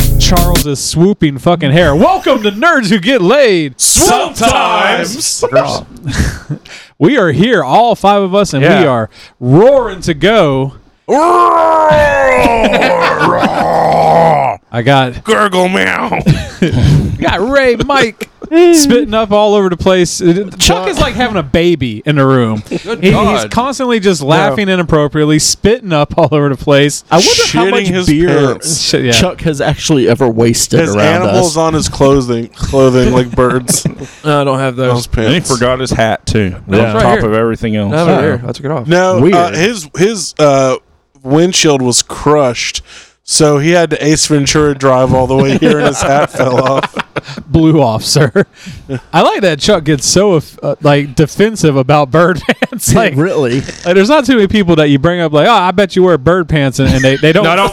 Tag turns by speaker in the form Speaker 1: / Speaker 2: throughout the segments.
Speaker 1: has a swooping fucking hair. Welcome to Nerds Who Get Laid.
Speaker 2: Sometimes.
Speaker 1: We are here, all five of us, and we
Speaker 2: Yeah.
Speaker 1: are roaring to go. I got
Speaker 2: Gurgle meow.
Speaker 1: got Ray, Mike spitting up all over the place. Uh, Chuck is like having a baby in the room. He- he's
Speaker 2: God.
Speaker 1: constantly just laughing inappropriately, spitting up all over the place.
Speaker 3: I wonder how
Speaker 2: Shitting
Speaker 3: much
Speaker 2: his
Speaker 3: beer
Speaker 2: pants.
Speaker 1: Shit, yeah.
Speaker 3: Chuck has actually ever wasted
Speaker 4: His
Speaker 3: around
Speaker 4: animals
Speaker 3: us.
Speaker 4: on his clothing, clothing like birds. on
Speaker 5: No, I don't have those.
Speaker 4: his
Speaker 2: and he
Speaker 4: pants.
Speaker 2: forgot his hat too.
Speaker 5: Yeah.
Speaker 2: On
Speaker 5: Right
Speaker 2: top
Speaker 5: here.
Speaker 2: of everything else.
Speaker 5: I have it here. I took it off.
Speaker 4: No, uh,
Speaker 3: Weird.
Speaker 4: his his uh, windshield was crushed, so he had to Ace Ventura drive all the way here, and his hat fell off.
Speaker 1: blew off, sir. I like that Chuck gets so uh, like defensive about bird pants. like,
Speaker 3: really?
Speaker 1: like, there's not too many people that you bring up like, oh, I bet you wear bird pants, and, and they, they don't,
Speaker 2: No, I don't.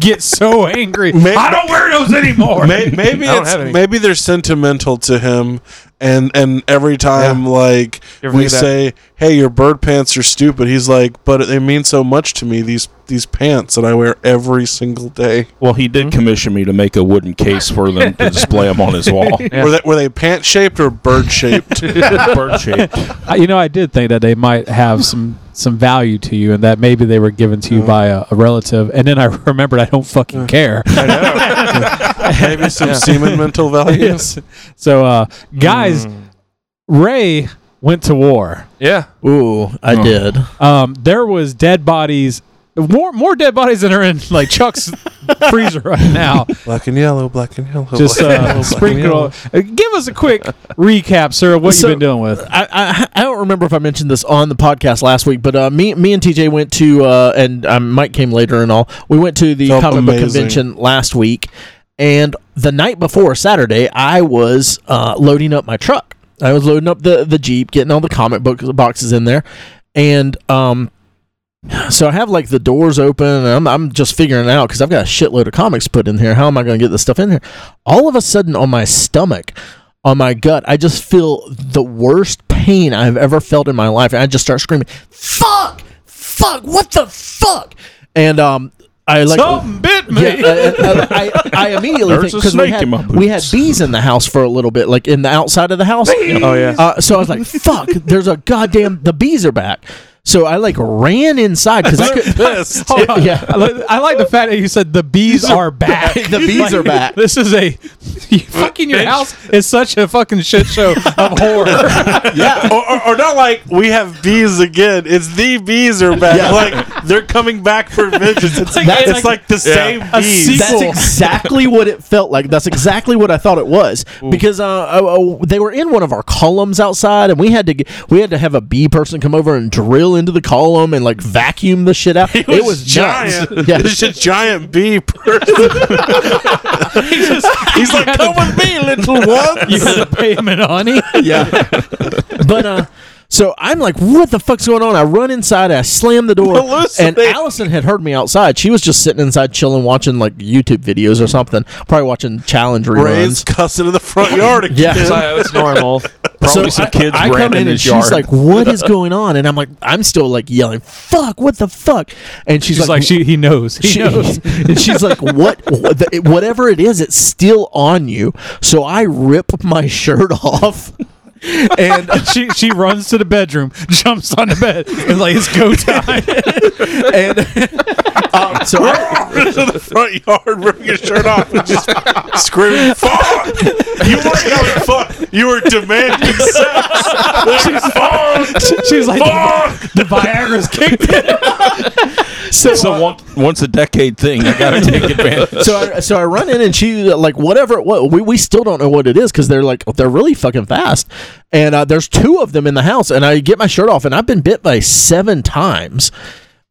Speaker 1: get so angry.
Speaker 4: May-
Speaker 1: I don't wear those anymore.
Speaker 4: May- Maybe
Speaker 5: I don't
Speaker 4: it's,
Speaker 5: have any.
Speaker 4: maybe they're sentimental to him, and and every time like
Speaker 5: You ever
Speaker 4: we
Speaker 5: think of that?
Speaker 4: say, "Hey, your bird pants are stupid," he's like, "But they mean so much to me. These these pants that I wear every single day.
Speaker 2: Well, he
Speaker 3: Hmm?
Speaker 2: did commission me to make a wooden case for them to display them on his wall.
Speaker 5: Yeah.
Speaker 4: Were they were they pant shaped or bird shaped?"
Speaker 2: Bird shaped.
Speaker 1: I, you know, I did think that they might have some some value to you, and that maybe they were given to you
Speaker 2: Uh-huh.
Speaker 1: by a, a relative. And then I remembered I don't
Speaker 2: Uh.
Speaker 1: fucking care.
Speaker 4: maybe some semen mental values.
Speaker 1: Yes. So, uh, guys,
Speaker 2: Mm.
Speaker 1: Ray went to war.
Speaker 5: Yeah.
Speaker 3: Ooh, I
Speaker 2: Oh.
Speaker 3: did.
Speaker 1: um, there was dead bodies, more more dead bodies than are in like Chuck's freezer right now.
Speaker 4: Black and yellow, black and yellow.
Speaker 1: Just
Speaker 4: black and
Speaker 1: uh,
Speaker 4: yellow, black and
Speaker 1: sprinkle.
Speaker 4: yellow.
Speaker 1: Uh, give us a quick recap, sir, of what
Speaker 3: So- uh,
Speaker 1: you've been dealing with.
Speaker 3: I, I I don't remember if I mentioned this on the podcast last week, but uh, me me and TJ went to uh, and um, Mike came later and all. We went to the
Speaker 4: Felt
Speaker 3: comic book
Speaker 4: amazing.
Speaker 3: convention last week, and the night before Saturday, I was uh, loading up my truck. I was loading up the the Jeep, getting all the comic book boxes in there, and um. So I have like the doors open, and I'm, I'm just figuring it out because I've got a shitload of comics put in here. How am I going to get this stuff in here? All of a sudden, on my stomach, on my gut. I just feel the worst pain I've ever felt in my life, and I just start screaming, "Fuck! Fuck! What the fuck!" And um, I like.
Speaker 1: Something bit me.
Speaker 3: yeah, uh, I, I, I immediately
Speaker 2: There's
Speaker 3: think
Speaker 2: a
Speaker 3: because we
Speaker 2: snake in my
Speaker 3: had we had
Speaker 2: boots.
Speaker 3: bees in the house for a little bit, like in the outside of the house.
Speaker 5: Oh yeah.
Speaker 3: Uh, so I was like, "Fuck! There's a goddamn the bees are back." So I like ran inside because I could. Oh,
Speaker 4: Pissed.
Speaker 1: Hold on.
Speaker 3: uh, yeah.
Speaker 1: I, li- I like the fact that you said the bees are back.
Speaker 3: The bees
Speaker 1: Like,
Speaker 3: are back.
Speaker 1: This is a fucking your house is such a fucking shit show of horror.
Speaker 4: yeah, or, or, or not like we have bees again. It's the bees are back.
Speaker 3: Yeah.
Speaker 4: Like they're coming back for vengeance. It's,
Speaker 1: Like,
Speaker 4: it's
Speaker 1: like-
Speaker 4: like, the same
Speaker 1: a
Speaker 4: bees.
Speaker 1: sequel.
Speaker 3: That's exactly what it felt like. That's exactly what I thought it was because uh, uh, uh, they were in one of our columns outside, and we had to get, we had to have a bee person come over and drill into the column and like vacuum the shit out. It was, nuts.
Speaker 4: giant.
Speaker 3: Yeah.
Speaker 4: It's just a giant bee person. He's like, come with me, little one.
Speaker 1: you had to pay him in honey.
Speaker 3: yeah. but uh so I'm like, what the fuck's going on? I run inside, I slam the door, and
Speaker 4: Hallucinate.
Speaker 3: Allison had heard me outside. She was just sitting inside, chilling, watching like YouTube videos or something, probably watching challenge
Speaker 4: Ray's
Speaker 3: reruns.
Speaker 4: cussing in the front yard again.
Speaker 3: Yeah.
Speaker 5: It's, like- it's normal.
Speaker 2: Probably some kids
Speaker 3: I
Speaker 2: ran
Speaker 3: come in,
Speaker 2: in
Speaker 3: and
Speaker 2: his
Speaker 3: she's
Speaker 2: yard.
Speaker 3: like, "What is going on?" And I'm like, I'm still like yelling, "Fuck! What the fuck?" And she's,
Speaker 1: She's like, she he knows. He
Speaker 3: she-
Speaker 1: knows.
Speaker 3: and she's like, "What? what the, whatever it is, it's still on you." So I rip my shirt off, and
Speaker 1: she she runs to the bedroom, jumps on the bed, and like it's go time.
Speaker 3: and uh, so I,
Speaker 4: Into the front yard, ripping his shirt off, and just screaming, "Fuck! You weren't yelling, fuck. You were demanding sex. fuck,
Speaker 1: She's like the,
Speaker 4: fuck."
Speaker 1: the Viagra's kicked in.
Speaker 3: so
Speaker 2: it's a
Speaker 3: uh,
Speaker 2: once, once a decade thing. I gotta take advantage.
Speaker 3: so I, so I run in and she uh, like whatever what we, we still don't know what it is because they're like they're really fucking fast and uh, there's two of them in the house and I get my shirt off and I've been bit by seven times.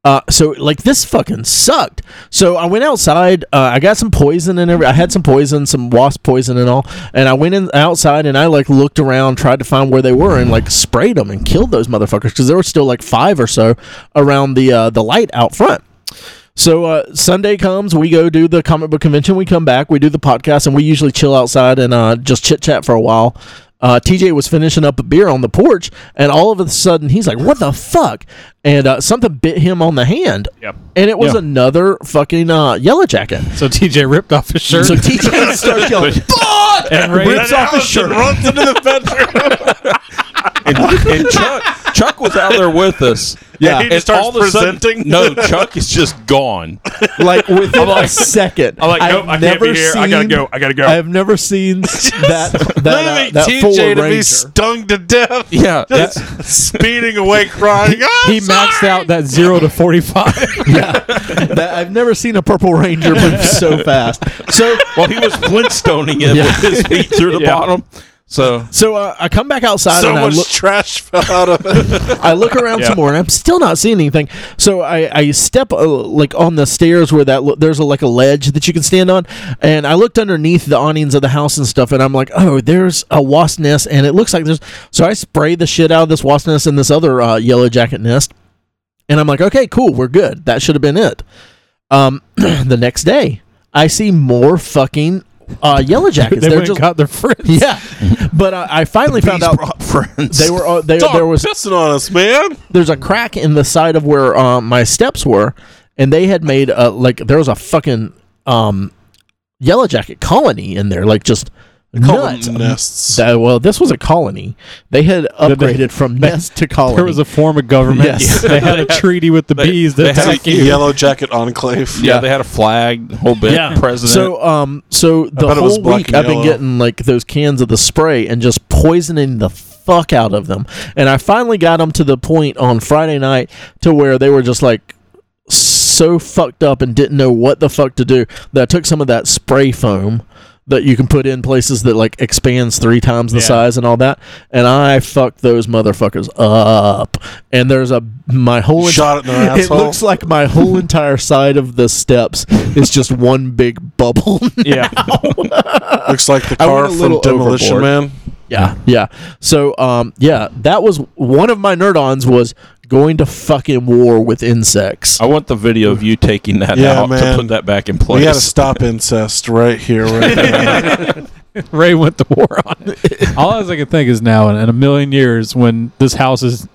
Speaker 3: Uh, so like this fucking sucked. So I went outside. Uh, I got some poison and every. I had some poison, some wasp poison and all. And I went in outside and I like looked around, tried to find where they were, and like sprayed them and killed those motherfuckers because there were still like five or so around the uh, the light out front. So uh, Sunday comes, we go do the comic book convention. We come back, we do the podcast, and we usually chill outside and uh, just chit chat for a while. uh, TJ was finishing up a beer on the porch, and all of a sudden he's like, "What the fuck?" And uh, something bit him on the hand.
Speaker 4: Yep.
Speaker 3: And it was
Speaker 1: Yeah.
Speaker 3: another fucking uh, yellow jacket.
Speaker 1: So TJ ripped off his shirt
Speaker 3: So TJ starts yelling, "Fuck!"
Speaker 1: and Ray,
Speaker 3: rips off his shirt.
Speaker 4: runs into the bedroom.
Speaker 2: and, and Chuck Chuck was out there with us.
Speaker 3: Yeah, he
Speaker 2: and
Speaker 4: starts
Speaker 2: all of a sudden-
Speaker 4: presenting.
Speaker 2: no, Chuck is just gone.
Speaker 3: like within a second.
Speaker 4: I'm like, nope, I can't be here. I gotta go. I gotta go.
Speaker 3: I've never seen that that, uh,
Speaker 4: Leaving
Speaker 3: that Ford
Speaker 4: TJ to be
Speaker 3: Ranger.
Speaker 4: stung to death.
Speaker 2: Yeah,
Speaker 4: Just speeding away, crying. "Ah, "I'm
Speaker 1: he maxed
Speaker 4: sorry!"
Speaker 1: out that zero to forty five.
Speaker 3: That- I've never seen a Purple Ranger move so fast. So
Speaker 2: well, he was Flintstoning it
Speaker 3: Yeah.
Speaker 2: with his feet through the bottom. So
Speaker 3: so uh, I come back outside
Speaker 4: So
Speaker 3: and I
Speaker 4: much
Speaker 3: look,
Speaker 4: trash fell out of it.
Speaker 3: I look around some more and I'm still not seeing anything. So I, I step uh, like on the stairs where that lo- there's a, like a ledge that you can stand on, and I looked underneath the awnings of the house and stuff, and I'm like, oh, there's a wasp nest, and it looks like there's. So I spray the shit out of this wasp nest and this other uh, yellow jacket nest, and I'm like, okay, cool, we're good. That should have been it. Um, the next day, I see more fucking uh, yellow jackets.
Speaker 1: they
Speaker 3: They're
Speaker 1: went
Speaker 3: just
Speaker 1: and got their friends.
Speaker 3: yeah, but uh, I finally found out
Speaker 2: brought friends.
Speaker 3: they were uh, they,
Speaker 4: Dog
Speaker 3: there was
Speaker 4: pissing on us, man.
Speaker 3: there's a crack in the side of where um, my steps were, and they had made uh, like there was a fucking um, yellow jacket colony in there, like just nuts.
Speaker 4: nests.
Speaker 3: That- well, this was a colony. They had
Speaker 1: they-
Speaker 3: upgraded from nest to colony.
Speaker 1: There was a form of government.
Speaker 3: Yes.
Speaker 1: They had a treaty with the bees that
Speaker 2: they had a-
Speaker 1: took you.
Speaker 4: Yellow Jacket Enclave.
Speaker 2: yeah, they had a flag, the whole bit.
Speaker 1: Yeah.
Speaker 2: President.
Speaker 3: so um so the
Speaker 4: bet it was
Speaker 3: whole
Speaker 4: black
Speaker 3: week
Speaker 4: and
Speaker 3: I've been
Speaker 4: yellow.
Speaker 3: getting like those cans of the spray and just poisoning the fuck out of them, and I finally got them to the point on Friday night to where they were just like so fucked up and didn't know what the fuck to do that I took some of that spray foam that you can put in places that like expands three times the
Speaker 1: Yeah.
Speaker 3: size and all that and I fucked those motherfuckers up and there's a my whole
Speaker 4: Shot it in their
Speaker 3: it
Speaker 4: asshole.
Speaker 3: looks like my whole entire side of the steps is just one big bubble.
Speaker 1: Yeah.
Speaker 4: Looks like the
Speaker 3: I
Speaker 4: car
Speaker 3: went a
Speaker 4: from
Speaker 3: little
Speaker 4: Demolition
Speaker 3: overboard.
Speaker 4: Man.
Speaker 3: yeah, yeah. So, um, yeah, that was one of my nerd-ons was going to fucking war with insects.
Speaker 2: I want the video of you taking that
Speaker 4: Yeah,
Speaker 2: out
Speaker 4: man.
Speaker 2: to put that back in
Speaker 4: We gotta
Speaker 2: place.
Speaker 4: stop incest right here. Right now.
Speaker 1: Ray went to war on it. All I can think is now, in, in a million years, when this house is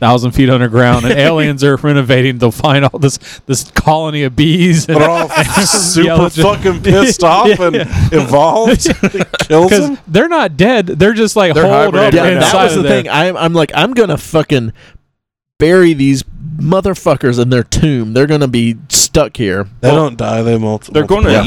Speaker 1: thousand feet underground and aliens are renovating, they'll find all this this colony of bees.
Speaker 4: They're
Speaker 1: And,
Speaker 4: all super
Speaker 1: Yellow Jacket.
Speaker 4: fucking pissed off
Speaker 1: Yeah,
Speaker 4: and
Speaker 1: yeah.
Speaker 4: evolved. kills
Speaker 1: because
Speaker 4: them.
Speaker 1: they're not dead, they're just like
Speaker 2: They're
Speaker 1: holed up
Speaker 2: hibernating
Speaker 3: yeah,
Speaker 2: right
Speaker 1: inside
Speaker 3: that was
Speaker 1: of
Speaker 3: the
Speaker 1: there.
Speaker 3: thing. I'm, I'm like, I'm gonna fucking bury these motherfuckers in their tomb. They're gonna be stuck here.
Speaker 4: They don't die. They multiply.
Speaker 2: They're going to
Speaker 3: Yeah.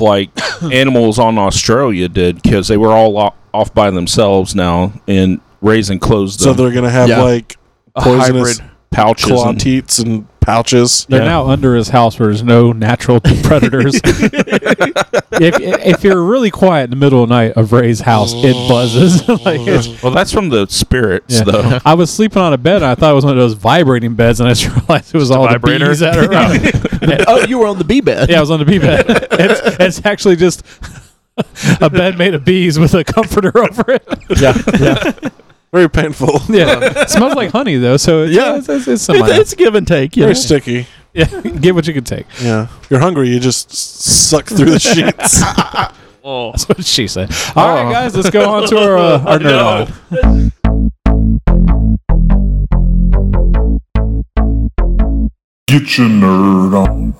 Speaker 2: like animals on Australia did because they were all o- off by themselves now and raising closed
Speaker 4: So
Speaker 2: them
Speaker 4: they're gonna have
Speaker 3: Yeah.
Speaker 4: like
Speaker 5: A
Speaker 4: poisonous
Speaker 5: hybrid.
Speaker 2: pouches.
Speaker 4: claw
Speaker 2: and-
Speaker 4: teats and pouches.
Speaker 1: They're
Speaker 2: Yeah.
Speaker 1: now under his house where there's no natural predators. if, if you're really quiet in the middle of the night of Ray's house, it buzzes. like it's,
Speaker 2: well, that's from the spirits,
Speaker 1: Yeah.
Speaker 2: though.
Speaker 1: I was sleeping on a bed and I thought it was one of those vibrating beds, and I just realized it was all the
Speaker 5: vibrator?
Speaker 1: bees that are around.
Speaker 3: oh, you were on the bee bed.
Speaker 1: Yeah, I was on the bee bed. it's, it's actually just a bed made of bees with a comforter over it.
Speaker 3: yeah, yeah.
Speaker 4: Very painful.
Speaker 1: Yeah, it smells like honey though, so it's,
Speaker 3: Yeah.
Speaker 1: yeah, it's, it's, it's somebody.
Speaker 3: It's, it's give and take. You know?
Speaker 4: Very sticky.
Speaker 1: yeah, get what you can take.
Speaker 4: Yeah. If you're hungry, you just s- suck through the sheets.
Speaker 5: Oh.
Speaker 1: That's what she said. All right, guys, let's go on to our uh, our nerd.
Speaker 5: No.
Speaker 1: on.
Speaker 6: Get your nerd on.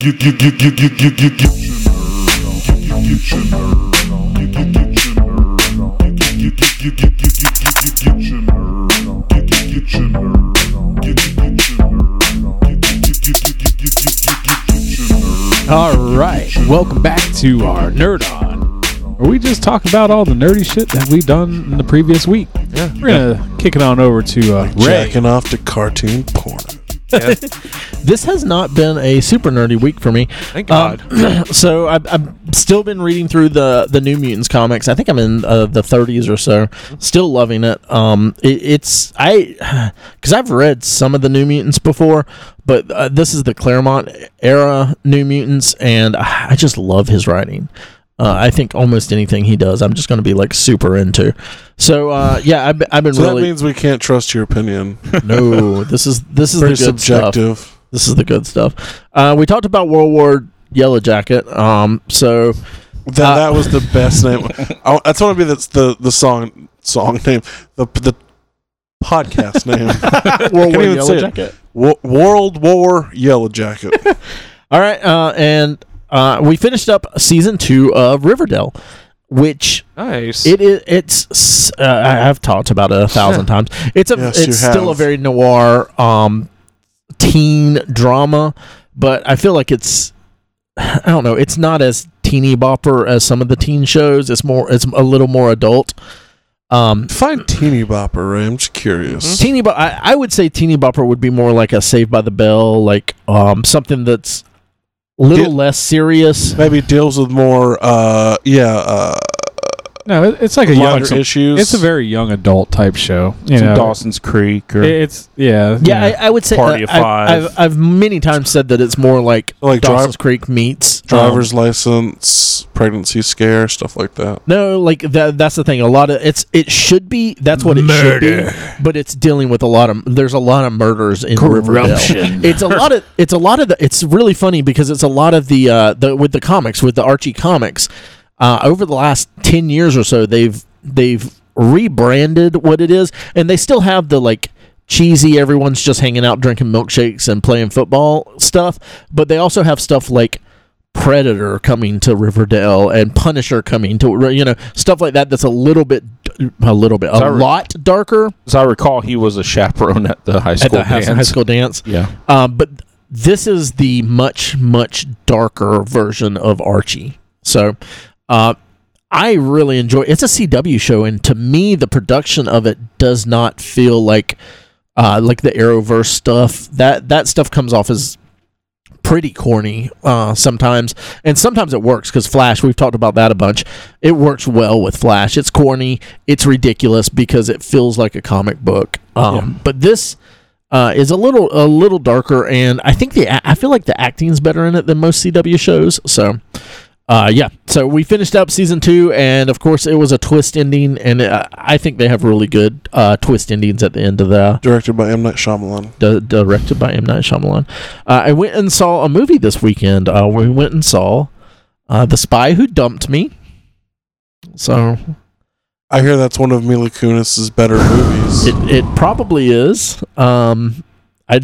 Speaker 6: Get, get, get, get, get, get, get, get your nerd on. Get, get, get your nerd on. Get, get, get your nerd on. Get, get, get, get, get, get, get, get, get, get your nerd on. Get, get, get your nerd on. Get, get, get your nerd on. Get, get, get, get, get, get, get, get, get, get, get your nerd on.
Speaker 1: All right, welcome back to our nerd on. Where we just talk about all the nerdy shit that we done in the previous week. Yeah, we're gonna kick it on over to uh, Ray.
Speaker 4: Jacking off to cartoon porn.
Speaker 3: This has not been a super nerdy week for me. Um,
Speaker 5: Thank God.
Speaker 3: so I've, I've still been reading through the the New Mutants comics. I think I'm in uh, the 30s or so. Still loving it. Um, it, it's I because I've read some of the New Mutants before, but uh, this is the Claremont era New Mutants, and I I just love his writing. Uh, I think almost anything he does, I'm just going to be like super into. So uh, yeah, I've, been- I've been
Speaker 4: So that
Speaker 3: really
Speaker 4: means we can't trust your opinion.
Speaker 3: no. This is this is
Speaker 4: Very
Speaker 3: the good stuff.
Speaker 4: subjective.
Speaker 3: This is the good stuff. Uh, we talked about World War Yellow Jacket. Um, so
Speaker 4: Then
Speaker 3: Uh,
Speaker 4: that was the best name. I, that's want to be that's the the song song name the the podcast name.
Speaker 3: World War
Speaker 4: even say
Speaker 3: Yellow
Speaker 4: it.
Speaker 3: Jacket.
Speaker 4: Wo- World War Yellow Jacket.
Speaker 3: All right, uh, and uh, we finished up season two of Riverdale, which
Speaker 5: Nice.
Speaker 3: It is. It's. s- Uh, I- I've talked about it a thousand times. It's a.
Speaker 4: Yes, you
Speaker 3: it's still
Speaker 4: have.
Speaker 3: a very noir, um, teen drama, but I feel like it's. I don't know. It's not as teeny bopper as some of the teen shows. It's more. It's a little more adult. Um,
Speaker 4: Find Teeny Bopper, Ray. I'm just
Speaker 2: Mm-hmm.
Speaker 4: curious.
Speaker 3: teeny. Bo- I, I would say teeny bopper would be more like a Saved by the Bell, like um something that's a little
Speaker 4: Did-
Speaker 3: less serious.
Speaker 4: Maybe deals with more. Uh, yeah. Uh,
Speaker 1: No, it, it's like a
Speaker 4: younger
Speaker 1: young. some-
Speaker 4: issues.
Speaker 1: It's a very young adult type show. You
Speaker 2: Some
Speaker 1: know,
Speaker 2: Dawson's Creek or
Speaker 1: It- it's yeah,
Speaker 3: Yeah, I, I would say
Speaker 2: Party of
Speaker 3: I- I've-
Speaker 2: Five.
Speaker 3: I've, I've many times said that it's more like
Speaker 4: like dri-
Speaker 3: Dawson's Creek meets
Speaker 4: driver's
Speaker 3: Um,
Speaker 4: license, pregnancy scare, stuff like that.
Speaker 3: No, like that. That's the thing. A lot of it's. It should be. That's what it should be. But it's dealing with a lot of. There's a lot of murders in Riverdale. It's a lot of. It's a lot of the. It's really funny because it's a lot of the. Uh, the with the comics with the Archie comics, uh, over the last ten years or so, they've they've rebranded what it is, and they still have the like cheesy. Everyone's just hanging out, drinking milkshakes, and playing football stuff. But they also have stuff like Predator coming to Riverdale and Punisher coming to you know stuff like that. That's a little bit, a little bit, a
Speaker 2: Sorry.
Speaker 3: lot darker
Speaker 2: as I recall, he was a chaperone at the high
Speaker 3: at
Speaker 2: school.
Speaker 3: the high,
Speaker 2: dance.
Speaker 3: high school dance.
Speaker 2: Yeah.
Speaker 3: Um, but this is the much much darker version of Archie. So, uh, I really enjoy. It's a CW show, and to me, the production of it does not feel like uh, like the Arrowverse stuff. That that stuff comes off as pretty corny uh, sometimes, and sometimes it works because Flash. We've talked about that a bunch. It works well with Flash. It's corny. It's ridiculous because it feels like a comic book. Um, But this uh, is a little a little darker, and I think the a- I feel like the acting's better in it than most CW shows. So. Uh, yeah, so we finished up season two, and of course it was a twist ending, and uh, I think they have really good uh, twist endings at the end of the
Speaker 4: Directed by M Night Shyamalan.
Speaker 3: d- directed by M Night Shyamalan. Uh, I went and saw a movie this weekend. Uh, we went and saw uh, The Spy Who Dumped Me. So
Speaker 4: I hear that's one of Mila Kunis's better movies.
Speaker 3: it it probably is. Um,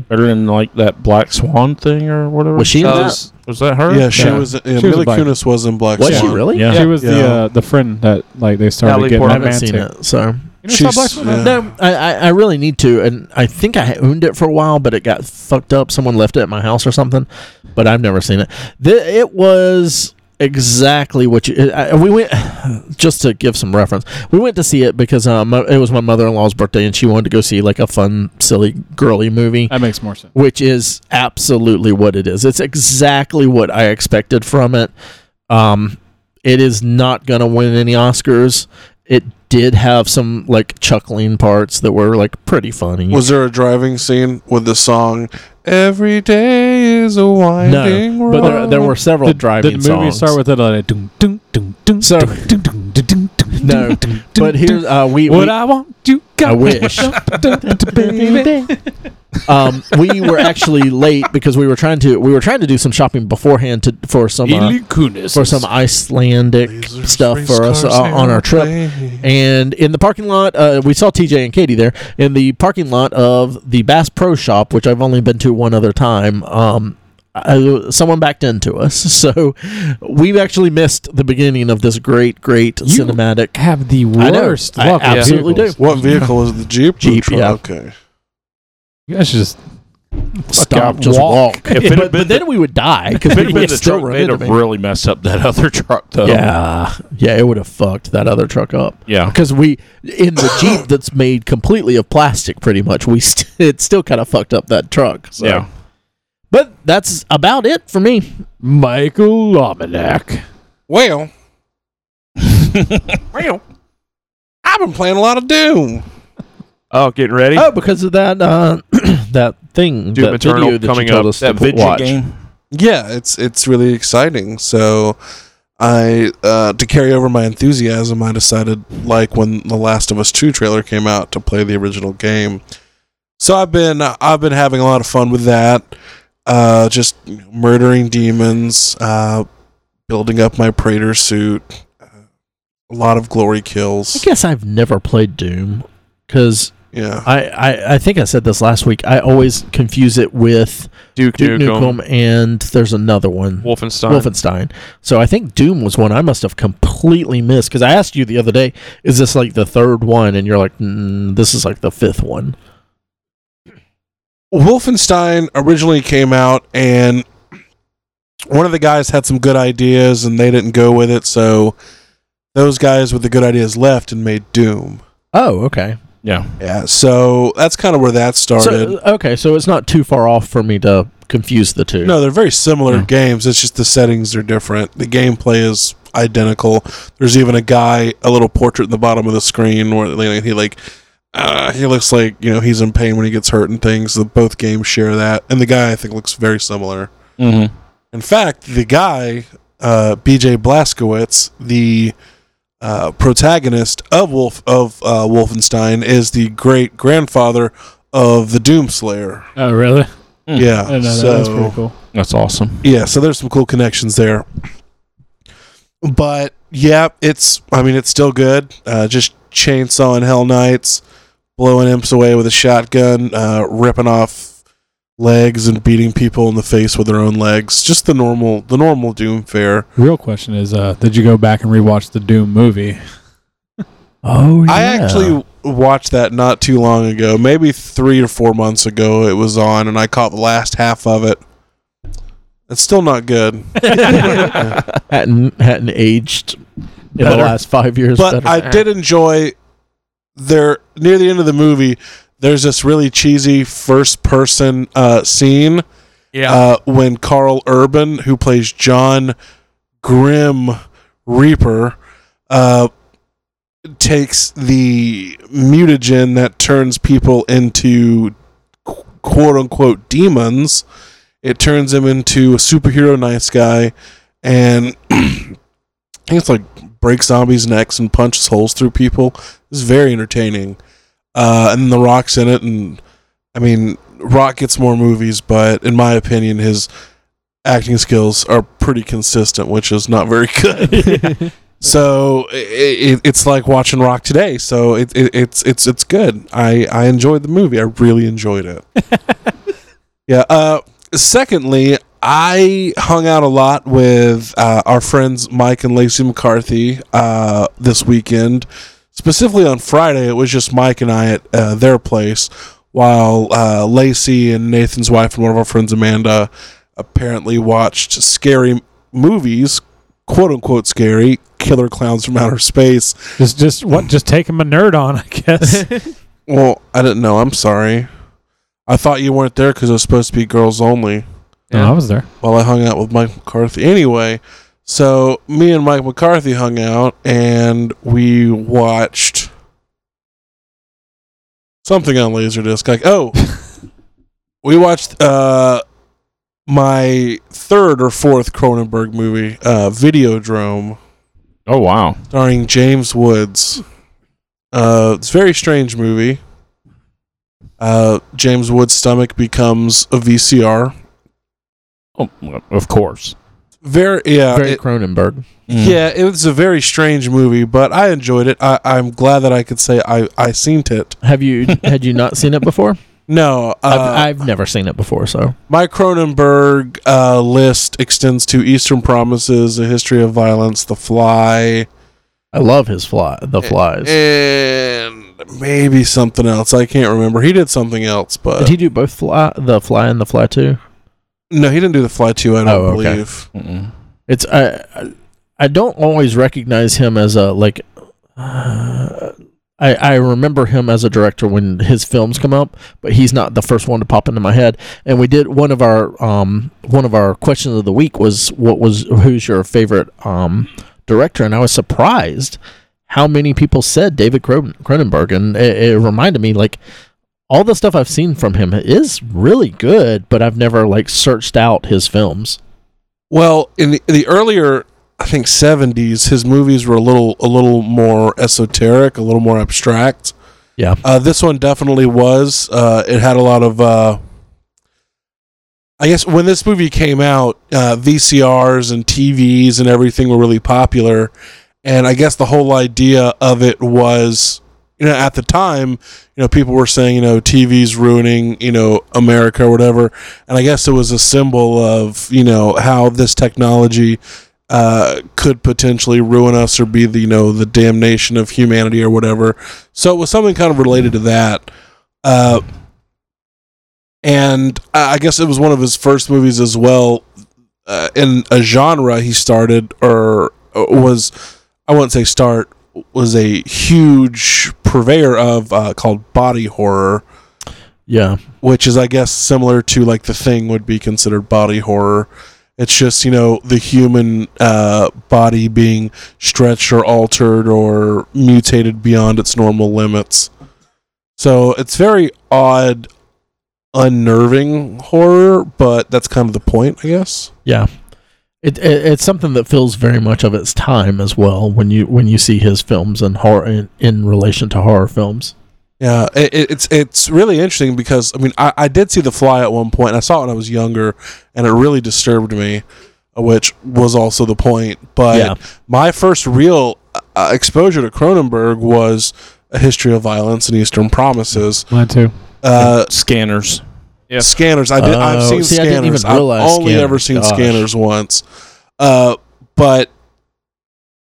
Speaker 2: Better than like that Black Swan thing or whatever.
Speaker 3: was she in
Speaker 5: Uh,
Speaker 3: that?
Speaker 5: was-
Speaker 2: was that her?
Speaker 4: yeah, she
Speaker 1: Yeah.
Speaker 4: was. Yeah,
Speaker 1: She was
Speaker 4: Mila
Speaker 1: a black-
Speaker 4: Kunis was in Black
Speaker 3: Was she
Speaker 4: Swan.
Speaker 3: really?
Speaker 2: Yeah.
Speaker 1: She was the
Speaker 4: Yeah.
Speaker 1: uh, the friend that like they started
Speaker 5: Natalie
Speaker 1: getting
Speaker 3: I
Speaker 5: Portman.
Speaker 3: haven't
Speaker 1: romantic.
Speaker 3: seen it, so
Speaker 1: You never saw
Speaker 4: She's-
Speaker 1: Black Swan?
Speaker 4: yeah.
Speaker 3: no, I, I, I really need to, and I think I owned it for a while, but it got fucked up. Someone left it at my house or something, but I've never seen it. Th- it was exactly what you. I, I- we went just to give some reference. We went to see it because um, it was my mother in law's birthday, and she wanted to go see like a fun, silly, girly movie
Speaker 1: That makes more sense.
Speaker 3: which is absolutely what it is. It's exactly what I expected from it. Um, it is not going to win any Oscars. It did have some like chuckling parts that were like pretty funny.
Speaker 4: Was there a driving scene with the song "Every Day Is a Winding
Speaker 3: no,
Speaker 4: Road"?
Speaker 3: but there, there were several
Speaker 1: Did,
Speaker 3: driving
Speaker 1: did the movie
Speaker 3: songs.
Speaker 1: start with it like dun, dun, dun, dun,
Speaker 3: So-
Speaker 1: dun, dun, dun, dun, dun, dun,
Speaker 3: No,
Speaker 1: dun, dun,
Speaker 3: but
Speaker 1: dun,
Speaker 3: here's uh, we,
Speaker 1: dun. what
Speaker 3: we
Speaker 1: I want you got.
Speaker 3: I wish. um, we were actually late because we were trying to we were trying to do some shopping beforehand to for some uh, for some Icelandic
Speaker 4: Lasers,
Speaker 3: stuff
Speaker 4: race
Speaker 3: for us uh,
Speaker 4: cars,
Speaker 3: on our trip.
Speaker 4: airplanes.
Speaker 3: And in the parking lot, uh, we saw TJ and Katie there in the parking lot of the Bass Pro Shop, which I've only been to one other time. Um, I, someone backed into us, so we've actually missed the beginning of this great, great
Speaker 1: You-
Speaker 3: cinematic.
Speaker 1: Have the
Speaker 3: I know.
Speaker 1: worst.
Speaker 3: I
Speaker 1: luck with
Speaker 3: absolutely do.
Speaker 1: vehicles.
Speaker 4: What vehicle is the Jeep? or
Speaker 3: Jeep,
Speaker 4: truck?
Speaker 3: yeah.
Speaker 4: Okay.
Speaker 1: You guys should just
Speaker 3: Stop,
Speaker 1: stop.
Speaker 3: just walk.
Speaker 2: If it had
Speaker 3: but,
Speaker 2: been
Speaker 3: but then we would die because
Speaker 2: If it'd
Speaker 3: people
Speaker 2: been
Speaker 3: would
Speaker 2: the
Speaker 3: still
Speaker 2: truck,
Speaker 3: run
Speaker 2: they'd
Speaker 3: into
Speaker 2: have
Speaker 3: me.
Speaker 2: really messed up that other truck though.
Speaker 3: Yeah, yeah, it would have fucked that other truck up.
Speaker 2: Yeah.
Speaker 3: because we in the jeep that's made completely of plastic, pretty much. We st- it still kind of fucked up that truck. So.
Speaker 2: Yeah.
Speaker 3: But that's about it for me.
Speaker 1: Michael Lominac.
Speaker 4: Well, well, I've been playing a lot of Doom.
Speaker 5: Oh, getting ready.
Speaker 3: Oh, because of that uh, that thing,
Speaker 5: Doom
Speaker 3: that
Speaker 5: Eternal
Speaker 3: video that
Speaker 5: coming
Speaker 3: you told
Speaker 5: up,
Speaker 3: us
Speaker 5: that
Speaker 3: to put-
Speaker 5: video
Speaker 3: watch.
Speaker 2: game.
Speaker 4: Yeah, it's it's really exciting. So I uh, to carry over my enthusiasm, I decided like when the Last of Us 2 trailer came out to play the original game. So I've been I've been having a lot of fun with that. uh, just you know, murdering demons, uh, building up my Praetor suit, uh, a lot of glory
Speaker 3: I
Speaker 4: kills.
Speaker 3: guess I've never played Doom because
Speaker 4: Yeah.
Speaker 3: I, I I think I said this last week. I always confuse it with
Speaker 5: Duke,
Speaker 3: Duke
Speaker 5: Nukem,
Speaker 3: Nukem, and there's another one.
Speaker 5: Wolfenstein.
Speaker 3: Wolfenstein. So I think Doom was one I must have completely missed because I asked you the other day, is this like the third one? And you're like, mm, this is like the fifth one.
Speaker 4: Wolfenstein originally came out, and one of the guys had some good ideas, and they didn't go with it, so those guys with the good ideas left and made Doom.
Speaker 3: Oh, okay.
Speaker 2: Yeah.
Speaker 4: Yeah, so that's kind of where that started.
Speaker 3: So, uh, okay, so it's not too far off for me to confuse the two.
Speaker 4: No, they're very similar
Speaker 2: Yeah.
Speaker 4: games. It's just the settings are different. The gameplay is identical. There's even a guy, a little portrait in the bottom of the screen where you know, he like uh, he looks like you know he's in pain when he gets hurt and things. The, both games share that, and the guy I think looks very similar.
Speaker 2: Mm-hmm.
Speaker 4: In fact, the guy uh, B.J. Blazkowicz, the uh, protagonist of Wolf of uh, Wolfenstein, is the great grandfather of the Doomslayer.
Speaker 1: Oh, really?
Speaker 4: Yeah,
Speaker 1: I know that.
Speaker 4: so-
Speaker 1: That's pretty cool.
Speaker 2: That's awesome.
Speaker 4: yeah so there's some cool connections there but yeah it's i mean it's still good uh, just chainsawing hell knights blowing imps away with a shotgun uh, ripping off legs and beating people in the face with their own legs just the normal the normal doom fare
Speaker 1: Real question is, uh, did you go back and rewatch the Doom movie?
Speaker 3: Oh, yeah.
Speaker 4: i actually watched that not too long ago maybe three or four months ago it was on and i caught the last half of it it's still not good
Speaker 3: hadn't, hadn't aged in the
Speaker 1: Better.
Speaker 3: last five years.
Speaker 4: but
Speaker 3: better.
Speaker 4: I did enjoy there near the end of the movie. There's this really cheesy first person uh, scene
Speaker 5: Yeah.
Speaker 4: uh, when Carl Urban, who plays John Grim Reaper, uh, takes the mutagen that turns people into qu- quote unquote demons. It turns him into a superhero nice guy, and I think it's like break zombies' necks and punches holes through people. It's very entertaining. Uh, and The Rock's in it, and I mean, Rock gets more movies, but in my opinion, his acting skills are pretty consistent, which is not very good. So it, it's like watching Rock today. So it, it, it's it's it's good. I I enjoyed the movie. I really enjoyed it. yeah. Uh. Secondly, I hung out a lot with uh, our friends Mike and Lacey McCarthy uh, this weekend. Specifically on Friday, it was just Mike and I at uh, their place, while uh, Lacey and Nathan's wife and one of our friends Amanda apparently watched scary movies, quote unquote scary, killer clowns from outer space.
Speaker 1: Just, just what? Just taking my nerd on, I guess.
Speaker 4: Well, I didn't know. I'm sorry. I thought you weren't there because it was supposed to be girls only.
Speaker 1: No, I was there.
Speaker 4: while I hung out with Mike McCarthy. Anyway, so me and Mike McCarthy hung out and we watched something on Laserdisc. Like, oh, we watched uh, my third or fourth Cronenberg movie, uh, Videodrome,
Speaker 2: Oh wow.
Speaker 4: starring James Woods. Uh, it's a very strange movie. Uh, James Woods' stomach becomes a VCR.
Speaker 2: Oh, well, of course.
Speaker 4: Very, yeah.
Speaker 3: Very
Speaker 4: it-
Speaker 3: Cronenberg.
Speaker 5: Mm.
Speaker 4: Yeah, it was a very strange movie, but I enjoyed it. I, I'm glad that I could say I I seen it.
Speaker 3: Have you had you not seen it before?
Speaker 4: No, uh,
Speaker 3: I've, I've never seen it before, so
Speaker 4: my Cronenberg uh, list extends to Eastern Promises, A History of Violence, The Fly,
Speaker 3: I love his fly, the flies.
Speaker 4: and maybe something else. I can't remember. He did something else,
Speaker 3: Did
Speaker 4: but
Speaker 3: he do both fly, the fly and the fly too?
Speaker 4: no, he didn't do The Fly two. I don't
Speaker 3: Oh, okay.
Speaker 4: believe.
Speaker 2: Mm-mm.
Speaker 3: It's I, I- I don't always recognize him as a like. Uh, I I remember him as a director when his films come up, but he's not the first one to pop into my head. And we did one of our um one of our questions of the week was what was who's your favorite um director, and I was surprised how many people said David Cronen- Cronenberg, and it, it reminded me like. All the stuff I've seen from him is really good, but I've never like searched out his films.
Speaker 4: Well, in the, in the earlier, I think seventies, his movies were a little a little more esoteric, a little more abstract.
Speaker 3: Yeah.
Speaker 4: Uh, this one definitely was. Uh, it had a lot of uh, I guess when this movie came out, uh, VCRs and TVs and everything were really popular, and I guess the whole idea of it was, you know, at the time, you know, people were saying, you know, TV's ruining, you know, America or whatever, and I guess it was a symbol of, you know, how this technology uh, could potentially ruin us or be the, you know, the damnation of humanity or whatever. So it was something kind of related to that. Uh, and I I guess it was one of his first movies as well uh, in a genre he started or uh, was I wouldn't say start was a huge purveyor of uh, called body horror,
Speaker 3: Yeah.
Speaker 4: which is I guess similar to like the thing would be considered body horror. It's just you know the human uh, body being stretched or altered or mutated beyond its normal limits. So it's very odd, unnerving horror, but that's kind of the point, I guess.
Speaker 3: Yeah. It, it, it's something that feels very much of its time as well when you when you see his films and horror in, in relation to horror films.
Speaker 4: Yeah, it, it- it's it's really interesting because I mean I, I did see The Fly at one point. And I saw it when I was younger, and it really disturbed me, which was also the point. But
Speaker 3: Yeah.
Speaker 4: my first real uh, exposure to Cronenberg was A History of Violence and Eastern Promises.
Speaker 1: Mine too.
Speaker 4: Uh,
Speaker 2: Scanners.
Speaker 5: Yeah.
Speaker 4: Scanners. I did, I've
Speaker 3: Oh,
Speaker 4: seen
Speaker 3: see, I
Speaker 4: scanners.
Speaker 3: didn't
Speaker 4: I
Speaker 3: even realize
Speaker 4: have only
Speaker 3: Scanners.
Speaker 4: ever seen
Speaker 3: Gosh.
Speaker 4: scanners once. Uh, but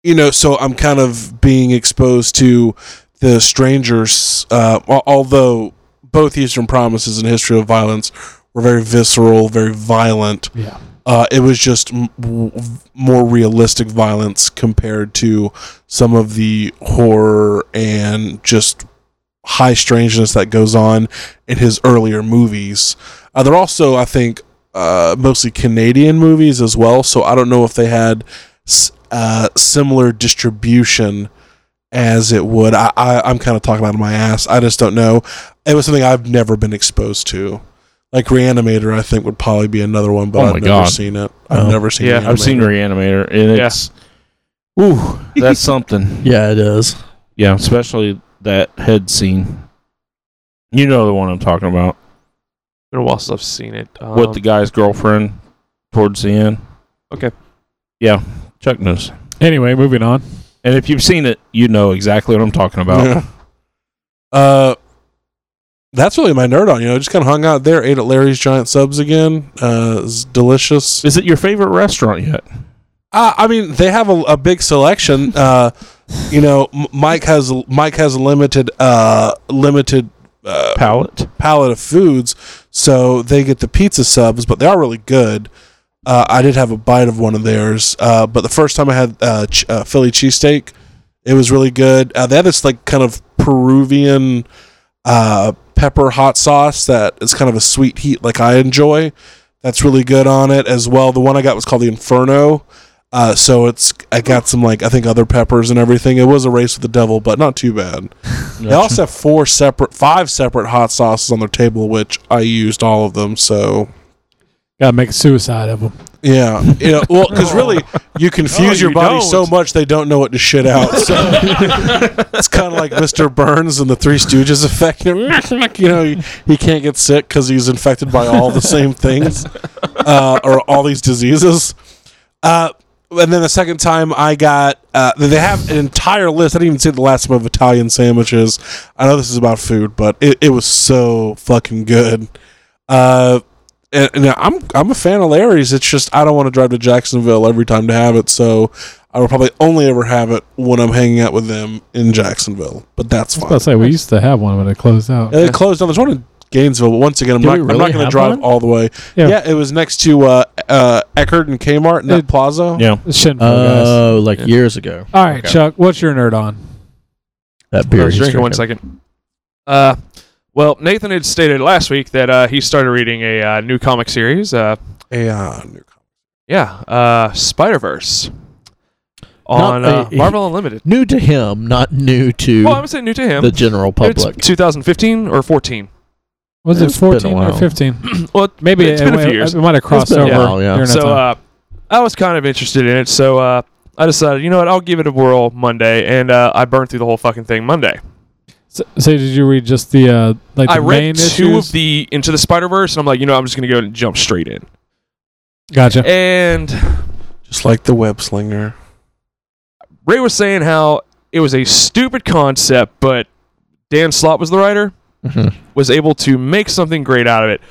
Speaker 4: you know, so I'm kind of being exposed to the strangers. Uh, al- although both Eastern Promises and History of Violence were very visceral, very violent.
Speaker 1: Yeah.
Speaker 4: Uh, it was just m- w- more realistic violence compared to some of the horror and just high strangeness that goes on in his earlier movies. Uh, they're also, I think, uh, mostly Canadian movies as well. So I don't know if they had s- uh, similar distribution as it would. I, I, I'm kind of talking out of my ass. I just don't know. It was something I've never been exposed to. Like Reanimator, I think would probably be another one, but
Speaker 2: Oh
Speaker 4: I've
Speaker 2: my
Speaker 4: never
Speaker 2: God.
Speaker 4: seen it. I've
Speaker 3: Oh.
Speaker 4: never seen.
Speaker 5: Yeah,
Speaker 4: Reanimator.
Speaker 2: I've seen Reanimator, and
Speaker 5: Yeah.
Speaker 2: it's ooh, that's something.
Speaker 3: Yeah, it is.
Speaker 2: Yeah, especially that head scene. You know the one I'm talking about
Speaker 5: Been a while since I've seen it. Um,
Speaker 2: with the guy's girlfriend towards the end.
Speaker 5: Okay.
Speaker 2: Yeah, Chuck knows.
Speaker 1: Anyway, moving on.
Speaker 2: And if you've seen it, you know exactly what I'm talking about.
Speaker 4: Yeah. Uh, that's really my nerd on. You know, just kind of hung out there, ate at Larry's Giant Subs again. Uh, it's delicious.
Speaker 2: Is it your favorite restaurant yet?
Speaker 4: Uh, I mean, they have a, a big selection. Uh, you know, M- Mike has Mike has a limited uh, limited uh,
Speaker 2: Palette.
Speaker 4: palette of foods, so they get the pizza subs, but they are really good. Uh, I did have a bite of one of theirs, uh, but the first time I had uh, ch- uh, Philly cheesesteak, it was really good. Uh, they had this like kind of Peruvian uh, pepper hot sauce that is kind of a sweet heat, like I enjoy. That's really good on it as well. The one I got was called the Inferno. Uh, so it's I got some like I think other peppers and everything. It was a race with the devil, but not too bad. They also have four separate, five separate hot sauces on their table, which I used all of them. So
Speaker 1: Gotta make a suicide of them.
Speaker 4: yeah, you know, well, because really, you confuse
Speaker 5: No,
Speaker 4: your
Speaker 5: you
Speaker 4: body so
Speaker 5: don't.
Speaker 4: much they don't know what to shit out. So it's kind of like Mr. Burns and the Three Stooges effect. You know, you know, he, he can't get sick because he's infected by all the same things uh, or all these diseases. Uh, and then the second time I got, uh, they have an entire list. I didn't even see the last one of Italian sandwiches. I know this is about food, but it, it was so fucking good. Uh, and, and I'm I'm a fan of Larry's. It's just I don't want to drive to Jacksonville every time to have it, so I will probably only ever have it when I'm hanging out with them in Jacksonville. But
Speaker 1: I was
Speaker 4: that's fine.
Speaker 1: about to say we used to have one when it closed out.
Speaker 4: Yeah, they closed down. There's one in Gainesville, but once again, I'm
Speaker 3: Do
Speaker 4: not,
Speaker 3: we
Speaker 4: I'm not
Speaker 3: really
Speaker 4: going to
Speaker 3: have
Speaker 4: drive
Speaker 3: one?
Speaker 4: all the way. Yeah.
Speaker 1: Yeah.
Speaker 4: it was next to uh, uh, Eckerd and Kmart in that
Speaker 1: It-
Speaker 4: plaza.
Speaker 2: Yeah.
Speaker 1: Shinful, guys.
Speaker 3: Oh, like
Speaker 5: Yeah.
Speaker 3: years ago.
Speaker 1: All right,
Speaker 5: okay.
Speaker 1: Chuck. What's your nerd on?
Speaker 3: That
Speaker 5: I
Speaker 3: beer.
Speaker 5: was
Speaker 3: he's
Speaker 5: drinking one
Speaker 3: drinking.
Speaker 5: second. Uh, well, Nathan had stated last week that uh, he started reading a uh, new comic series. Uh,
Speaker 4: A, uh, new-
Speaker 5: yeah, uh, Spider Verse on
Speaker 3: Not-
Speaker 5: uh,
Speaker 3: he-
Speaker 5: Marvel Unlimited.
Speaker 3: New to him, not new to
Speaker 5: Well, I'm saying new to him.
Speaker 3: the general public.
Speaker 5: It's 2015 or 14.
Speaker 1: Was it
Speaker 3: It's been a
Speaker 1: 14 or
Speaker 3: while.
Speaker 1: 15?
Speaker 5: well,
Speaker 1: Maybe
Speaker 5: it's
Speaker 1: it,
Speaker 5: been a
Speaker 1: it-
Speaker 5: few years.
Speaker 1: it might have crossed
Speaker 3: been a
Speaker 1: over.
Speaker 3: while, yeah.
Speaker 1: during that
Speaker 5: so
Speaker 1: time.
Speaker 5: uh, I was kind of interested in it, so uh, I decided, you know what, I'll give it a whirl Monday, and uh, I burned through the whole fucking thing Monday.
Speaker 1: So, so did you read just the uh, like the
Speaker 5: I
Speaker 1: main
Speaker 5: read two
Speaker 1: issues?
Speaker 5: of the Into the Spider Verse, and I'm like, you know, I'm just gonna go and jump straight in.
Speaker 1: gotcha.
Speaker 5: And
Speaker 4: Just like the web slinger.
Speaker 5: Ray was saying how it was a stupid concept, but Dan Slott was the writer,
Speaker 3: Mhm.
Speaker 5: was able to make something great out of it.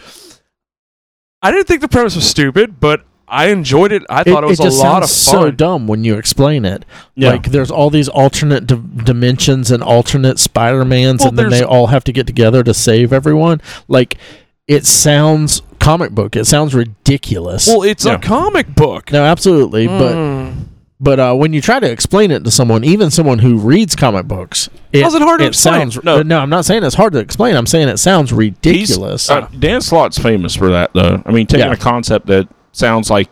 Speaker 5: I didn't think the premise was stupid, but I enjoyed it. I thought it, was
Speaker 3: just
Speaker 5: a lot of fun.
Speaker 3: sounds so dumb when you explain it.
Speaker 2: Yeah.
Speaker 3: Like there's all these alternate d- dimensions and alternate Spider-Mans
Speaker 5: Well,
Speaker 3: and then
Speaker 5: there's-
Speaker 3: they all have to get together to save everyone. Like it sounds comic book. It sounds ridiculous.
Speaker 5: well, it's
Speaker 2: Yeah.
Speaker 5: a comic book.
Speaker 3: no, absolutely, but
Speaker 5: Mm.
Speaker 3: but uh, when you try to explain it to someone, even someone who reads comic books, it,
Speaker 5: How's it hard to
Speaker 3: it
Speaker 5: explain?
Speaker 3: Sounds,
Speaker 2: No.
Speaker 3: no. I'm not saying it's hard to explain. I'm saying it sounds ridiculous.
Speaker 2: Uh, Dan Slott's famous for that, though. I mean, taking
Speaker 3: Yeah.
Speaker 2: a concept that sounds like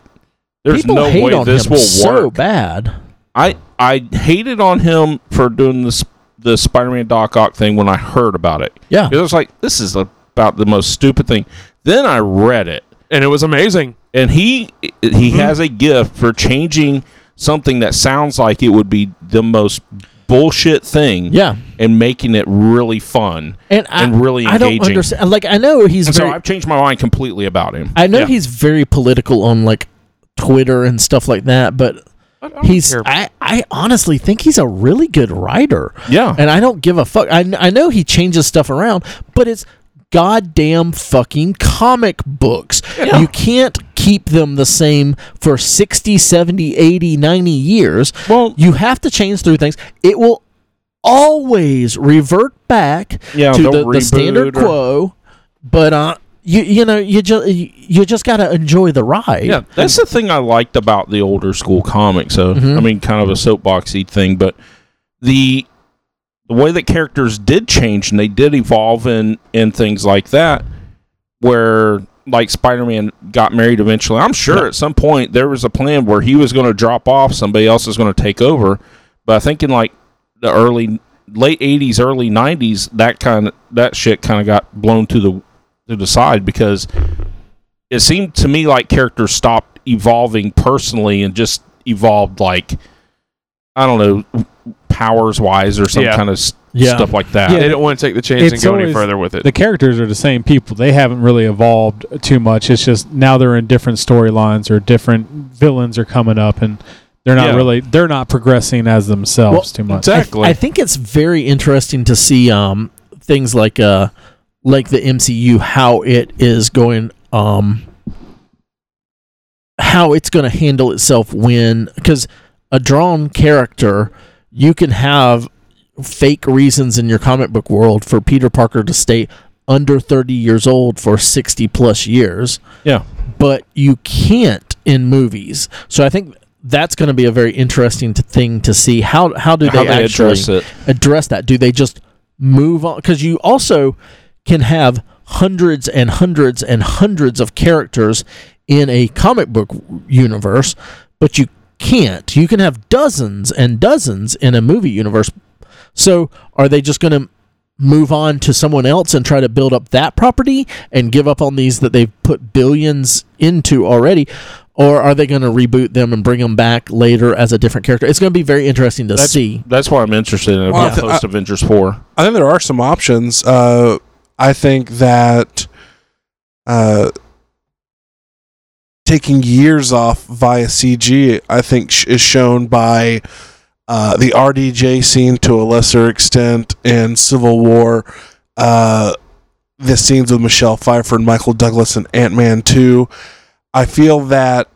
Speaker 2: there's
Speaker 3: People
Speaker 2: no
Speaker 3: hate
Speaker 2: way
Speaker 3: on
Speaker 2: this
Speaker 3: him
Speaker 2: will
Speaker 3: so
Speaker 2: work.
Speaker 3: bad.
Speaker 2: I I hated on him for doing this the Spider-Man Doc Ock thing when I heard about it.
Speaker 3: Yeah.
Speaker 2: 'Cause I was like, this is about the most stupid thing. Then I read it,
Speaker 5: And it was amazing.
Speaker 2: and he he
Speaker 3: Mm-hmm.
Speaker 2: has a gift for changing something that sounds like it would be the most bullshit thing,
Speaker 3: Yeah.
Speaker 2: and making it really fun.
Speaker 3: And, I,
Speaker 2: And really
Speaker 3: I don't
Speaker 2: engaging.
Speaker 3: understand. Like I know he's
Speaker 2: And so
Speaker 3: very-
Speaker 2: I've changed my mind completely about him.
Speaker 3: I know
Speaker 5: Yeah.
Speaker 3: he's very political on like Twitter and stuff like that, but
Speaker 5: I don't
Speaker 3: he's
Speaker 5: care.
Speaker 3: I, I honestly think he's a really good writer.
Speaker 2: yeah,
Speaker 3: And I don't give a fuck. I, kn- I know he changes stuff around, but it's goddamn fucking comic books. You can't keep them the same for 60, 70, 80, 90 years.
Speaker 2: Well-
Speaker 3: you have to change through things. It will always revert back
Speaker 2: Yeah,
Speaker 3: to
Speaker 2: they'll
Speaker 3: the, the standard
Speaker 2: reboot or-
Speaker 3: quo, but uh you you know you just you just got to enjoy the ride.
Speaker 2: Yeah, that's the thing I liked about the older school comics. So
Speaker 3: Mm-hmm.
Speaker 2: I mean, kind of a soapboxy thing, but the the way that characters did change and they did evolve and and things like that, where like Spider-Man got married eventually. I'm sure at some point there was a plan where he was going to drop off, somebody else is going to take over. But I think in like the early late 80s, early 90s, that kind of that shit kind of got blown to the to the side because it seemed to me like characters stopped evolving personally and just evolved like I don't know powers wise or some
Speaker 5: Yeah.
Speaker 2: kind of s-
Speaker 3: Yeah.
Speaker 2: stuff like that.
Speaker 5: they didn't want to take the chance and
Speaker 1: It's
Speaker 5: go any
Speaker 1: always-
Speaker 5: further with it.
Speaker 1: the characters are the same people. They haven't really evolved too much. It's just now they're in different storylines or different villains are coming up and they're not
Speaker 2: Yeah.
Speaker 1: really they're not progressing as themselves
Speaker 3: Well,
Speaker 1: too much.
Speaker 3: I-
Speaker 2: Exactly.
Speaker 3: I, think it's very interesting to see um, things like uh, like the MCU how it is going um, how it's going to handle itself when because a drawn character you can have fake reasons in your comic book world for Peter Parker to stay under 30 years old for 60 plus years
Speaker 2: yeah.
Speaker 3: but you can't in movies. So I think that's going to be a very interesting t- thing to see how how do
Speaker 2: How
Speaker 3: they,
Speaker 2: they
Speaker 3: actually
Speaker 2: address it.
Speaker 3: address that? Do they just move on? Because you also can have hundreds and hundreds and hundreds of characters in a comic book universe, but you can't. You can have dozens and dozens in a movie universe. So are they just going to move on to someone else and try to build up that property and give up on these that they've put billions into already? Or are they going to reboot them and bring them back later as a different character? It's going to be very interesting to
Speaker 2: That's,
Speaker 3: see.
Speaker 2: that's why I'm interested in
Speaker 4: Well, I thi-
Speaker 2: post Avengers four.
Speaker 4: I think there are some options. Uh, I think that uh, taking years off via CG, I think, sh- is shown by uh, the RDJ scene to a lesser extent in Civil War. Uh, the scenes with Michelle Pfeiffer and Michael Douglas and Ant Man 2. I feel that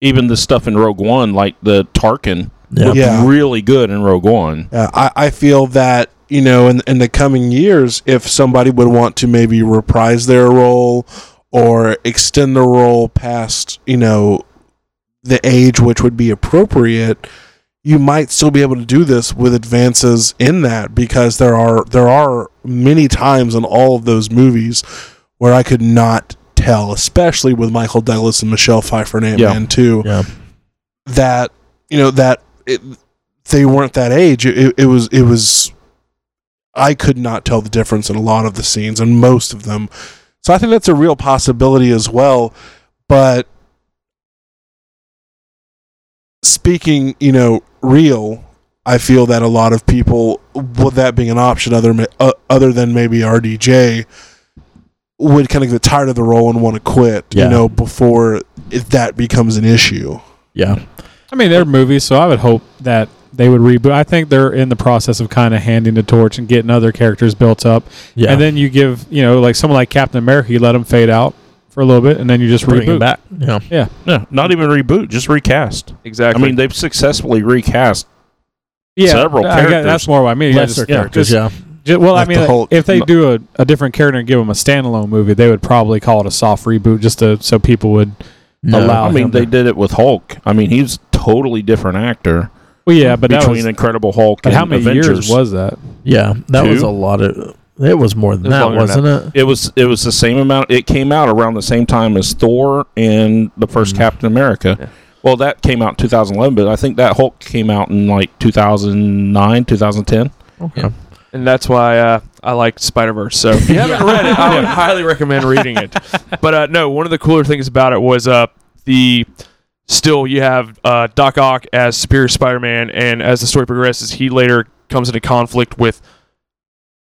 Speaker 2: Even the stuff in Rogue One, like the Tarkin, looked
Speaker 4: Yeah.
Speaker 2: really good in Rogue One.
Speaker 4: Uh, I, I feel that, you know, in, in the coming years, if somebody would want to maybe reprise their role or extend the role past, you know, the age which would be appropriate, you might still be able to do this with advances in that because there are there are many times in all of those movies where I could not tell, especially with Michael Douglas and Michelle Pfeiffer and Ant
Speaker 2: Yeah.
Speaker 4: Man too,
Speaker 3: Yeah.
Speaker 4: that you know that it, they weren't that age. It, it, it was it was I could not tell the difference in a lot of the scenes and most of them. So I think that's a real possibility as well. But speaking, you know, real, I feel that a lot of people, with that being an option, other ma- uh, other than maybe RDJ, would kind of get tired of the role and want to quit.
Speaker 3: Yeah.
Speaker 4: You know, before if that becomes an issue.
Speaker 3: Yeah.
Speaker 1: I mean, they're movies, so I would hope that they would reboot. I think they're in the process of kind of handing the torch and getting other characters built up.
Speaker 3: Yeah.
Speaker 1: And then you give, you know, like someone like Captain America, you let them fade out for a little bit, and then you just
Speaker 3: bring
Speaker 1: reboot.
Speaker 3: him back. Yeah.
Speaker 2: Yeah, not even reboot, just recast. I
Speaker 5: Exactly.
Speaker 2: mean, they've successfully recast.
Speaker 1: Yeah,
Speaker 2: Several
Speaker 1: I guess
Speaker 2: characters.
Speaker 1: that's more what I mean. Yeah,
Speaker 3: Lesser
Speaker 1: just- yeah,
Speaker 3: characters.
Speaker 1: just-
Speaker 3: Yeah.
Speaker 1: ju- well,
Speaker 4: Like
Speaker 1: I mean,
Speaker 4: the
Speaker 1: like,
Speaker 4: Hulk.
Speaker 1: if they do a, a different character and give them a standalone movie, they would probably call it a soft reboot just to so people would
Speaker 3: No.
Speaker 1: allow.
Speaker 2: I mean,
Speaker 1: him
Speaker 2: they
Speaker 1: to-
Speaker 2: did it with Hulk. I mean, he's a totally different actor
Speaker 1: Well, yeah, but that
Speaker 2: between
Speaker 1: was.
Speaker 2: Incredible Hulk
Speaker 1: But
Speaker 2: and
Speaker 1: how many
Speaker 2: Avengers.
Speaker 1: years was that?
Speaker 3: Yeah. That
Speaker 2: Two?
Speaker 3: was a lot of. It was more than
Speaker 5: It was
Speaker 3: that,
Speaker 5: longer than
Speaker 3: wasn't it?
Speaker 2: it was it was the same amount. It came out around the same time as Thor and the 1st
Speaker 1: Mm-hmm.
Speaker 2: Captain America.
Speaker 5: Yeah.
Speaker 2: Well, that came out in 2011, but I think that Hulk came out in like 2009, 2010.
Speaker 3: Okay.
Speaker 5: and that's why uh, I like Spider Verse. So if you haven't read it, I would highly recommend reading it. But uh, no, one of the cooler things about it was uh, the still you have uh, Doc Ock as Superior Spider Man, and as the story progresses, he later comes into conflict with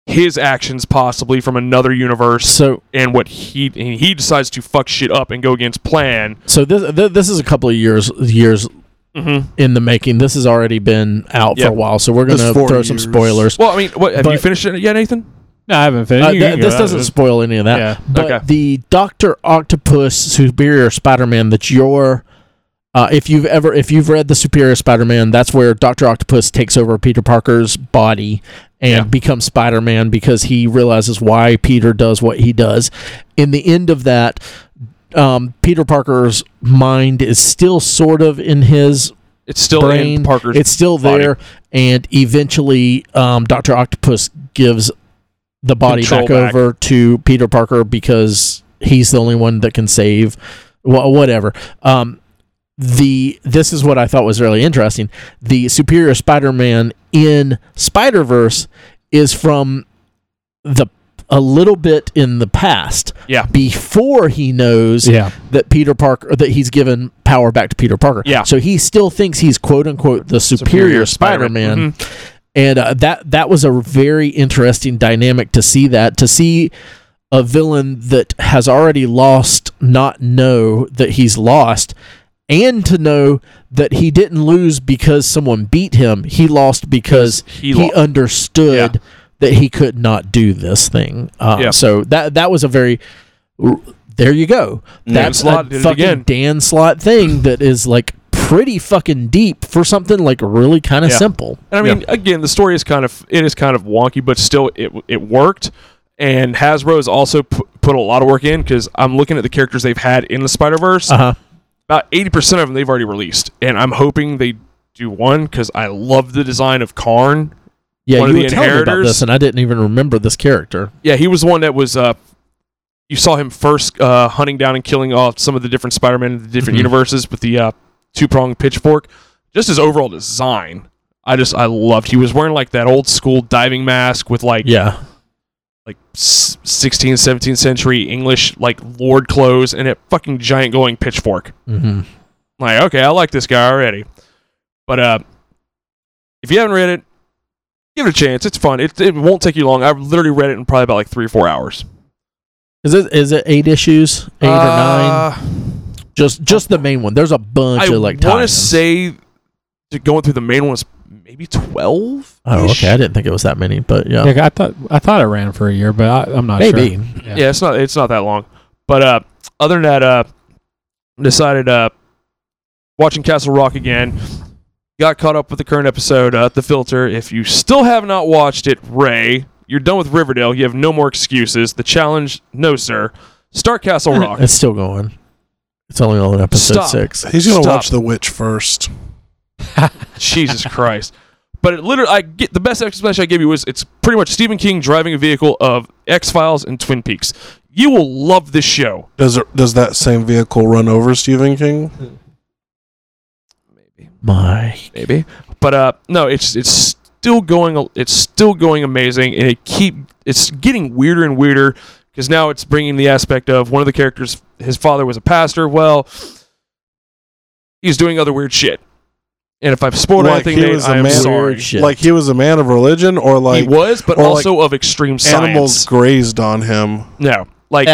Speaker 5: his actions possibly from another universe
Speaker 3: So,
Speaker 5: and what he and he decides to fuck shit up and go against plan.
Speaker 3: so this th- this is a couple of years years
Speaker 5: Mm-hmm.
Speaker 3: in the making. This has already been out
Speaker 5: Yeah.
Speaker 3: for a while, so we're
Speaker 4: This
Speaker 3: gonna
Speaker 4: four
Speaker 3: throw some
Speaker 4: years.
Speaker 3: spoilers.
Speaker 5: Well, I mean, what have you
Speaker 3: But-
Speaker 5: finished it yet, Nathan?
Speaker 1: No, I haven't finished.
Speaker 3: Uh,
Speaker 1: You-
Speaker 3: th-
Speaker 1: you can
Speaker 3: this
Speaker 1: go
Speaker 3: doesn't
Speaker 1: out.
Speaker 3: spoil any of that.
Speaker 1: Yeah.
Speaker 3: But
Speaker 5: Okay.
Speaker 3: the Doctor Octopus Superior Spider-Man that you're, uh, if you've ever, if you've read the Superior Spider-Man, that's where Doctor Octopus takes over Peter Parker's body and
Speaker 5: Yeah.
Speaker 3: becomes Spider-Man because he realizes why Peter does what he does. In the end of that, um, Peter Parker's mind is still sort of in his
Speaker 5: It's still in
Speaker 3: brain.
Speaker 5: Parker's.
Speaker 3: it's still
Speaker 5: body.
Speaker 3: there, and eventually, um, Doctor Octopus gives the body
Speaker 5: Control
Speaker 3: back,
Speaker 5: back.
Speaker 3: over to Peter Parker because he's the only one that can save. wha- whatever. Um, the this is what I thought was really interesting. The Superior Spider-Man in Spider Verse is from the a little bit in the past.
Speaker 5: Yeah.
Speaker 3: Before he knows
Speaker 1: Yeah,
Speaker 3: that Peter Parker that he's given power back to Peter Parker.
Speaker 5: Yeah.
Speaker 3: So he still thinks he's quote unquote the superior, Spider-Man. Mm-hmm. And uh, that that was a very interesting dynamic to see that to see a villain that has already lost not know that he's lost and to know that he didn't lose because someone beat him. He lost because
Speaker 5: He
Speaker 3: he,
Speaker 5: lo-
Speaker 3: understood
Speaker 5: Yeah.
Speaker 3: that he could not do this thing. Uh,
Speaker 5: Yeah.
Speaker 3: So that that was a very there you go. That's
Speaker 5: Dan Slott
Speaker 3: a
Speaker 5: did it again.
Speaker 3: fucking Dan Slot thing that is like pretty fucking deep for something like really kind of
Speaker 5: Yeah.
Speaker 3: simple.
Speaker 5: And I mean, again, the story is kind of it is kind of wonky, but still, it it worked. And Hasbro has also pu- put a lot of work in because I'm looking at the characters they've had in the Spider Verse.
Speaker 3: Uh-huh.
Speaker 5: About eighty percent of them they've already released, and I'm hoping they do one because I love the design of Karn.
Speaker 3: Yeah,
Speaker 5: One of
Speaker 3: you
Speaker 5: the
Speaker 3: were telling me about
Speaker 5: inheritors?
Speaker 3: this, and I didn't even remember this character.
Speaker 5: Yeah, he was the one that was. Uh, you saw him first uh, hunting down and killing off some of the different Spider Men in the different
Speaker 3: Mhm.
Speaker 5: universes with the uh, two pronged pitchfork. Just his overall design, I just I loved. He was wearing like that old school diving mask with like
Speaker 3: Yeah,
Speaker 5: like s- 16th 17th century english like lord clothes and a fucking giant glowing pitchfork
Speaker 3: mm-hmm.
Speaker 5: like okay i like this guy already but uh if you haven't read it give it a chance it's fun it, it won't take you long i've literally read it in probably about like three or four hours
Speaker 3: is it is it eight issues, eight or nine? Just just the main one. There's a bunch
Speaker 5: Uh, i
Speaker 3: of like.
Speaker 5: want to
Speaker 3: tie-ins.
Speaker 5: say that going through the main one is maybe 12
Speaker 3: Oh, okay. I didn't think it was that many, but yeah,
Speaker 1: yeah. I thought I thought it ran for a year, but I, I'm not sure.
Speaker 3: maybe.
Speaker 1: Yeah.
Speaker 5: yeah, it's not it's not that long. But uh, other than that, uh, decided uh, watching Castle Rock again. Got caught up with the current episode, uh, The Filter. If you still have not watched it, Ray, you're done with Riverdale. You have no more excuses. The challenge, no sir. Start Castle Rock.
Speaker 3: It's still going. It's only on episode
Speaker 5: Stop.
Speaker 3: six.
Speaker 4: He's gonna
Speaker 5: Stop.
Speaker 4: watch The Witch first.
Speaker 5: Jesus Christ. But it literally, I get the best explanation I gave you was it's pretty much Stephen King driving a vehicle of X Files and Twin Peaks. You will love this show.
Speaker 4: Does it, does that same vehicle run over Stephen King?
Speaker 3: My
Speaker 5: maybe. But uh, no, it's it's still going. It's still going amazing, and it keep it's getting weirder and weirder because now it's bringing the aspect of one of the characters. His father was a pastor. Well, he's doing other weird shit. And if I've spoiled
Speaker 4: Like
Speaker 5: anything,
Speaker 4: he
Speaker 5: Nate,
Speaker 4: was a
Speaker 5: I am
Speaker 4: man-
Speaker 5: sorry.
Speaker 3: Weird shit.
Speaker 4: Like he was a man of religion, or like
Speaker 5: he was, but
Speaker 4: or, like,
Speaker 5: also of extreme science.
Speaker 4: animals grazed on him.
Speaker 5: No, like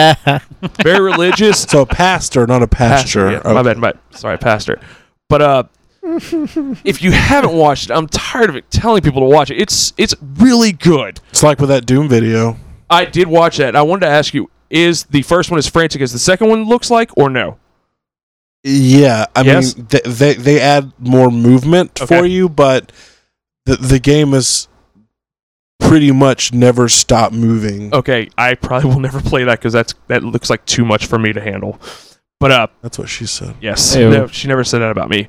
Speaker 5: very religious.
Speaker 4: So a pastor, not a pasture.
Speaker 5: pastor. yeah. My
Speaker 4: Okay.
Speaker 5: bad, my sorry, pastor. But uh, if you haven't watched it, I'm tired of it telling people to watch it. It's it's really good.
Speaker 4: It's like with that Doom video.
Speaker 5: I did watch that. and I wanted to ask you: Is the first one as frantic as the second one looks like, or no?
Speaker 4: Yeah, I
Speaker 5: Yes?
Speaker 4: mean th- they they add more movement for
Speaker 5: Okay.
Speaker 4: you, but the the game is pretty much never stop moving.
Speaker 5: Okay, I probably will never play that because that's that looks like too much for me to handle. But uh,
Speaker 4: That's what she said.
Speaker 5: yes,
Speaker 1: Ew.
Speaker 5: no, she never said that about me.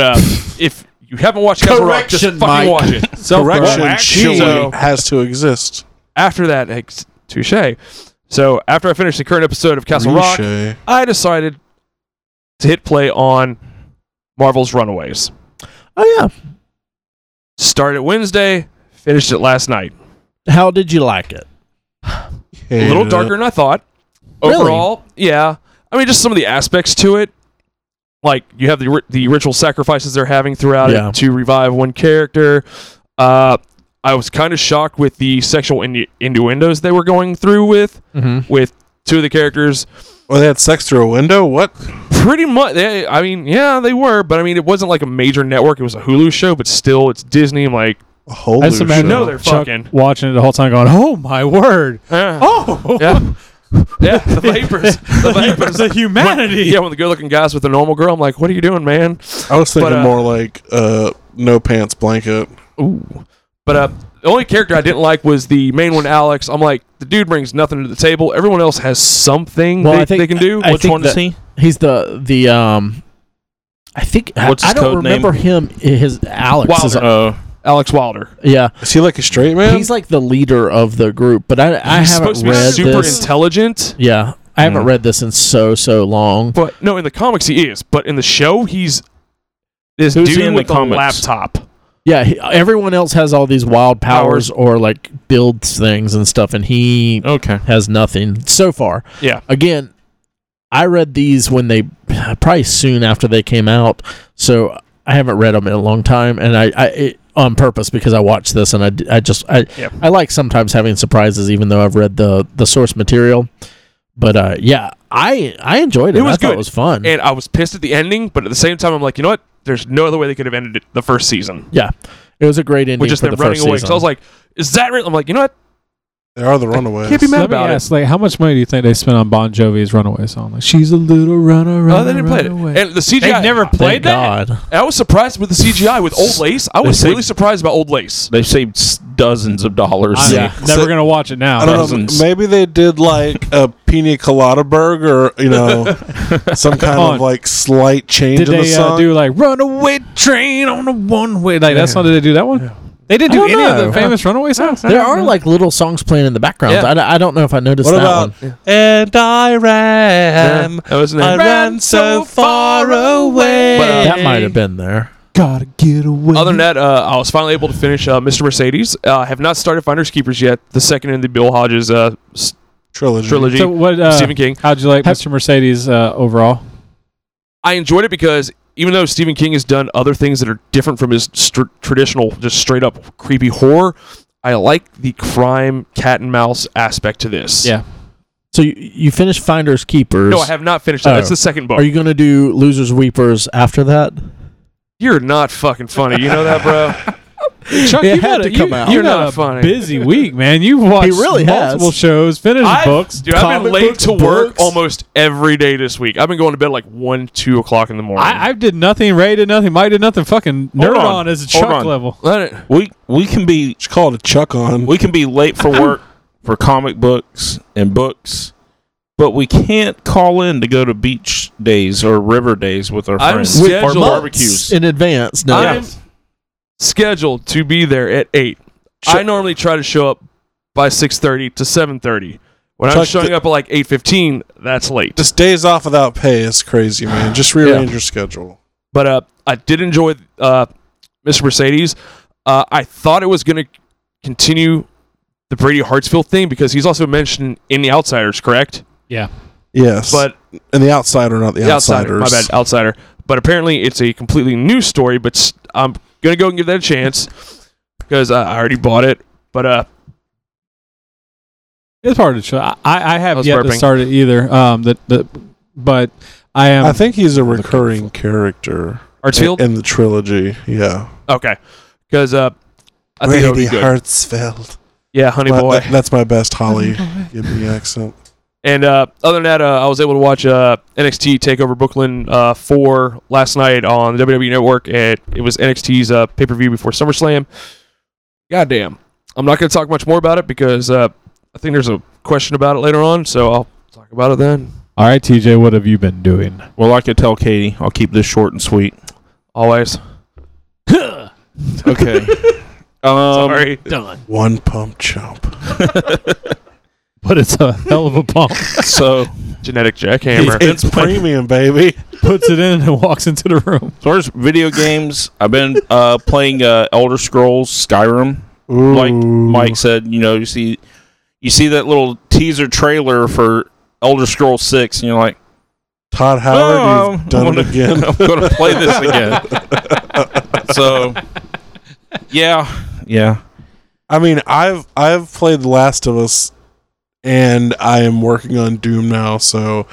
Speaker 5: uh, if you haven't watched Castle Rock, just
Speaker 3: Correction,
Speaker 5: fucking
Speaker 3: Mike.
Speaker 5: watch it.
Speaker 4: Correction, she
Speaker 5: So-
Speaker 4: has to exist.
Speaker 5: After that, ex- touche. So after I finished the current episode of Castle Rock,
Speaker 4: Touche.
Speaker 5: I decided to hit play on Marvel's Runaways.
Speaker 3: oh
Speaker 5: Started Wednesday, finished it last night.
Speaker 3: yeah. How did you like it?
Speaker 5: A little
Speaker 4: Hated
Speaker 5: darker
Speaker 4: it.
Speaker 5: than I thought.
Speaker 3: uh, Really?
Speaker 5: Overall, yeah. I mean, just some of the aspects to it. Like you have the ri- the ritual sacrifices they're having throughout
Speaker 3: Yeah.
Speaker 5: it to revive one character. Uh, I was kind of shocked with the sexual innu- innuendos they were going through with
Speaker 3: Mm-hmm.
Speaker 5: with two of the characters.
Speaker 4: Oh, they had sex through a window. What?
Speaker 5: Pretty much, they, I mean, yeah, they were, but I mean, it wasn't like a major network. It was a Hulu show, but still, it's Disney. I'm like,
Speaker 4: A whole
Speaker 1: I just
Speaker 4: new
Speaker 1: imagine
Speaker 4: show.
Speaker 5: No, they're
Speaker 1: Chuck
Speaker 5: fucking-
Speaker 1: watching it the whole time, going, "Oh my word!
Speaker 5: eh.
Speaker 1: Oh,
Speaker 5: yeah, yeah, the vapors, the vapors.
Speaker 1: the humanity!"
Speaker 5: Yeah, when the good-looking guy's with the normal girl, I'm like, what are you doing, man?
Speaker 4: I was thinking
Speaker 5: But, uh,
Speaker 4: more like uh, no pants blanket.
Speaker 5: Ooh. But uh, the only character I didn't like was the main one, Alex. I'm like, the dude brings nothing to the table. Everyone else has something
Speaker 3: Well,
Speaker 5: they,
Speaker 3: I think-
Speaker 5: they can do.
Speaker 3: I
Speaker 2: Which
Speaker 3: think
Speaker 2: one
Speaker 3: that-
Speaker 2: is he?
Speaker 3: He's the the um. I think I-
Speaker 2: What's
Speaker 3: I,
Speaker 2: his
Speaker 3: don't
Speaker 2: code name?
Speaker 3: remember him. His Alex is
Speaker 2: Uh,
Speaker 5: Wilder. Alex Wilder.
Speaker 3: yeah.
Speaker 4: Is he like a straight man?
Speaker 3: He's like the leader of the group, but I I
Speaker 5: He's
Speaker 3: haven't
Speaker 5: supposed to be
Speaker 3: read
Speaker 5: super
Speaker 3: this.
Speaker 5: intelligent.
Speaker 3: yeah, I haven't
Speaker 2: Mm.
Speaker 3: read this in so so long.
Speaker 5: But no, in the comics he is. But in the show, he's this
Speaker 2: Who's he
Speaker 5: dude
Speaker 2: in the
Speaker 5: with a
Speaker 2: comics?
Speaker 5: laptop.
Speaker 3: Yeah, he, everyone else has all these wild powers or like builds things and stuff, and he
Speaker 2: okay.
Speaker 3: has nothing so far.
Speaker 5: Yeah.
Speaker 3: Again, I read these when they probably soon after they came out, so I haven't read them in a long time, and I, I it, on purpose because I watched this and I, d- I just I
Speaker 5: Yep.
Speaker 3: I like sometimes having surprises even though I've read the the source material, but uh, yeah, I I enjoyed it.
Speaker 5: It was
Speaker 3: I thought
Speaker 5: good.
Speaker 3: it was fun.
Speaker 5: And I was pissed at the ending, but at the same time, I'm like, you know what? There's no other way they could have ended it the first season,
Speaker 3: yeah, it was a great ending
Speaker 5: which is
Speaker 3: for
Speaker 5: them
Speaker 3: the
Speaker 5: running
Speaker 3: first
Speaker 5: away.
Speaker 3: season.
Speaker 5: So I was like, is that real? I'm like, you know what?
Speaker 4: they are the runaways.
Speaker 5: Can't be mad
Speaker 1: Let me
Speaker 5: about it.
Speaker 1: ask, like, how much money do you think they spent on Bon Jovi's "Runaway" song? Like, she's a little runner, runner,
Speaker 5: Oh, they didn't play it.
Speaker 1: runaway."
Speaker 5: And the CGI.
Speaker 1: They've never
Speaker 3: Thank
Speaker 1: played that.
Speaker 3: God.
Speaker 5: I was surprised with the CGI with old lace. I was
Speaker 2: They say-
Speaker 5: really surprised by old lace.
Speaker 2: They've saved s- dozens of dollars.
Speaker 1: I'm
Speaker 3: Yeah.
Speaker 1: never
Speaker 4: So-
Speaker 1: gonna watch it now.
Speaker 4: I don't know.
Speaker 2: Dozens.
Speaker 4: Maybe they did like a pina colada burger, you know, some kind
Speaker 1: Come on.
Speaker 4: of like slight change
Speaker 1: Did
Speaker 4: in the
Speaker 1: they
Speaker 4: song.
Speaker 1: uh, do like "Runaway Train on a One Way"? Like, that's not did they do that one? They didn't do
Speaker 3: I
Speaker 1: any
Speaker 3: don't
Speaker 1: of
Speaker 3: know.
Speaker 1: the famous "Runaway" songs.
Speaker 3: There are like little songs playing in the background.
Speaker 5: Yeah.
Speaker 3: I d- I, don't know if I noticed
Speaker 4: what
Speaker 3: that
Speaker 4: about
Speaker 3: one.
Speaker 4: and I ran,
Speaker 5: that was an
Speaker 4: I ran so far away.
Speaker 5: But, uh,
Speaker 3: That might have been there.
Speaker 1: gotta get away.
Speaker 5: Other than that, uh, I was finally able to finish uh, Mr. Mercedes. Uh, I have not started Finders Keepers yet, the second in the Bill Hodges uh, s-
Speaker 4: trilogy.
Speaker 5: trilogy,
Speaker 1: so what? Uh,
Speaker 5: Stephen King.
Speaker 1: How'd you like
Speaker 3: Have-
Speaker 1: Mr. Mercedes uh, overall?
Speaker 5: I enjoyed it because even though Stephen King has done other things that are different from his str traditional, just straight up creepy horror, I like the crime cat and mouse aspect to this.
Speaker 1: Yeah.
Speaker 3: So you, you finished Finders Keepers.
Speaker 5: No, I have not finished that.
Speaker 3: Oh.
Speaker 5: That's the second book.
Speaker 3: Are you going to do Losers Weepers after that?
Speaker 5: You're not fucking funny. You know that, bro?
Speaker 1: Chuck,
Speaker 3: It
Speaker 1: you've had
Speaker 3: had to
Speaker 1: a-
Speaker 3: come
Speaker 1: you,
Speaker 3: out.
Speaker 1: You're
Speaker 5: You're
Speaker 1: not
Speaker 5: not funny.
Speaker 1: Busy week, man. You've watched
Speaker 3: really has.
Speaker 1: multiple shows, finished
Speaker 5: I've-
Speaker 1: books.
Speaker 5: Dude, I've
Speaker 3: comic
Speaker 5: been late
Speaker 3: books,
Speaker 5: to work
Speaker 3: books.
Speaker 5: almost every day this week. I've been going to bed like one, two o'clock in the morning.
Speaker 1: I, I did nothing. Ray did nothing. Mike did nothing. Fucking nerd
Speaker 2: on.
Speaker 1: on, is a
Speaker 2: Hold
Speaker 1: Chuck
Speaker 2: on.
Speaker 1: level.
Speaker 5: Let it-
Speaker 2: We we can be
Speaker 4: Should call it a chuck on.
Speaker 2: we can be late for work for comic books and books, but we can't call in to go to beach days or river days with our
Speaker 5: I'm
Speaker 2: friends
Speaker 5: scheduled-
Speaker 2: or barbecues.
Speaker 3: In advance. No.
Speaker 5: I'm scheduled to be there at eight. I normally try to show up by six thirty to seven thirty. When I'm
Speaker 4: Chuck,
Speaker 5: showing
Speaker 4: the-
Speaker 5: up at like eight fifteen, that's late.
Speaker 4: Just days off without pay is crazy, man. Just rearrange your schedule.
Speaker 5: But uh, I did enjoy uh, Mr. Mercedes. Uh, I thought it was going to continue the Brady Hartsfield thing because he's also mentioned in The Outsiders, correct?
Speaker 1: Yeah.
Speaker 4: Yes,
Speaker 5: But
Speaker 4: and the outsider, not the,
Speaker 5: The
Speaker 4: outsiders.
Speaker 5: Outsider. My bad, Outsider. But apparently, it's a completely new story. But s- I'm gonna go and give that a chance because I I already bought it. But uh,
Speaker 1: It's hard to show. I, I I
Speaker 5: I
Speaker 1: have
Speaker 5: was
Speaker 1: yet to
Speaker 5: burping.
Speaker 1: start it either. Um, that that, but I am.
Speaker 4: I think he's a recurring character
Speaker 5: Artsfield,
Speaker 4: in the trilogy. Yeah,
Speaker 5: okay, because uh, I think that would be good.
Speaker 4: Hartsfeld.
Speaker 5: Yeah, Honey
Speaker 4: Well,
Speaker 5: Boy.
Speaker 4: that- that's my best Holly Gibney accent.
Speaker 5: And uh, other than that, uh, I was able to watch uh, NXT Takeover Brooklyn uh, four last night on the WWE Network. At it was NXT's uh, pay per view before SummerSlam. Goddamn, I'm not going to talk much more about it because uh, I think there's a question about it later on. So I'll talk about it then.
Speaker 1: All right, TJ, what have you been doing?
Speaker 2: Well, like I tell Katie, I'll keep this short and sweet.
Speaker 5: Always.
Speaker 2: Okay. um,
Speaker 5: Sorry.
Speaker 4: One pump chump.
Speaker 1: But it's a hell of a pump.
Speaker 2: Um, So,
Speaker 5: Genetic jackhammer.
Speaker 2: It's
Speaker 4: It's premium, baby.
Speaker 1: Puts it in and walks into the room.
Speaker 2: so there's video games. I've been uh, playing uh, Elder Scrolls Skyrim.
Speaker 4: Ooh.
Speaker 2: Like Mike said, you know, you see, you see that little teaser trailer for Elder Scrolls Six, and you're like,
Speaker 4: Todd Howard,
Speaker 2: "Oh,
Speaker 4: you've
Speaker 2: I'm
Speaker 4: done
Speaker 2: gonna-
Speaker 4: it again.
Speaker 2: I'm gonna play this again. so, yeah, yeah.
Speaker 4: I mean, I've I've played The Last of Us, and I am working on Doom now, so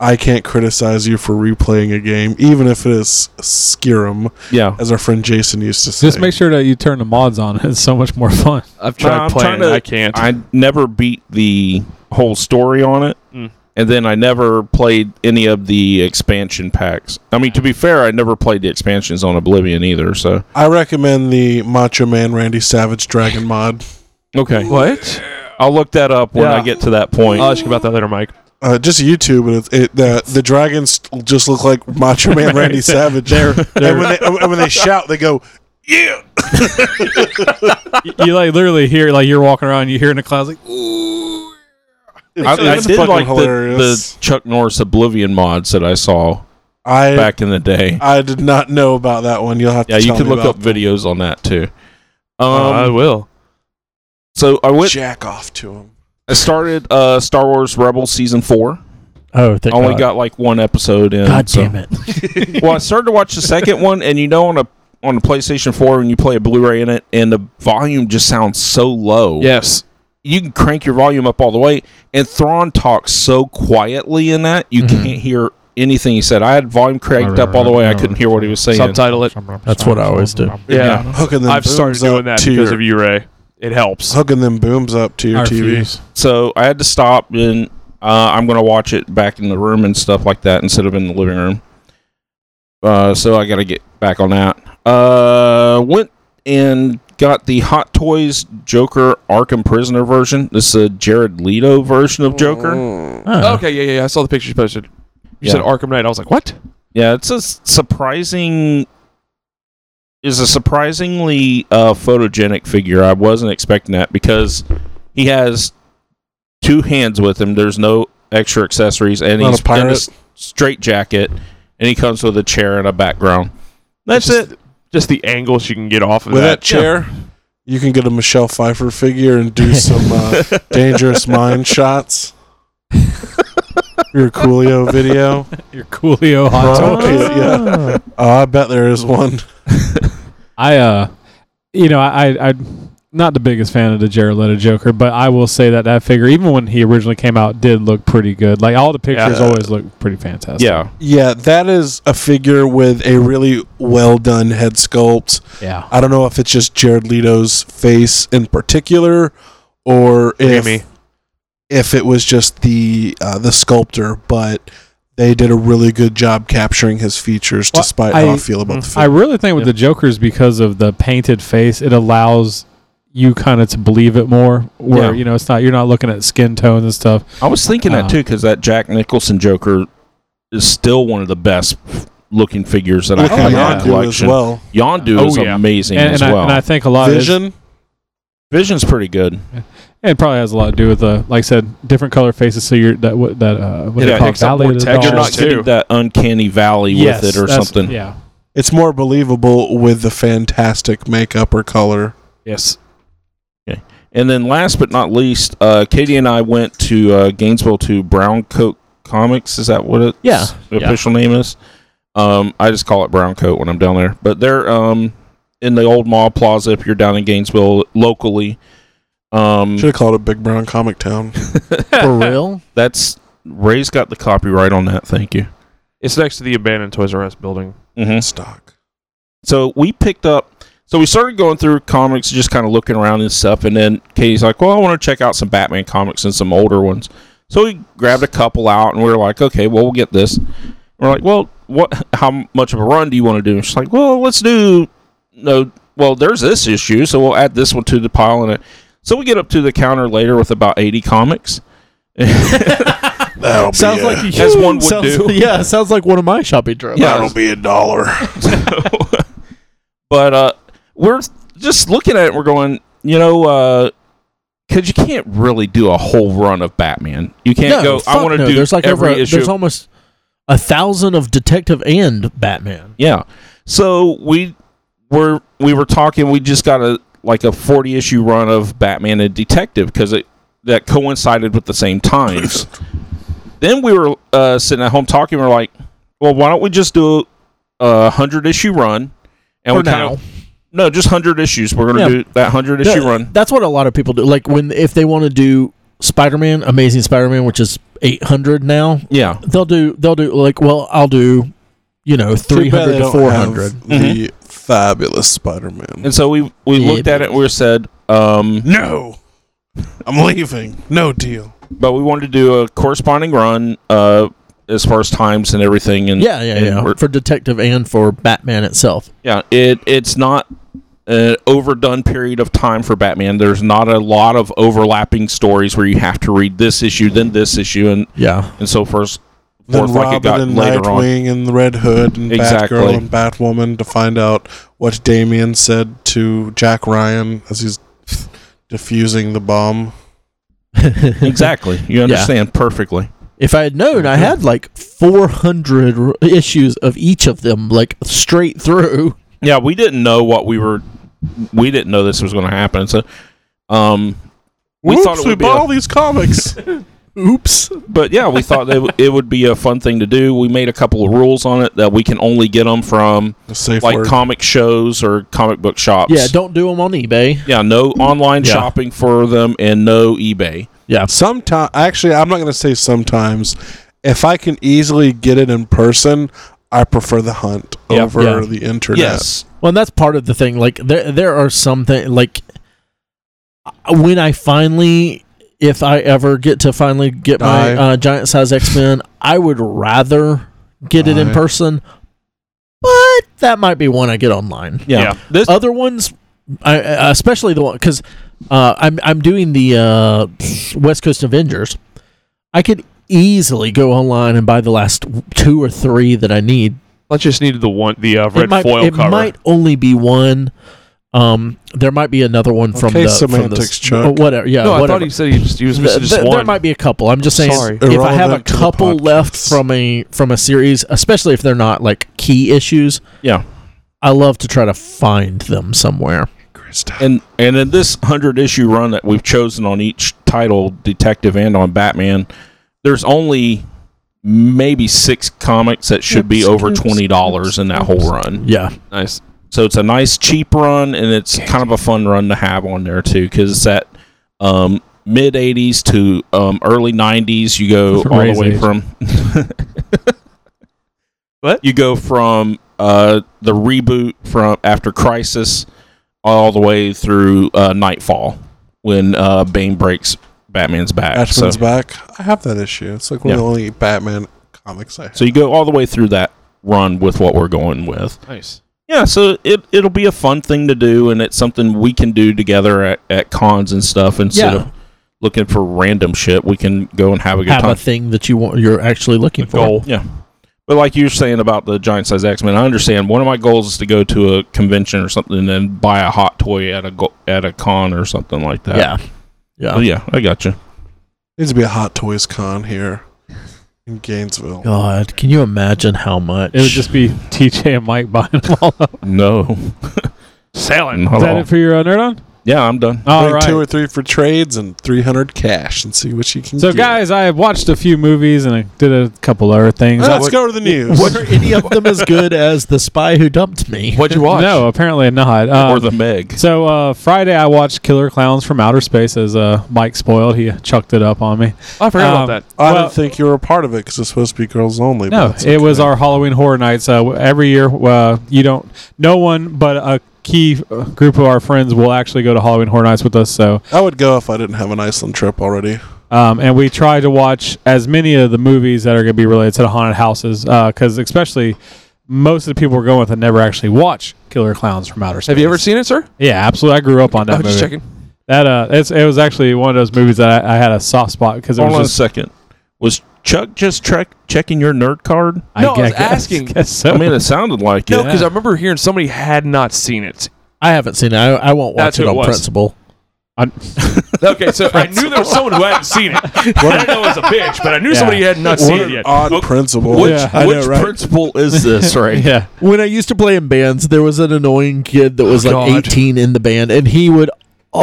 Speaker 4: I can't criticize you for replaying a game, even if it is Skyrim,
Speaker 2: Yeah,
Speaker 4: as our friend Jason used to say.
Speaker 1: Just make sure that you turn the mods on. It's so much more fun.
Speaker 5: I've
Speaker 2: No,
Speaker 5: tried
Speaker 2: I'm
Speaker 5: playing.
Speaker 2: trying to-
Speaker 5: I can't.
Speaker 2: I never beat the whole story on it,
Speaker 5: Mm.
Speaker 2: and then I never played any of the expansion packs. I mean, to be fair, I never played the expansions on Oblivion either. So,
Speaker 4: I recommend the Macho Man Randy Savage Dragon mod.
Speaker 2: okay,
Speaker 5: what?
Speaker 2: I'll look that up when I
Speaker 5: Yeah.
Speaker 2: get to that point.
Speaker 5: I'll ask you about that later, Mike.
Speaker 4: Uh, just YouTube, and it, it the the dragons just look like Macho Man Randy Savage. and when they and when they shout, they go, "Yeah!"
Speaker 1: You, you, like literally hear like you're walking around, you hear in the clouds like
Speaker 4: It's,
Speaker 2: I, I
Speaker 4: it's
Speaker 2: did
Speaker 4: fucking
Speaker 2: like the,
Speaker 4: hilarious.
Speaker 2: the Chuck Norris Oblivion mods that I saw
Speaker 4: I
Speaker 2: back in the day.
Speaker 4: I did not know about that one. You'll have to
Speaker 2: Yeah, you
Speaker 4: tell
Speaker 2: can
Speaker 4: me
Speaker 2: look up
Speaker 4: about
Speaker 2: videos on that too.
Speaker 5: Uh, I
Speaker 2: Um,
Speaker 5: will.
Speaker 2: so I went.
Speaker 4: jack off to him.
Speaker 2: I started uh, Star Wars Rebels season four.
Speaker 3: Oh, thank
Speaker 2: I only got like one episode in.
Speaker 3: God
Speaker 2: so-
Speaker 3: damn it!
Speaker 2: well, I started to watch the second one, and you know, on a on a PlayStation Four, when you play a Blu-ray in it, and the volume just sounds so low.
Speaker 5: Yes.
Speaker 2: you can crank your volume up all the way. And Thrawn talks so quietly in that you can't hear anything he said. I had volume cranked up Mm-hmm. all the way; I couldn't hear what he was saying.
Speaker 5: Subtitle it.
Speaker 3: That's what I always do.
Speaker 5: Yeah.
Speaker 4: Hooking them
Speaker 5: I've started
Speaker 4: booms up
Speaker 5: doing that
Speaker 4: to
Speaker 5: because
Speaker 4: your,
Speaker 5: of you, Ray. It helps.
Speaker 4: hooking them booms up to your
Speaker 1: I
Speaker 2: E
Speaker 4: TV.
Speaker 1: refuse.
Speaker 2: So I had to stop, and uh, I'm going to watch it back in the room and stuff like that instead of in the living room. Uh, so I got to get back on that. Uh, went and got the Hot Toys Joker Arkham Prisoner version. This is a Jared Leto version of
Speaker 5: Mm.
Speaker 2: Joker.
Speaker 5: Oh, Okay, yeah, yeah, yeah. I saw the pictures posted. You
Speaker 2: Yeah.
Speaker 5: said Arkham Knight. I was like, what?
Speaker 2: Yeah, it's a s- surprising. Is a surprisingly uh, photogenic figure. I wasn't expecting that because he has two hands with him. There's no extra accessories, and
Speaker 4: Not a
Speaker 2: he's in a
Speaker 4: pirate.
Speaker 2: s- straight jacket, and he comes with a chair and a background. That's
Speaker 5: Just-
Speaker 2: it.
Speaker 5: Just the angles you can get off of
Speaker 4: With that
Speaker 5: that.
Speaker 4: chair, you can get a Michelle Pfeiffer figure and do some uh, dangerous mind shots. Your Coolio video.
Speaker 1: your Coolio hot
Speaker 4: Bro.
Speaker 1: dog.
Speaker 4: Oh, Okay, yeah. Oh, I bet there is one.
Speaker 1: I uh, you know, I, I I'm not the biggest fan of the Jared Leto Joker, but I will say that that figure, even when he originally came out, did look pretty good. Like all the pictures
Speaker 4: Yeah.
Speaker 1: always look pretty fantastic.
Speaker 2: Yeah,
Speaker 4: Yeah, that is a figure with a really well done head sculpt.
Speaker 1: yeah.
Speaker 4: I don't know if it's just Jared Leto's face in particular, or
Speaker 5: at
Speaker 4: if
Speaker 5: me.
Speaker 4: if it was just the uh, the sculptor, but they did a really good job capturing his features,
Speaker 1: Well,
Speaker 4: despite
Speaker 1: I-
Speaker 4: how I feel about the
Speaker 1: I
Speaker 4: film.
Speaker 1: really think with the Joker's because of the painted face, it allows you kind of to believe it more. Where
Speaker 2: Yeah.
Speaker 1: you know it's not you're not looking at skin tones and stuff.
Speaker 2: I was thinking
Speaker 1: Uh.
Speaker 2: that too because that Jack Nicholson Joker is still one of the best looking figures that I
Speaker 4: Look
Speaker 2: have
Speaker 4: at
Speaker 2: in
Speaker 1: yeah.
Speaker 2: my
Speaker 4: Yondu as
Speaker 2: collection.
Speaker 4: well.
Speaker 2: Yondu
Speaker 5: Oh,
Speaker 2: is
Speaker 5: yeah.
Speaker 2: amazing
Speaker 1: And,
Speaker 2: as
Speaker 1: and, I,
Speaker 2: well.
Speaker 1: and I think a lot of
Speaker 4: Vision.
Speaker 2: Vision's pretty good.
Speaker 1: it, it probably has a lot to do with the like I said different color faces. So you're that what that uh, what
Speaker 2: Yeah,
Speaker 1: they
Speaker 2: it
Speaker 1: call
Speaker 5: picks up more
Speaker 1: valley of the
Speaker 5: texture.
Speaker 2: You're
Speaker 1: dolls.
Speaker 2: not getting
Speaker 5: too.
Speaker 2: that uncanny valley
Speaker 1: Yes,
Speaker 2: with it or
Speaker 1: that's-
Speaker 2: something.
Speaker 1: Yeah,
Speaker 4: It's more believable with the fantastic makeup or color.
Speaker 5: Yes.
Speaker 2: And then last but not least, uh, Katie and I went to uh, Gainesville to Brown Coat Comics. Is that what it's
Speaker 3: Yeah.
Speaker 2: the official name is? Um, I just call it brown coat when I'm down there. But they're um, in the old mall plaza if you're down in Gainesville locally. Um,
Speaker 4: Should have called it Big Brown Comic Town.
Speaker 3: For real?
Speaker 2: that's Ray's got the copyright on that. Thank you.
Speaker 5: It's next to the abandoned Toys R Us building.
Speaker 2: Mm-hmm.
Speaker 4: Stock.
Speaker 2: So we picked up. So we started going through comics, just kind of looking around and stuff. And then Katie's like, "Well, I want to check out some Batman comics and some older ones." So we grabbed a couple out, and we were like, "Okay, well, we'll get this." We're like, "Well, what? How much of a run do you want to do?" And she's like, "Well, let's do no. Well, there's this issue, so we'll add this one to the pile." And it. So we get up to the counter later with about 80 comics.
Speaker 4: That'll
Speaker 3: Sounds
Speaker 4: be a,
Speaker 3: like you
Speaker 2: As one would
Speaker 3: sounds,
Speaker 2: do.
Speaker 3: Yeah, sounds like one of my shopping trips.
Speaker 2: Yeah.
Speaker 4: that'll be a dollar.
Speaker 2: but uh, we're just looking at it. We're going, you know, uh 'cause because you can't really do a whole run of Batman. You can't go. I
Speaker 3: fuck
Speaker 2: want to
Speaker 3: no.
Speaker 2: do
Speaker 3: There's like
Speaker 2: every
Speaker 3: over,
Speaker 2: issue.
Speaker 3: There's almost a thousand of Detective and Batman.
Speaker 2: yeah. So we were we were talking. We just got a like a forty issue run of Batman and Detective because it that coincided with the same times. then we were uh, sitting at home talking. We are like, well, why don't we just do a hundred issue run? And
Speaker 3: For
Speaker 2: we kind
Speaker 3: now.
Speaker 2: of no, just hundred issues. We're gonna
Speaker 3: Yeah.
Speaker 2: do that hundred issue
Speaker 3: Yeah,
Speaker 2: run.
Speaker 3: That's what a lot of people do. Like when if they want to do Spider-Man, Amazing Spider-Man, which is 800 now,
Speaker 2: Yeah.
Speaker 3: they'll do they'll do like well, I'll do you know
Speaker 4: Too
Speaker 3: 300
Speaker 4: bad they
Speaker 3: to
Speaker 4: don't
Speaker 3: 400.
Speaker 4: have The fabulous Spider Man.
Speaker 2: And so we we
Speaker 3: Yeah,
Speaker 2: looked at it and we said, um,
Speaker 4: No, I'm leaving. No deal.
Speaker 2: but we wanted to do a corresponding run uh, as far as times and everything. And
Speaker 3: Yeah, yeah,
Speaker 2: and
Speaker 3: yeah.
Speaker 2: we're-
Speaker 3: For Detective and for Batman itself.
Speaker 2: yeah. It it's not an overdone period of time for Batman. There's not a lot of overlapping stories where you have to read this issue, then this issue, and
Speaker 3: Yeah.
Speaker 2: and so forth.
Speaker 4: Then
Speaker 2: forth like it got
Speaker 4: Robin and
Speaker 2: later on.
Speaker 4: Nightwing and the Red Hood and
Speaker 2: Exactly.
Speaker 4: Batgirl and Batwoman to find out what Damien said to Jack Ryan as he's defusing the bomb.
Speaker 2: Exactly. You understand perfectly.
Speaker 3: If I had known, I had like 400 r- issues of each of them, like straight through.
Speaker 2: yeah we didn't know what we were we didn't know this was going to happen so um we thought it would be a-
Speaker 4: these comics.
Speaker 3: Oops.
Speaker 2: but yeah we thought that it would- it would be a fun thing to do we made a couple of rules on it that we can only get them from
Speaker 4: A safe
Speaker 2: like
Speaker 4: word.
Speaker 2: comic shows or comic book shops
Speaker 3: Yeah, don't do them on eBay.
Speaker 2: yeah no online
Speaker 3: Yeah.
Speaker 2: shopping for them and no ebay
Speaker 3: Yeah.
Speaker 4: sometimes actually i'm not going to say sometimes if i can easily get it in person i prefer the hunt
Speaker 2: Yeah.
Speaker 4: over
Speaker 3: Yeah.
Speaker 4: the internet
Speaker 2: yes
Speaker 3: Well, and that's part of the thing. Like there, there are some things. Like uh, when I finally, if I ever get to finally get
Speaker 4: Die.
Speaker 3: my uh, giant size X Men, I would rather get it in
Speaker 4: Die.
Speaker 3: person. But that might be one I get online.
Speaker 2: yeah,
Speaker 5: Yeah.
Speaker 2: this
Speaker 3: Other ones, I, I- especially the one because uh, I'm I'm doing the uh, West Coast Avengers. I could easily go online and buy the last two or three that I need
Speaker 5: I just needed the one, the uh, red
Speaker 3: it might,
Speaker 5: foil
Speaker 3: it
Speaker 5: cover.
Speaker 3: might only be one. Um, there might be another one from
Speaker 4: Okay,
Speaker 3: the
Speaker 4: semantics,
Speaker 3: from
Speaker 4: Chuck.
Speaker 3: the, oh, whatever. Yeah,
Speaker 5: no, I
Speaker 3: whatever.
Speaker 5: thought he said he just used
Speaker 3: Th-
Speaker 5: just
Speaker 3: th- there
Speaker 5: one.
Speaker 3: might be a couple. I'm just saying,
Speaker 5: Sorry.
Speaker 3: if I have a
Speaker 4: Irrelevant to the
Speaker 3: couple left
Speaker 4: podcast.
Speaker 3: from a from a series, especially if they're not like key issues,
Speaker 2: yeah
Speaker 3: I love to try to find them somewhere.
Speaker 4: Krista.
Speaker 2: and and in this hundred issue run that we've chosen on each title, Detective and on Batman, there's only maybe six comics that should be over twenty dollars in that whole run.
Speaker 3: Yeah,
Speaker 5: nice.
Speaker 2: So it's a nice cheap run, and it's kind of a fun run to have on there too, because it's that um, mid '80s to um, early '90s. You go all the
Speaker 1: Raise
Speaker 2: way
Speaker 1: age.
Speaker 2: from
Speaker 5: What?
Speaker 2: you go from uh, the reboot from after Crisis all the way through uh, Nightfall when uh, Bane breaks Batman's back.
Speaker 4: batman's
Speaker 2: so,
Speaker 4: back i have that issue it's like one of the only batman comics i have
Speaker 2: so you go all the way through that run with what we're going with.
Speaker 5: Nice.
Speaker 2: Yeah, so it it'll be a fun thing to do, and it's something we can do together at, at cons and stuff instead
Speaker 3: Yeah.
Speaker 2: of looking for random shit. We can go and have a good
Speaker 3: have
Speaker 2: time.
Speaker 3: a thing that you want. You're actually looking for.
Speaker 5: Goal.
Speaker 2: Yeah. But like you're saying about the giant size X Men, I understand. One of my goals is to go to a convention or something and then buy a hot toy at a go- at a con or something like that.
Speaker 3: Yeah, yeah.
Speaker 2: But yeah, I got you.
Speaker 4: needs to be a hot toys con here in gainesville
Speaker 3: God, can you imagine how much?
Speaker 1: It would just be TJ and Mike buying them all up.
Speaker 2: No,
Speaker 5: Sailing.
Speaker 2: not
Speaker 1: Is
Speaker 2: at
Speaker 1: that
Speaker 2: all.
Speaker 1: it for your uh, nerd on?
Speaker 2: Yeah, I'm done.
Speaker 1: All
Speaker 4: Bring
Speaker 1: right.
Speaker 4: two or three for trades and 300 cash and see what you can
Speaker 1: So,
Speaker 4: get.
Speaker 1: guys, I have watched a few movies and I did a couple other things.
Speaker 4: let's go to the news.
Speaker 3: Were any of them as good as the spy who dumped me?
Speaker 5: What'd you watch?
Speaker 1: No, apparently not. Um,
Speaker 2: or the Meg.
Speaker 1: So uh, Friday, I watched Killer Clowns from Outer Space as uh, Mike spoiled. He chucked it up on me.
Speaker 5: I forgot
Speaker 1: Um,
Speaker 5: about
Speaker 4: I
Speaker 1: well-
Speaker 4: don't think you were a part of it because it's supposed to be girls only. but
Speaker 1: No,
Speaker 4: that's
Speaker 1: it was
Speaker 4: okay.
Speaker 1: our Halloween Horror Nights. Uh, w- every year, uh, you don't. No one but a key uh, group of our friends will actually go to Halloween Horror Nights with us. So,
Speaker 4: I would go if I didn't have an Iceland trip already.
Speaker 1: um, and we try to watch as many of the movies that are going to be related to the haunted houses, because especially most of the people we're going with have never actually watched Killer Clowns from Outer
Speaker 5: that.
Speaker 1: Space.
Speaker 5: Have you ever seen it, sir?
Speaker 1: Yeah, absolutely. I grew up on that
Speaker 5: I'm
Speaker 1: movie.
Speaker 5: just checking.
Speaker 1: That uh, it's, it was actually one of those movies that I, I had a soft spot because it
Speaker 2: Hold on
Speaker 1: was
Speaker 2: a
Speaker 1: just.
Speaker 2: second. Was Chuck just check checking your nerd card?
Speaker 5: No, I was
Speaker 1: guess-
Speaker 5: asking.
Speaker 1: guess so.
Speaker 2: I mean, it sounded like
Speaker 5: No,
Speaker 2: it.
Speaker 5: because I remember hearing somebody had not seen it.
Speaker 3: I haven't seen it. I, I won't watch
Speaker 5: That's
Speaker 3: it
Speaker 5: who it
Speaker 3: on
Speaker 5: was.
Speaker 3: principle.
Speaker 5: Okay, so I knew there was someone who hadn't seen it. I didn't know it was a bitch, but I knew
Speaker 1: Yeah. uh,
Speaker 5: somebody had not seen
Speaker 4: What
Speaker 5: it
Speaker 4: an
Speaker 5: yet.
Speaker 4: odd principle.
Speaker 2: Which,
Speaker 1: Yeah.
Speaker 4: I know,
Speaker 2: which
Speaker 4: right?
Speaker 2: principle is this right
Speaker 1: yeah.
Speaker 3: When I used to play in bands, there was an annoying kid that was
Speaker 1: Oh,
Speaker 3: like
Speaker 5: God.
Speaker 3: 18 in the band, and he would,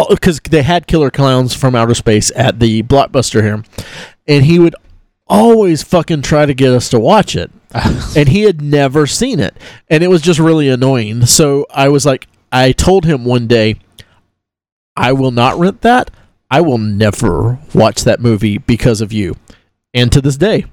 Speaker 3: because they had Killer Clowns from Outer Space at the Blockbuster here, and he would always fucking try to get us to watch it. and he had never seen it. And it was just really annoying. So I was like, I told him one day, I will not rent that. I will never watch that movie because of you. And to this day,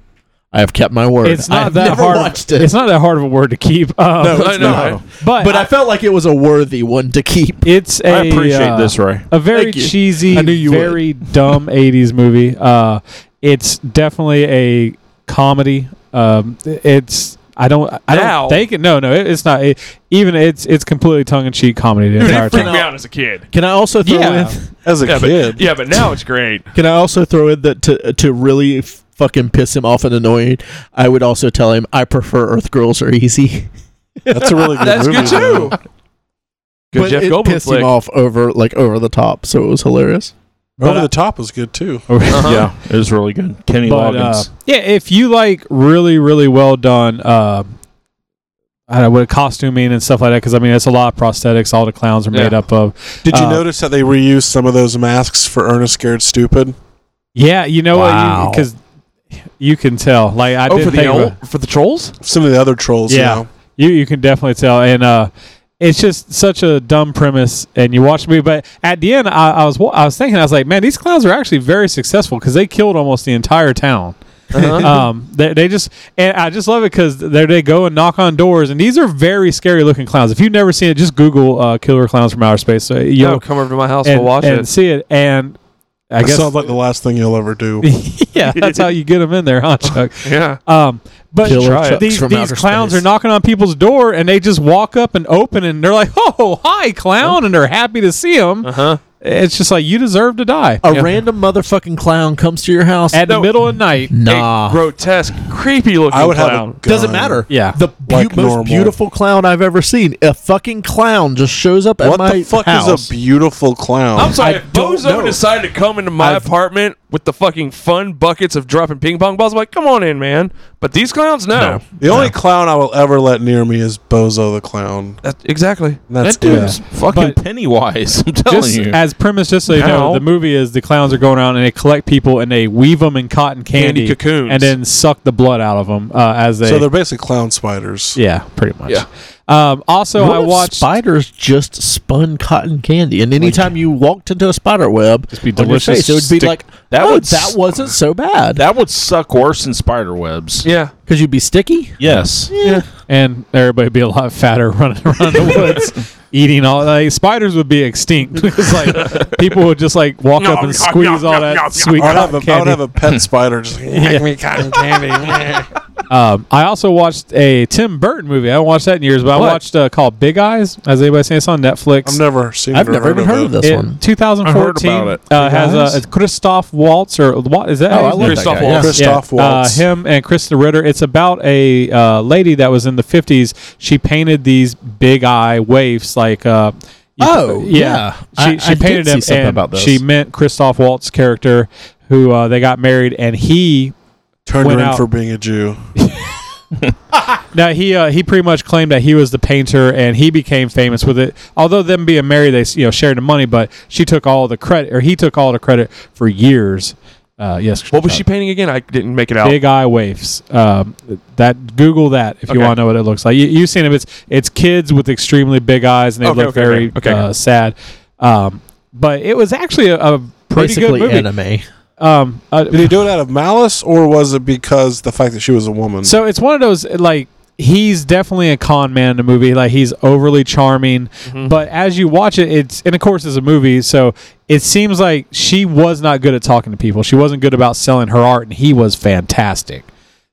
Speaker 3: I have kept my word.
Speaker 1: It's not
Speaker 3: I've
Speaker 1: that
Speaker 3: never
Speaker 1: hard.
Speaker 3: watched it.
Speaker 1: It's not that hard of a word to keep. Um,
Speaker 5: I know. right?
Speaker 1: but
Speaker 3: but I felt like it was a worthy one to keep.
Speaker 1: it's a
Speaker 2: I appreciate
Speaker 1: uh,
Speaker 2: this, Ray.
Speaker 1: A very
Speaker 3: Thank you.
Speaker 1: cheesy,
Speaker 3: I knew you would.
Speaker 1: very dumb '80s movie. Uh, it's definitely a comedy. Um, it's I don't I
Speaker 5: Now-
Speaker 1: don't think it. No, no, it, it's not. It, even it's it's completely tongue in cheek comedy the
Speaker 5: Dude,
Speaker 1: entire
Speaker 5: it freaked
Speaker 1: time.
Speaker 5: me out as a kid.
Speaker 3: Can I also throw
Speaker 1: Yeah.
Speaker 3: in?
Speaker 4: As a
Speaker 5: Yeah,
Speaker 4: kid,
Speaker 5: but, yeah, but now it's great.
Speaker 3: Can I also throw in that to to really fucking piss him off and annoying? I would also tell him I prefer Earth Girls Are Easy.
Speaker 4: that's a really good
Speaker 5: That's
Speaker 4: movie.
Speaker 5: good too.
Speaker 4: though.
Speaker 5: Good
Speaker 3: but
Speaker 5: Jeff
Speaker 3: it
Speaker 5: Goldblum
Speaker 3: pissed
Speaker 5: flick.
Speaker 3: him off over like over the top, so it was hilarious.
Speaker 1: But
Speaker 4: Over
Speaker 1: I-
Speaker 4: the Top was good too.
Speaker 5: Uh-huh.
Speaker 2: Yeah, it was really good. Kenny
Speaker 1: But,
Speaker 2: Uh-huh. Loggins.
Speaker 1: uh, yeah, if you like really, really well done, uh, I don't know what costuming and stuff like that, because I mean, it's a lot of prosthetics. All the clowns are made
Speaker 5: Yeah.
Speaker 1: up of.
Speaker 4: Did you
Speaker 1: Uh,
Speaker 4: notice that they reused some of those masks for Ernest Scared Stupid?
Speaker 1: Yeah, you know
Speaker 3: Wow.
Speaker 1: what? Because you can tell. Like I
Speaker 5: Oh,
Speaker 1: didn't
Speaker 5: for the
Speaker 1: think
Speaker 5: old,
Speaker 1: about-
Speaker 5: for the trolls?
Speaker 4: Some of the other trolls.
Speaker 1: Yeah.
Speaker 4: You know?
Speaker 1: you. You can definitely tell, and uh, it's just such a dumb premise. And you watch me, but at the end, I, I was wa- I was thinking, I was like, man, these clowns are actually very successful because they killed almost the entire town.
Speaker 5: Uh-huh.
Speaker 1: um, they, they just and I just love it because there they go and knock on doors, and these are very scary looking clowns. If you've never seen it, just Google uh, "killer clowns from outer space." So
Speaker 5: Yo,
Speaker 1: you'll
Speaker 5: come over to my house.
Speaker 1: and,
Speaker 5: we'll watch
Speaker 1: and
Speaker 5: it.
Speaker 1: see it. And I
Speaker 4: I guess
Speaker 1: guess
Speaker 4: sounds like the last thing you'll ever do.
Speaker 1: yeah, that's how you get them in there, huh, Chuck?
Speaker 5: Yeah.
Speaker 1: Um, but
Speaker 3: Killer
Speaker 1: try it.
Speaker 3: Chucks
Speaker 1: these,
Speaker 3: from
Speaker 1: these
Speaker 3: outer
Speaker 1: clowns
Speaker 3: space.
Speaker 1: are knocking on people's door, and they just walk up and open, and they're like, "Oh, hi, clown!" and they're happy to see them.
Speaker 5: Uh huh.
Speaker 1: It's just like you deserve to die
Speaker 3: A random motherfucking clown comes to your house.
Speaker 1: at the
Speaker 5: No.
Speaker 1: middle of night.
Speaker 3: nah,
Speaker 5: a grotesque, creepy looking
Speaker 4: I would
Speaker 5: clown.
Speaker 4: have. A gun.
Speaker 3: doesn't matter.
Speaker 1: Yeah.
Speaker 3: The bu-
Speaker 4: Like
Speaker 3: most
Speaker 4: normal.
Speaker 3: beautiful clown I've ever seen. A fucking clown just shows up at
Speaker 4: What
Speaker 3: my
Speaker 4: the fuck
Speaker 3: house.
Speaker 4: is a beautiful clown?
Speaker 5: I'm sorry,
Speaker 3: I
Speaker 5: if
Speaker 3: don't
Speaker 5: Bozo
Speaker 3: know.
Speaker 5: decided to come into my
Speaker 3: I've-
Speaker 5: apartment with the fucking fun buckets of dropping ping pong balls, I'm like, come on in, man. But these clowns, no.
Speaker 3: No.
Speaker 4: the only clown I will ever let near me is Bozo the clown.
Speaker 5: That- exactly.
Speaker 4: And That's
Speaker 2: that dude's
Speaker 4: it.
Speaker 2: fucking
Speaker 1: But-
Speaker 2: Pennywise. I'm telling
Speaker 1: Just
Speaker 2: you.
Speaker 1: as premise, just so you know,
Speaker 5: Now-
Speaker 1: the movie is the clowns are going around and they collect people and they weave them in cotton candy,
Speaker 5: Candy cocoons.
Speaker 1: and then suck the blood out of them uh, as they.
Speaker 4: So they're basically clown spiders.
Speaker 1: yeah, pretty much.
Speaker 5: Yeah.
Speaker 1: Um, also,
Speaker 3: What
Speaker 1: I
Speaker 3: if
Speaker 1: watched.
Speaker 3: spiders just spun cotton candy, and anytime you walked into a spider web,
Speaker 1: Just be
Speaker 3: on your
Speaker 1: delicious
Speaker 3: face, it would be
Speaker 2: stick-
Speaker 3: like,
Speaker 2: That
Speaker 3: oh,
Speaker 2: would
Speaker 3: that
Speaker 2: s-
Speaker 3: wasn't so bad
Speaker 2: that would suck worse than spider webs.
Speaker 5: Yeah.
Speaker 3: because you'd be sticky.
Speaker 2: Yes.
Speaker 1: and everybody would be a lot fatter running around the woods eating all like spiders would be extinct because like people would just like walk up and squeeze all that sweet
Speaker 4: I would, have
Speaker 1: cotton
Speaker 4: a, I would
Speaker 1: candy.
Speaker 4: have a pet spider just like, me cotton candy.
Speaker 1: um, I also watched a Tim Burton movie. I haven't watched that in years, but I
Speaker 5: What?
Speaker 1: watched uh, called Big Eyes. Has anybody seen it? It's on Netflix.
Speaker 4: I've never seen.
Speaker 3: I've
Speaker 4: it or
Speaker 3: never even heard of
Speaker 4: it.
Speaker 3: this
Speaker 1: It-
Speaker 3: one.
Speaker 1: 2014
Speaker 2: I heard about
Speaker 1: Uh,
Speaker 3: Big
Speaker 1: has
Speaker 3: Eyes?
Speaker 1: uh, it's Christoph Waltz or what is that?
Speaker 3: Oh, I
Speaker 1: his
Speaker 3: love
Speaker 1: name?
Speaker 3: that
Speaker 5: Christoph
Speaker 3: guy.
Speaker 5: Waltz.
Speaker 3: yeah.
Speaker 4: Christoph Waltz.
Speaker 1: Uh, him and Krista Ritter. It's about a uh, lady that was in the 50s. She painted these big eye waifs like. Uh, you-
Speaker 3: Oh, yeah. I-
Speaker 1: She, she
Speaker 3: I did
Speaker 1: painted
Speaker 3: see
Speaker 1: them
Speaker 3: something
Speaker 1: and
Speaker 3: about this.
Speaker 1: she meant Christoph Waltz character who uh, they got married and he
Speaker 4: Turned her
Speaker 1: went
Speaker 4: in
Speaker 1: out.
Speaker 4: for being a Jew.
Speaker 1: Now he uh, he pretty much claimed that he was the painter and he became famous with it. Although them being married, they you know shared the money, but she took all the credit or he took all the credit for years. Uh, yes.
Speaker 5: What was she painting again? I didn't make it out.
Speaker 1: Big eye waves. Um, that Google that if you
Speaker 5: Okay.
Speaker 1: want to know what it looks like. You, you've seen them. It's it's kids with extremely big eyes and they
Speaker 5: Okay,
Speaker 1: look
Speaker 5: okay,
Speaker 1: very
Speaker 5: okay, okay.
Speaker 1: Uh, sad. Um, but it was actually a, a pretty
Speaker 3: Basically
Speaker 1: good movie.
Speaker 3: anime.
Speaker 1: Um, uh,
Speaker 4: Did he do it out of malice, or was it because the fact that she was a woman?
Speaker 1: So it's one of those like he's definitely a con man in the movie. Like he's overly charming, but as you watch it, it's and of course it's a movie, so it seems like she was not good at talking to people. She wasn't good about selling her art, and he was fantastic.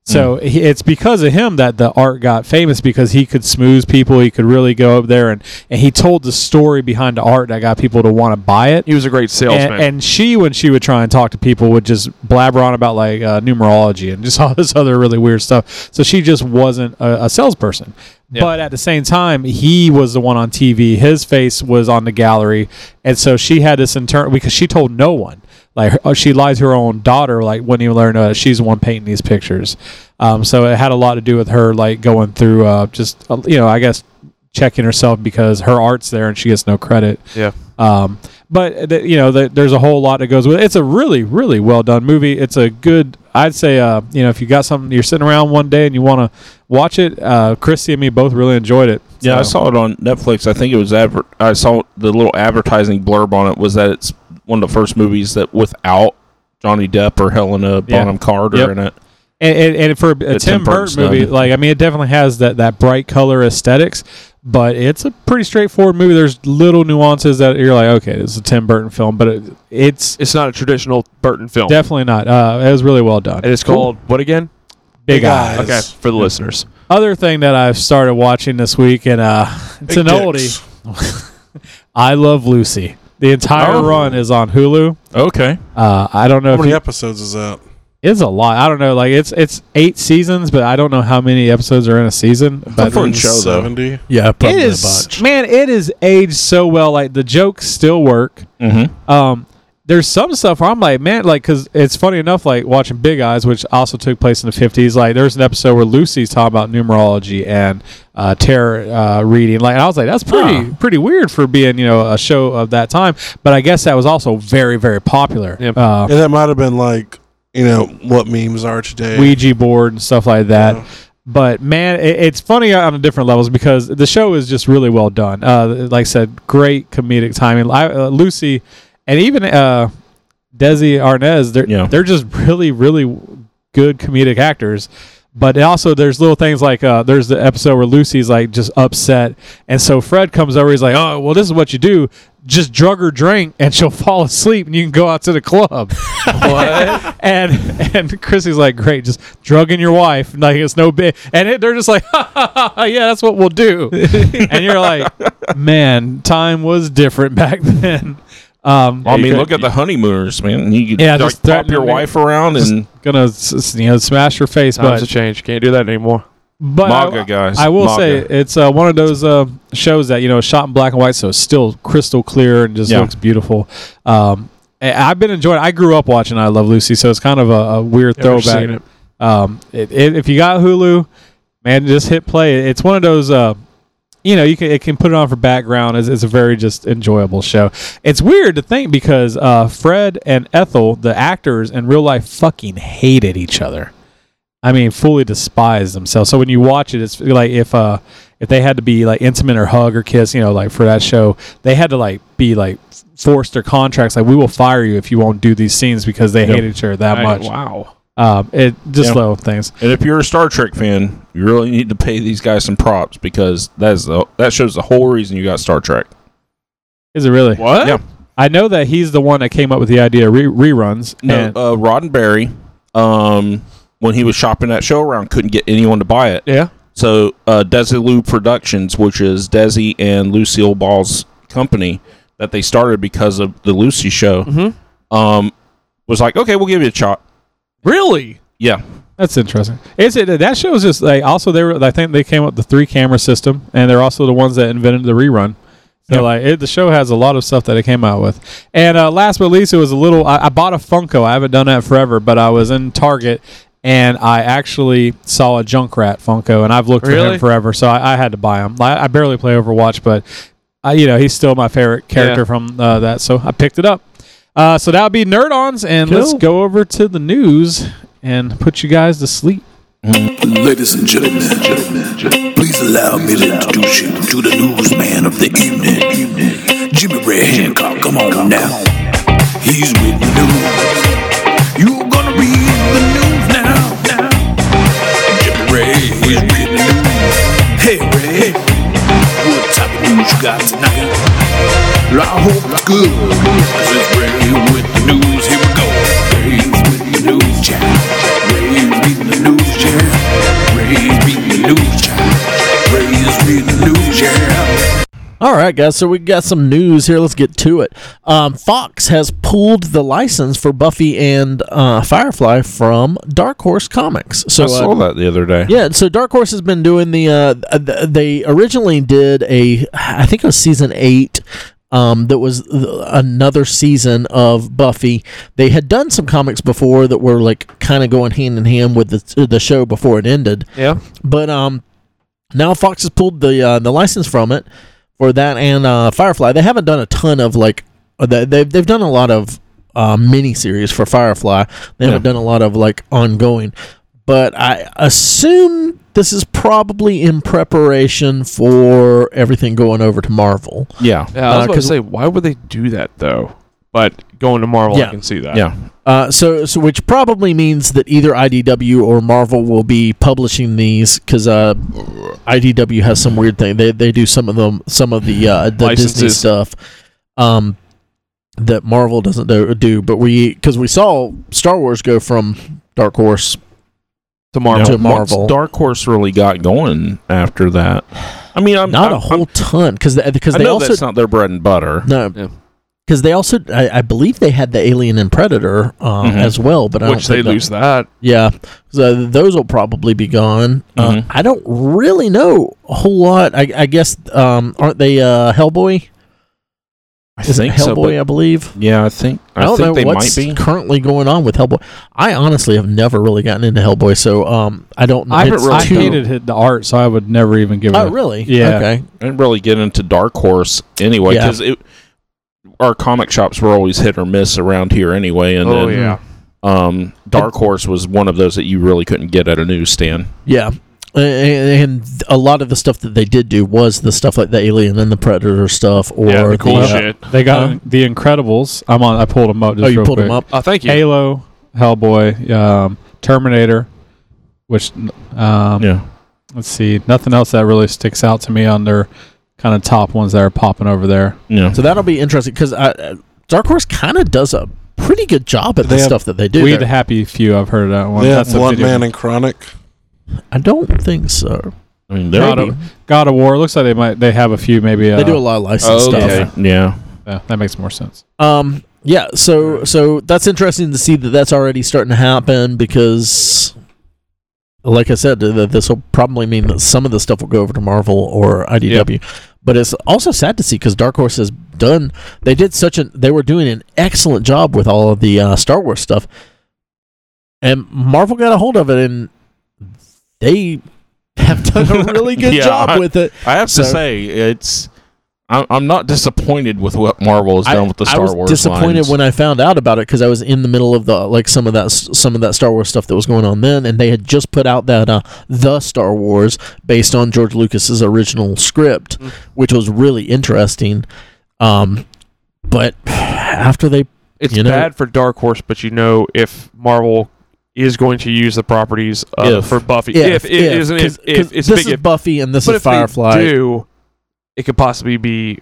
Speaker 1: So he, it's because of him that the art got famous because he could smooth people. He could really go up there and, and he told the story behind the art that got people to want to buy it
Speaker 5: He was a great salesman.
Speaker 1: and, and she, when she would try and talk to people, would just blabber on about like uh, numerology and just all this other really weird stuff. So she just wasn't a, a salesperson. But at the same time, he was the one on TV. His face was on the gallery, and so she had this internal because she told no one. Like her, she lied to her own daughter. Like wouldn't even let her know that uh, she's the one painting these pictures. Um, so it had a lot to do with her like going through uh, just uh, you know I guess checking herself because her art's there and she gets no credit.
Speaker 5: yeah.
Speaker 1: Um, but th- you know, th there's a whole lot that goes with it. It's a really, really well done movie. It's a good. I'd say, uh, you know, if you got something, you're sitting around one day and you want to watch it. Uh, Christy and me both really enjoyed it.
Speaker 2: Yeah, I
Speaker 1: So-
Speaker 2: saw it on Netflix. I think it was adver- I saw the little advertising blurb on it was that it's one of the first movies that without Johnny Depp or Helena
Speaker 1: Yeah.
Speaker 2: Bonham Carter
Speaker 1: Yep.
Speaker 2: in it.
Speaker 1: and, and, and for a Tim,
Speaker 2: Tim
Speaker 1: Burton
Speaker 2: Burton's
Speaker 1: movie,
Speaker 2: done.
Speaker 1: like I mean, it definitely has that that bright color aesthetics, but it's a pretty straightforward movie. There's little nuances that you're like, okay, this is a Tim Burton film, but it, it's
Speaker 5: It's not a traditional Burton film.
Speaker 1: definitely not. Uh, it was really well done.
Speaker 5: and it's called what again?
Speaker 1: Big Eyes.
Speaker 4: Eyes.
Speaker 5: Okay, for the listeners.
Speaker 1: Other thing that I've started watching this week, and uh, it's
Speaker 4: Big
Speaker 1: an
Speaker 4: dicks.
Speaker 1: oldie. I Love Lucy. The entire
Speaker 2: Oh.
Speaker 1: run is on Hulu.
Speaker 2: Okay.
Speaker 1: Uh, I don't know
Speaker 4: How
Speaker 1: if
Speaker 4: many
Speaker 1: you,
Speaker 4: episodes is that?
Speaker 1: it's a lot. I don't know. Like it's it's eight seasons, but I don't know how many episodes are in a season. But
Speaker 2: for a show, though.
Speaker 4: Seventy.
Speaker 3: Yeah,
Speaker 1: it is man, it is aged so well. Like the jokes still work.
Speaker 2: Mm-hmm.
Speaker 1: Um, there's some stuff where I'm like, man, like, cause it's funny enough, like watching Big Eyes, which also took place in the 50s. Like, there's an episode where Lucy's talking about numerology and uh, tarot uh, reading. Like, and I was like, that's pretty pretty weird for being, you know, a show of that time. But I guess that was also very very popular.
Speaker 5: Yep.
Speaker 1: Uh,
Speaker 4: Yeah, that might have been like you know what memes are today.
Speaker 1: Ouija board and stuff like that.
Speaker 4: Yeah.
Speaker 1: But man, it, it's funny on different levels because the show is just really well done. Uh, like I said, great comedic timing. I, uh, Lucy and even uh, Desi Arnaz, they're
Speaker 2: Yeah.
Speaker 1: they're just really really good comedic actors. But also, there's little things like uh, there's the episode where Lucy's like just upset, and so Fred comes over. He's like, "Oh, well, this is what you do: just drug her drink, and she'll fall asleep, and you can go out to the club." and and Chrissy's like, great, just drugging your wife, like it's no big. And it, they're just like, ha, ha, ha, ha, yeah, that's what we'll do. and you're like, man, time was different back then. Um,
Speaker 2: I mean,
Speaker 1: you
Speaker 2: look at the honeymooners, man. You could
Speaker 1: Yeah,
Speaker 2: like,
Speaker 1: just
Speaker 2: pop
Speaker 1: threaten
Speaker 2: your
Speaker 1: them.
Speaker 2: wife around and
Speaker 1: gonna s- s- you know smash your face,
Speaker 5: Times
Speaker 1: but
Speaker 5: have changed. Can't do that anymore.
Speaker 1: but
Speaker 2: MAGA
Speaker 1: I,
Speaker 2: guys.
Speaker 1: I will
Speaker 2: MAGA.
Speaker 1: say it's uh, one of those uh, shows that you know is shot in black and white, so it's still crystal clear and just
Speaker 2: Yeah.
Speaker 1: looks beautiful. Um, and I've been enjoying. I grew up watching I Love Lucy, so it's kind of a, a weird
Speaker 5: Never
Speaker 1: throwback.
Speaker 5: seen it.
Speaker 1: Um, it, it, if you got Hulu, man, just hit play. It's one of those. Uh, you know, you can it can put it on for background. It's, it's a very just enjoyable show. It's weird to think because uh, Fred and Ethel, the actors in real life, fucking hated each other. I mean, fully despised themselves. So when you watch it, it's like if uh if they had to be like intimate or hug or kiss, you know, like for that show, they had to like be like forced their contracts. Like we will fire you if you won't do these scenes because they hated each other that much.
Speaker 5: Wow.
Speaker 1: Um, it just
Speaker 2: Yeah.
Speaker 1: little things.
Speaker 2: And if you're a Star Trek fan, you really need to pay these guys some props because that is the, that shows the whole reason you got Star Trek.
Speaker 1: Is it really?
Speaker 5: What?
Speaker 2: Yeah.
Speaker 1: I know that he's the one that came up with the idea of re- reruns.
Speaker 2: No,
Speaker 1: and-
Speaker 2: uh, Roddenberry, um, when he was shopping that show around, couldn't get anyone to buy it.
Speaker 5: Yeah.
Speaker 2: So uh, Desilu Productions, which is Desi and Lucille Ball's company that they started because of the Lucy show,
Speaker 1: Mm-hmm.
Speaker 2: um, was like, okay, we'll give you a shot.
Speaker 5: Really?
Speaker 2: Yeah,
Speaker 1: That's interesting. Is it that show is just like also they were I think they came up with the three camera system and they're also the ones that invented the rerun. So
Speaker 2: Yep.
Speaker 1: like it, the show has a lot of stuff that it came out with. And uh, last but least, it was a little. I, I bought a Funko. I haven't done that forever, but I was in Target and I actually saw a Junkrat Funko, and I've looked for
Speaker 5: Really?
Speaker 1: him forever, so I, I had to buy him. I, I barely play Overwatch, but I, you know he's still my favorite character
Speaker 5: Yeah.
Speaker 1: from uh, that, so I picked it up. Uh, so that'll be nerd ons, and let's
Speaker 3: Cool.
Speaker 1: go over to the news and put you guys to sleep.
Speaker 7: Ladies and gentlemen, please allow me to introduce you to the newsman of the evening, Jimmy Ray Hancock. Come on now, he's with the news. You're gonna read the news now. Jimmy Ray is with the news. Hey Ray, what type of news you got tonight? Well, I hope it's good. This is Ray with the news. Here we go. Ray's with the news chat. Ray's with the news chat. Ray's with the news chat. Ray's with the news chat.
Speaker 3: All right, guys. So we got some news here. Let's get to it. Um, Fox has pulled the license for Buffy and uh, Firefly from Dark Horse Comics. So
Speaker 2: I saw
Speaker 3: uh,
Speaker 2: that the other day.
Speaker 3: yeah, so Dark Horse has been doing the. Uh, th- th- they originally did a, I think it was season eight. Um, that was th- another season of Buffy. They had done some comics before that were like kind of going hand in hand with the the show before it ended.
Speaker 5: Yeah.
Speaker 3: But um, now Fox has pulled the uh, the license from it for that and uh, Firefly. They haven't done a ton of like uh, they- they've they've done a lot of uh, miniseries for Firefly. They haven't done a lot of like ongoing. But I assume this is probably in preparation for everything going over to Marvel.
Speaker 2: Yeah.
Speaker 5: Yeah, I
Speaker 3: Uh,
Speaker 5: was about to
Speaker 3: 'cause-
Speaker 5: say, why would they do that though? But going to Marvel,
Speaker 3: Yeah.
Speaker 5: I can see that.
Speaker 2: Yeah.
Speaker 3: Uh, so, so which probably means that either IDW or Marvel will be publishing these because uh, IDW has some weird thing. They they do some of them, some of the uh, the Disney
Speaker 5: Licenses.
Speaker 3: stuff um, that Marvel doesn't do. do but we because we saw Star Wars go from Dark Horse.
Speaker 5: To Marvel.
Speaker 3: To
Speaker 2: Once
Speaker 3: Marvel.
Speaker 2: Dark Horse really got going after that. I mean, I'm
Speaker 3: Not
Speaker 2: I'm-
Speaker 3: a whole ton because because
Speaker 2: I
Speaker 3: they
Speaker 2: know
Speaker 3: also
Speaker 2: that's not their bread and butter.
Speaker 3: no
Speaker 5: Yeah.
Speaker 3: because they also I, I believe they had the Alien and Predator um,
Speaker 2: Mhm.
Speaker 3: as well, but I don't
Speaker 5: Which they
Speaker 3: think that-
Speaker 5: lose that.
Speaker 3: Yeah, so those will probably be gone. Uh,
Speaker 2: Mhm.
Speaker 3: I don't really know a whole lot. I, I guess um, aren't they uh, Hellboy?
Speaker 2: I
Speaker 3: Is it
Speaker 2: think so.
Speaker 3: Hellboy? I
Speaker 2: but-
Speaker 3: believe.
Speaker 2: yeah, I think I,
Speaker 3: don't
Speaker 2: think
Speaker 3: know
Speaker 2: they might
Speaker 3: what's
Speaker 2: be.
Speaker 3: currently going on with Hellboy. I honestly have never really gotten into Hellboy, so um, I don't.
Speaker 1: I,
Speaker 3: it's
Speaker 1: I
Speaker 3: too-
Speaker 1: hated it- the art, so I would never even give it.
Speaker 3: Oh,
Speaker 1: a-
Speaker 3: really?
Speaker 1: Yeah.
Speaker 3: Okay.
Speaker 2: I didn't really get into Dark Horse anyway
Speaker 3: Yeah.
Speaker 2: because it. Our comic shops were always hit or miss around here anyway, and
Speaker 5: oh
Speaker 2: then
Speaker 5: yeah.
Speaker 2: um, Dark Horse was one of those that you really couldn't get at a newsstand.
Speaker 3: Yeah. A- a- And a lot of the stuff that they did do was the stuff like the Alien and the Predator stuff, or
Speaker 5: yeah. The cool
Speaker 3: uh,
Speaker 5: shit.
Speaker 1: They got
Speaker 3: Huh?
Speaker 1: the Incredibles. I'm on. I pulled them up. Just
Speaker 3: Oh, you
Speaker 1: real
Speaker 3: pulled
Speaker 1: quick.
Speaker 3: them up.
Speaker 5: Oh, thank you.
Speaker 1: Halo, Hellboy, um, Terminator, which um,
Speaker 2: Yeah,
Speaker 1: let's see, nothing else that really sticks out to me on their kind of top ones that are popping over there.
Speaker 2: yeah.
Speaker 3: So that'll be interesting because Dark Horse kind of does a pretty good job at
Speaker 4: They
Speaker 3: the
Speaker 4: have-
Speaker 3: stuff that they do.
Speaker 1: we
Speaker 3: there.
Speaker 1: the happy few. I've heard of that one.
Speaker 4: They have
Speaker 1: a
Speaker 4: Blunt
Speaker 1: video-
Speaker 4: Man and Chronic.
Speaker 3: I don't think so.
Speaker 2: I mean, they're Oh,
Speaker 1: God
Speaker 3: Maybe.
Speaker 1: of, God of War. Looks like they might. They have a few. Maybe uh,
Speaker 3: They do a lot of
Speaker 5: Oh,
Speaker 3: licensed
Speaker 2: okay.
Speaker 3: stuff.
Speaker 2: Yeah,
Speaker 1: yeah, that makes more sense.
Speaker 3: Um, yeah. So so that's interesting to see that that's already starting to happen because, like I said, th- th- this will probably mean that some of the stuff will go over to Marvel or IDW. But it's also sad to see because Dark Horse has done. They did such an. They were doing an excellent job with all of the uh, Star Wars stuff, and Marvel got a hold of it, and they have done a really good
Speaker 2: Yeah,
Speaker 3: job
Speaker 2: I-
Speaker 3: with it.
Speaker 2: I have
Speaker 3: So-
Speaker 2: to say it's. I'm, I'm not disappointed with what Marvel has
Speaker 3: I-
Speaker 2: done with the
Speaker 3: I
Speaker 2: Star
Speaker 3: was
Speaker 2: Wars.
Speaker 3: disappointed
Speaker 2: lines.
Speaker 3: when I found out about it because I was in the middle of the like some of that s- some of that Star Wars stuff that was going on then, and they had just put out that uh, the Star Wars based on George Lucas's original script,
Speaker 5: Mm.
Speaker 3: which was really interesting. Um, but after they,
Speaker 5: It's
Speaker 3: You know-
Speaker 5: bad for Dark Horse, but you know if Marvel is going to use the properties uh,
Speaker 2: If.
Speaker 5: for Buffy,
Speaker 3: yeah,
Speaker 5: if, it isn't, if, if it's
Speaker 3: this is
Speaker 5: big, if,
Speaker 3: Buffy and this
Speaker 5: but
Speaker 3: is
Speaker 5: if
Speaker 3: Firefly,
Speaker 5: they do, it could possibly be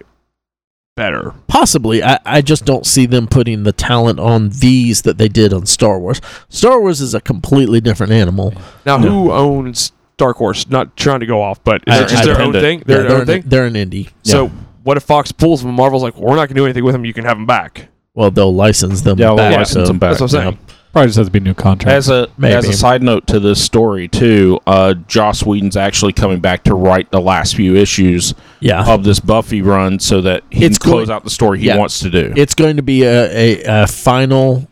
Speaker 5: better.
Speaker 3: possibly I, I just don't see them putting the talent on these that they did on Star Wars. Star Wars is a completely different animal.
Speaker 5: Now, who owns Dark Horse? Not trying to go off, but is
Speaker 2: They're
Speaker 5: it just their own
Speaker 2: independent.
Speaker 5: thing?
Speaker 3: Yeah,
Speaker 5: Their
Speaker 3: they're,
Speaker 5: own
Speaker 3: an,
Speaker 5: thing.
Speaker 3: they're an indie.
Speaker 5: So what if Fox pulls them? and Marvel's like, we're not going to do anything with them. You can have them back.
Speaker 3: Well, they'll license them.
Speaker 2: yeah, we'll
Speaker 3: back,
Speaker 2: license
Speaker 3: so-
Speaker 2: them back.
Speaker 5: That's what I'm
Speaker 2: yeah.
Speaker 5: saying.
Speaker 1: Probably just has to be new contracts.
Speaker 2: As a
Speaker 3: Maybe.
Speaker 2: as a side note to this story too, uh, Joss Whedon's actually coming back to write the last few issues
Speaker 3: Yeah,
Speaker 2: of this Buffy run so that he
Speaker 3: It's
Speaker 2: can close
Speaker 3: going-
Speaker 2: out the story he
Speaker 3: yeah.
Speaker 2: wants to do.
Speaker 3: it's going to be a, a, a final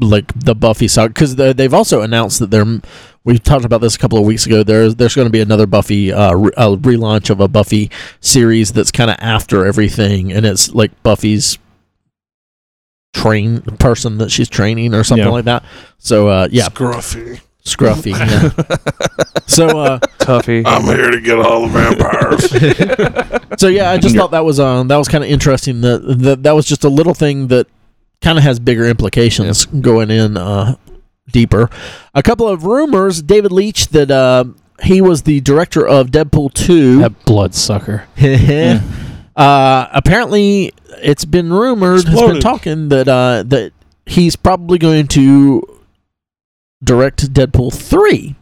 Speaker 3: like the Buffy saga because they've also announced that they're. We talked about this a couple of weeks ago. There's there's going to be another Buffy uh, re- a relaunch of a Buffy series that's kind of after everything, and it's like Buffy's train person that she's training or something
Speaker 2: Yeah.
Speaker 3: like that. So uh, yeah,
Speaker 4: Scruffy.
Speaker 3: scruffy. Yeah. so uh,
Speaker 5: Tuffy.
Speaker 4: I'm here to get all the vampires.
Speaker 3: So yeah, I just
Speaker 2: Yeah.
Speaker 3: thought that was um that was kind of interesting. That that that was just a little thing that kind of has bigger implications going in uh deeper. A couple of rumors: David Leitch that uh, he was the director of Deadpool two.
Speaker 1: That bloodsucker.
Speaker 3: uh, apparently, it's been rumored. It's been
Speaker 4: Exploded.
Speaker 3: talking that uh that he's probably going to direct Deadpool three.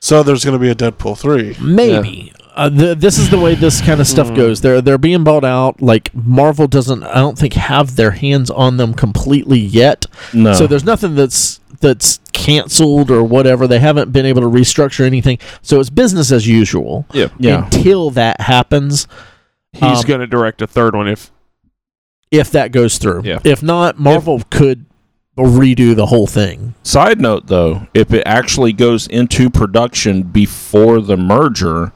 Speaker 4: so there's going to be a Deadpool 3.
Speaker 3: Maybe. Uh, the, this is the way this kind of stuff goes. They're they're being bought out. Like Marvel doesn't, I don't think, have their hands on them completely yet.
Speaker 2: No.
Speaker 3: So there's nothing that's that's canceled or whatever. They haven't been able to restructure anything. So it's business as usual
Speaker 2: yeah. Yeah.
Speaker 3: until that happens.
Speaker 5: He's
Speaker 3: um,
Speaker 5: gonna direct a third one if
Speaker 3: If that goes through,
Speaker 2: Yeah.
Speaker 3: if not, Marvel could redo the whole thing.
Speaker 2: Side note though, if it actually goes into production before the merger,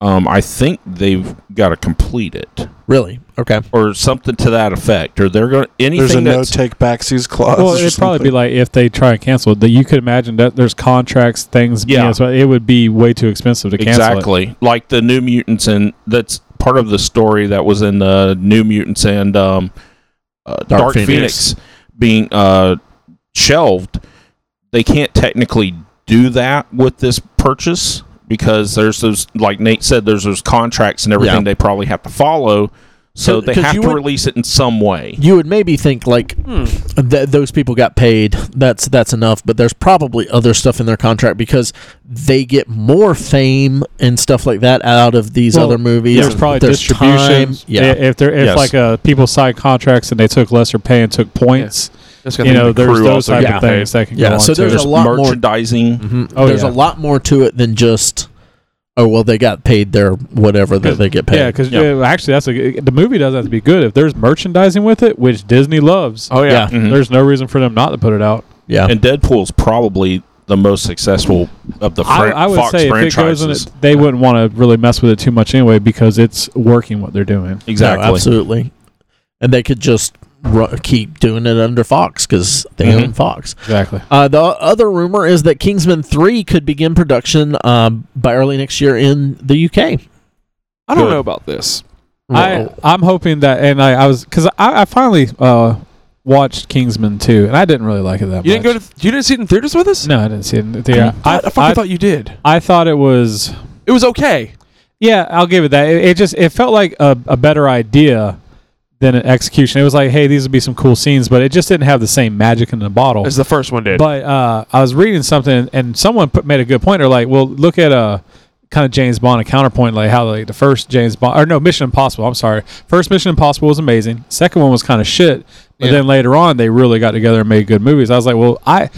Speaker 2: um, I think they've got to complete it
Speaker 3: Really? Okay.
Speaker 2: or something to that effect, or they're going to
Speaker 4: There's a
Speaker 2: anything
Speaker 4: no
Speaker 2: that's
Speaker 4: take backsies clause.
Speaker 1: well,
Speaker 4: or
Speaker 1: it'd probably be
Speaker 4: something.
Speaker 1: like if they try and cancel it, that you could imagine that there's contracts, things. being-
Speaker 2: Yeah.
Speaker 1: so it would be way too expensive to cancel. it.
Speaker 2: exactly like the New Mutants, and that's part of the story that was in the New Mutants and um, uh, Dark, Phoenix.
Speaker 3: Phoenix.
Speaker 2: being uh, shelved. They can't technically do that with this purchase because there's those, like Nate said, there's those contracts and everything
Speaker 3: Yeah.
Speaker 2: they probably have to follow. So
Speaker 3: So-
Speaker 2: they
Speaker 3: 'cause
Speaker 2: have to
Speaker 3: you would-
Speaker 2: release it in some way.
Speaker 3: You would maybe think like
Speaker 1: Hmm.
Speaker 3: th- those people got paid. That's that's enough. But there's probably other stuff in their contract because they get more fame and stuff like that out of these
Speaker 1: Well,
Speaker 3: other movies.
Speaker 1: There's probably distribution.
Speaker 3: time. Yeah.
Speaker 1: If there, if
Speaker 2: Yes.
Speaker 1: like uh, people signed contracts and they took lesser pay and took points,
Speaker 5: that's gonna
Speaker 1: you
Speaker 5: be
Speaker 1: know,
Speaker 5: the
Speaker 1: there's
Speaker 5: crew
Speaker 1: those
Speaker 5: also
Speaker 1: type
Speaker 5: getting
Speaker 1: of things that can go
Speaker 3: Yeah,
Speaker 1: on.
Speaker 3: so
Speaker 1: too.
Speaker 3: there's a lot more-
Speaker 2: merchandising.
Speaker 1: oh,
Speaker 3: There's
Speaker 1: yeah.
Speaker 3: a lot more to it than just oh well they got paid their whatever that they get paid.
Speaker 1: Yeah, because
Speaker 2: Yeah.
Speaker 1: actually, that's a, g- the movie doesn't have to be good if there's merchandising with it, which Disney loves.
Speaker 5: Oh yeah.
Speaker 2: Mhm.
Speaker 1: There's no reason for them not to put it out.
Speaker 3: yeah.
Speaker 2: And Deadpool's probably the most successful of the
Speaker 1: I,
Speaker 2: fran-
Speaker 1: I would
Speaker 2: Fox
Speaker 1: say if it goes
Speaker 2: franchises.
Speaker 1: in it, they wouldn't want to really mess with it too much anyway because it's working what they're doing.
Speaker 3: No,
Speaker 2: exactly.
Speaker 3: absolutely. And they could just ru- keep doing it under Fox because they
Speaker 1: Mm-hmm.
Speaker 3: own
Speaker 2: Mhm.
Speaker 3: Fox.
Speaker 1: Exactly.
Speaker 3: Uh, the other rumor is that Kingsman 3 could begin production um, by early next year in the UK.
Speaker 5: I don't
Speaker 2: Good.
Speaker 5: know about this.
Speaker 1: I,
Speaker 3: Well,
Speaker 1: I'm hoping that, and I, I was because I, I finally uh, watched Kingsman 2, and I didn't really like it that much.
Speaker 5: You didn't go to th- you didn't see it in theaters with us?
Speaker 1: No, I didn't see it in the theater.
Speaker 5: I,
Speaker 1: I,
Speaker 5: fucking
Speaker 1: I,
Speaker 5: thought you did.
Speaker 1: I thought it was.
Speaker 5: It was okay.
Speaker 1: Yeah, I'll give it that. It, it just it felt like a, a better idea than an execution. It was like, hey, these would be some cool scenes, but it just didn't have the same magic in the bottle.
Speaker 5: As the first one did.
Speaker 1: But uh, I was reading something, and someone put, made a good point. They're like, well, look at uh, kind of James Bond a counterpoint, like how like the first James Bond or no Mission Impossible. I'm sorry, first Mission Impossible was amazing. Second one was kind of shit, but then later on they really got together and made good movies. I was like, well, I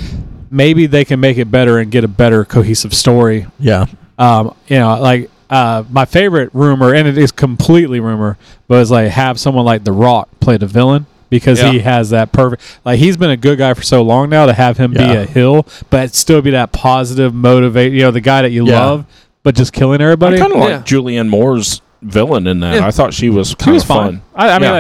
Speaker 1: maybe they can make it better and get a better cohesive story
Speaker 3: yeah.
Speaker 1: um, you know, like uh, my favorite rumor, and it is completely rumor, but it's like have someone like The Rock play the villain because he
Speaker 5: Yeah.
Speaker 1: has that perfect. Like he's been a good guy for so long now to have him be
Speaker 3: Yeah.
Speaker 1: a hill, but still be that positive, motivate. You know, the guy that you
Speaker 3: Yeah.
Speaker 1: love, but just killing
Speaker 2: I
Speaker 1: everybody.
Speaker 2: kind of
Speaker 5: Yeah.
Speaker 2: like Julianne Moore's villain in that.
Speaker 5: Yeah.
Speaker 2: I thought she was
Speaker 1: She
Speaker 2: kind
Speaker 1: was
Speaker 2: of fun.
Speaker 1: fun. I, I mean,
Speaker 5: Yeah.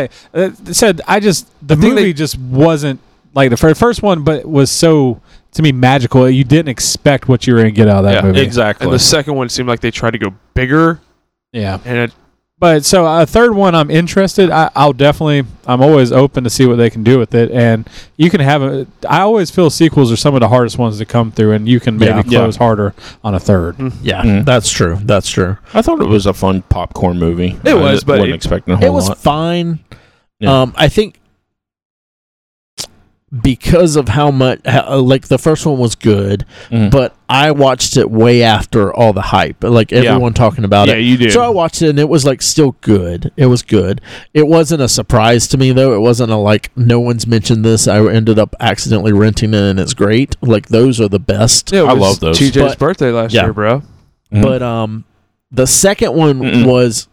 Speaker 1: like uh, said, I just the
Speaker 5: think
Speaker 1: movie
Speaker 5: they-
Speaker 1: just wasn't like the first first one, but was so to me magical. You didn't expect what you were going to get out of that
Speaker 5: Yeah,
Speaker 1: movie.
Speaker 2: Exactly.
Speaker 5: and the second one seemed like they tried to go bigger
Speaker 1: Yeah.
Speaker 5: and it
Speaker 1: But so a third one, I'm interested. I, I'll definitely. I'm always open to see what they can do with it, and you can have a. I always feel sequels are some of the hardest ones to come through, and you can maybe
Speaker 3: Yeah.
Speaker 2: Yeah.
Speaker 1: close harder on a third.
Speaker 3: Yeah.
Speaker 2: Mhm.
Speaker 3: That's true. That's true.
Speaker 2: I thought it was a fun popcorn movie.
Speaker 5: It
Speaker 2: I
Speaker 5: was,
Speaker 2: just
Speaker 5: but
Speaker 2: wasn't
Speaker 5: it-
Speaker 2: expecting a whole
Speaker 3: It was
Speaker 2: lot.
Speaker 3: fine.
Speaker 2: Yeah.
Speaker 3: Um, I think because of how much, how, uh, like the first one was good,
Speaker 2: Mhm.
Speaker 3: but I watched it way after all the hype, like everyone talking about
Speaker 5: yeah
Speaker 3: it.
Speaker 5: you did
Speaker 3: So I watched it and it was like still good. It was good. It wasn't a surprise to me though. It wasn't a like no one's mentioned this. I ended up accidentally renting it and it's great. Like those are the best.
Speaker 5: Yeah, it
Speaker 2: I
Speaker 5: was
Speaker 2: love those.
Speaker 5: TJ's
Speaker 3: But-
Speaker 5: birthday last
Speaker 3: Yeah.
Speaker 5: year, bro.
Speaker 2: Mhm.
Speaker 3: But um the second one
Speaker 2: Mm-mm.
Speaker 3: was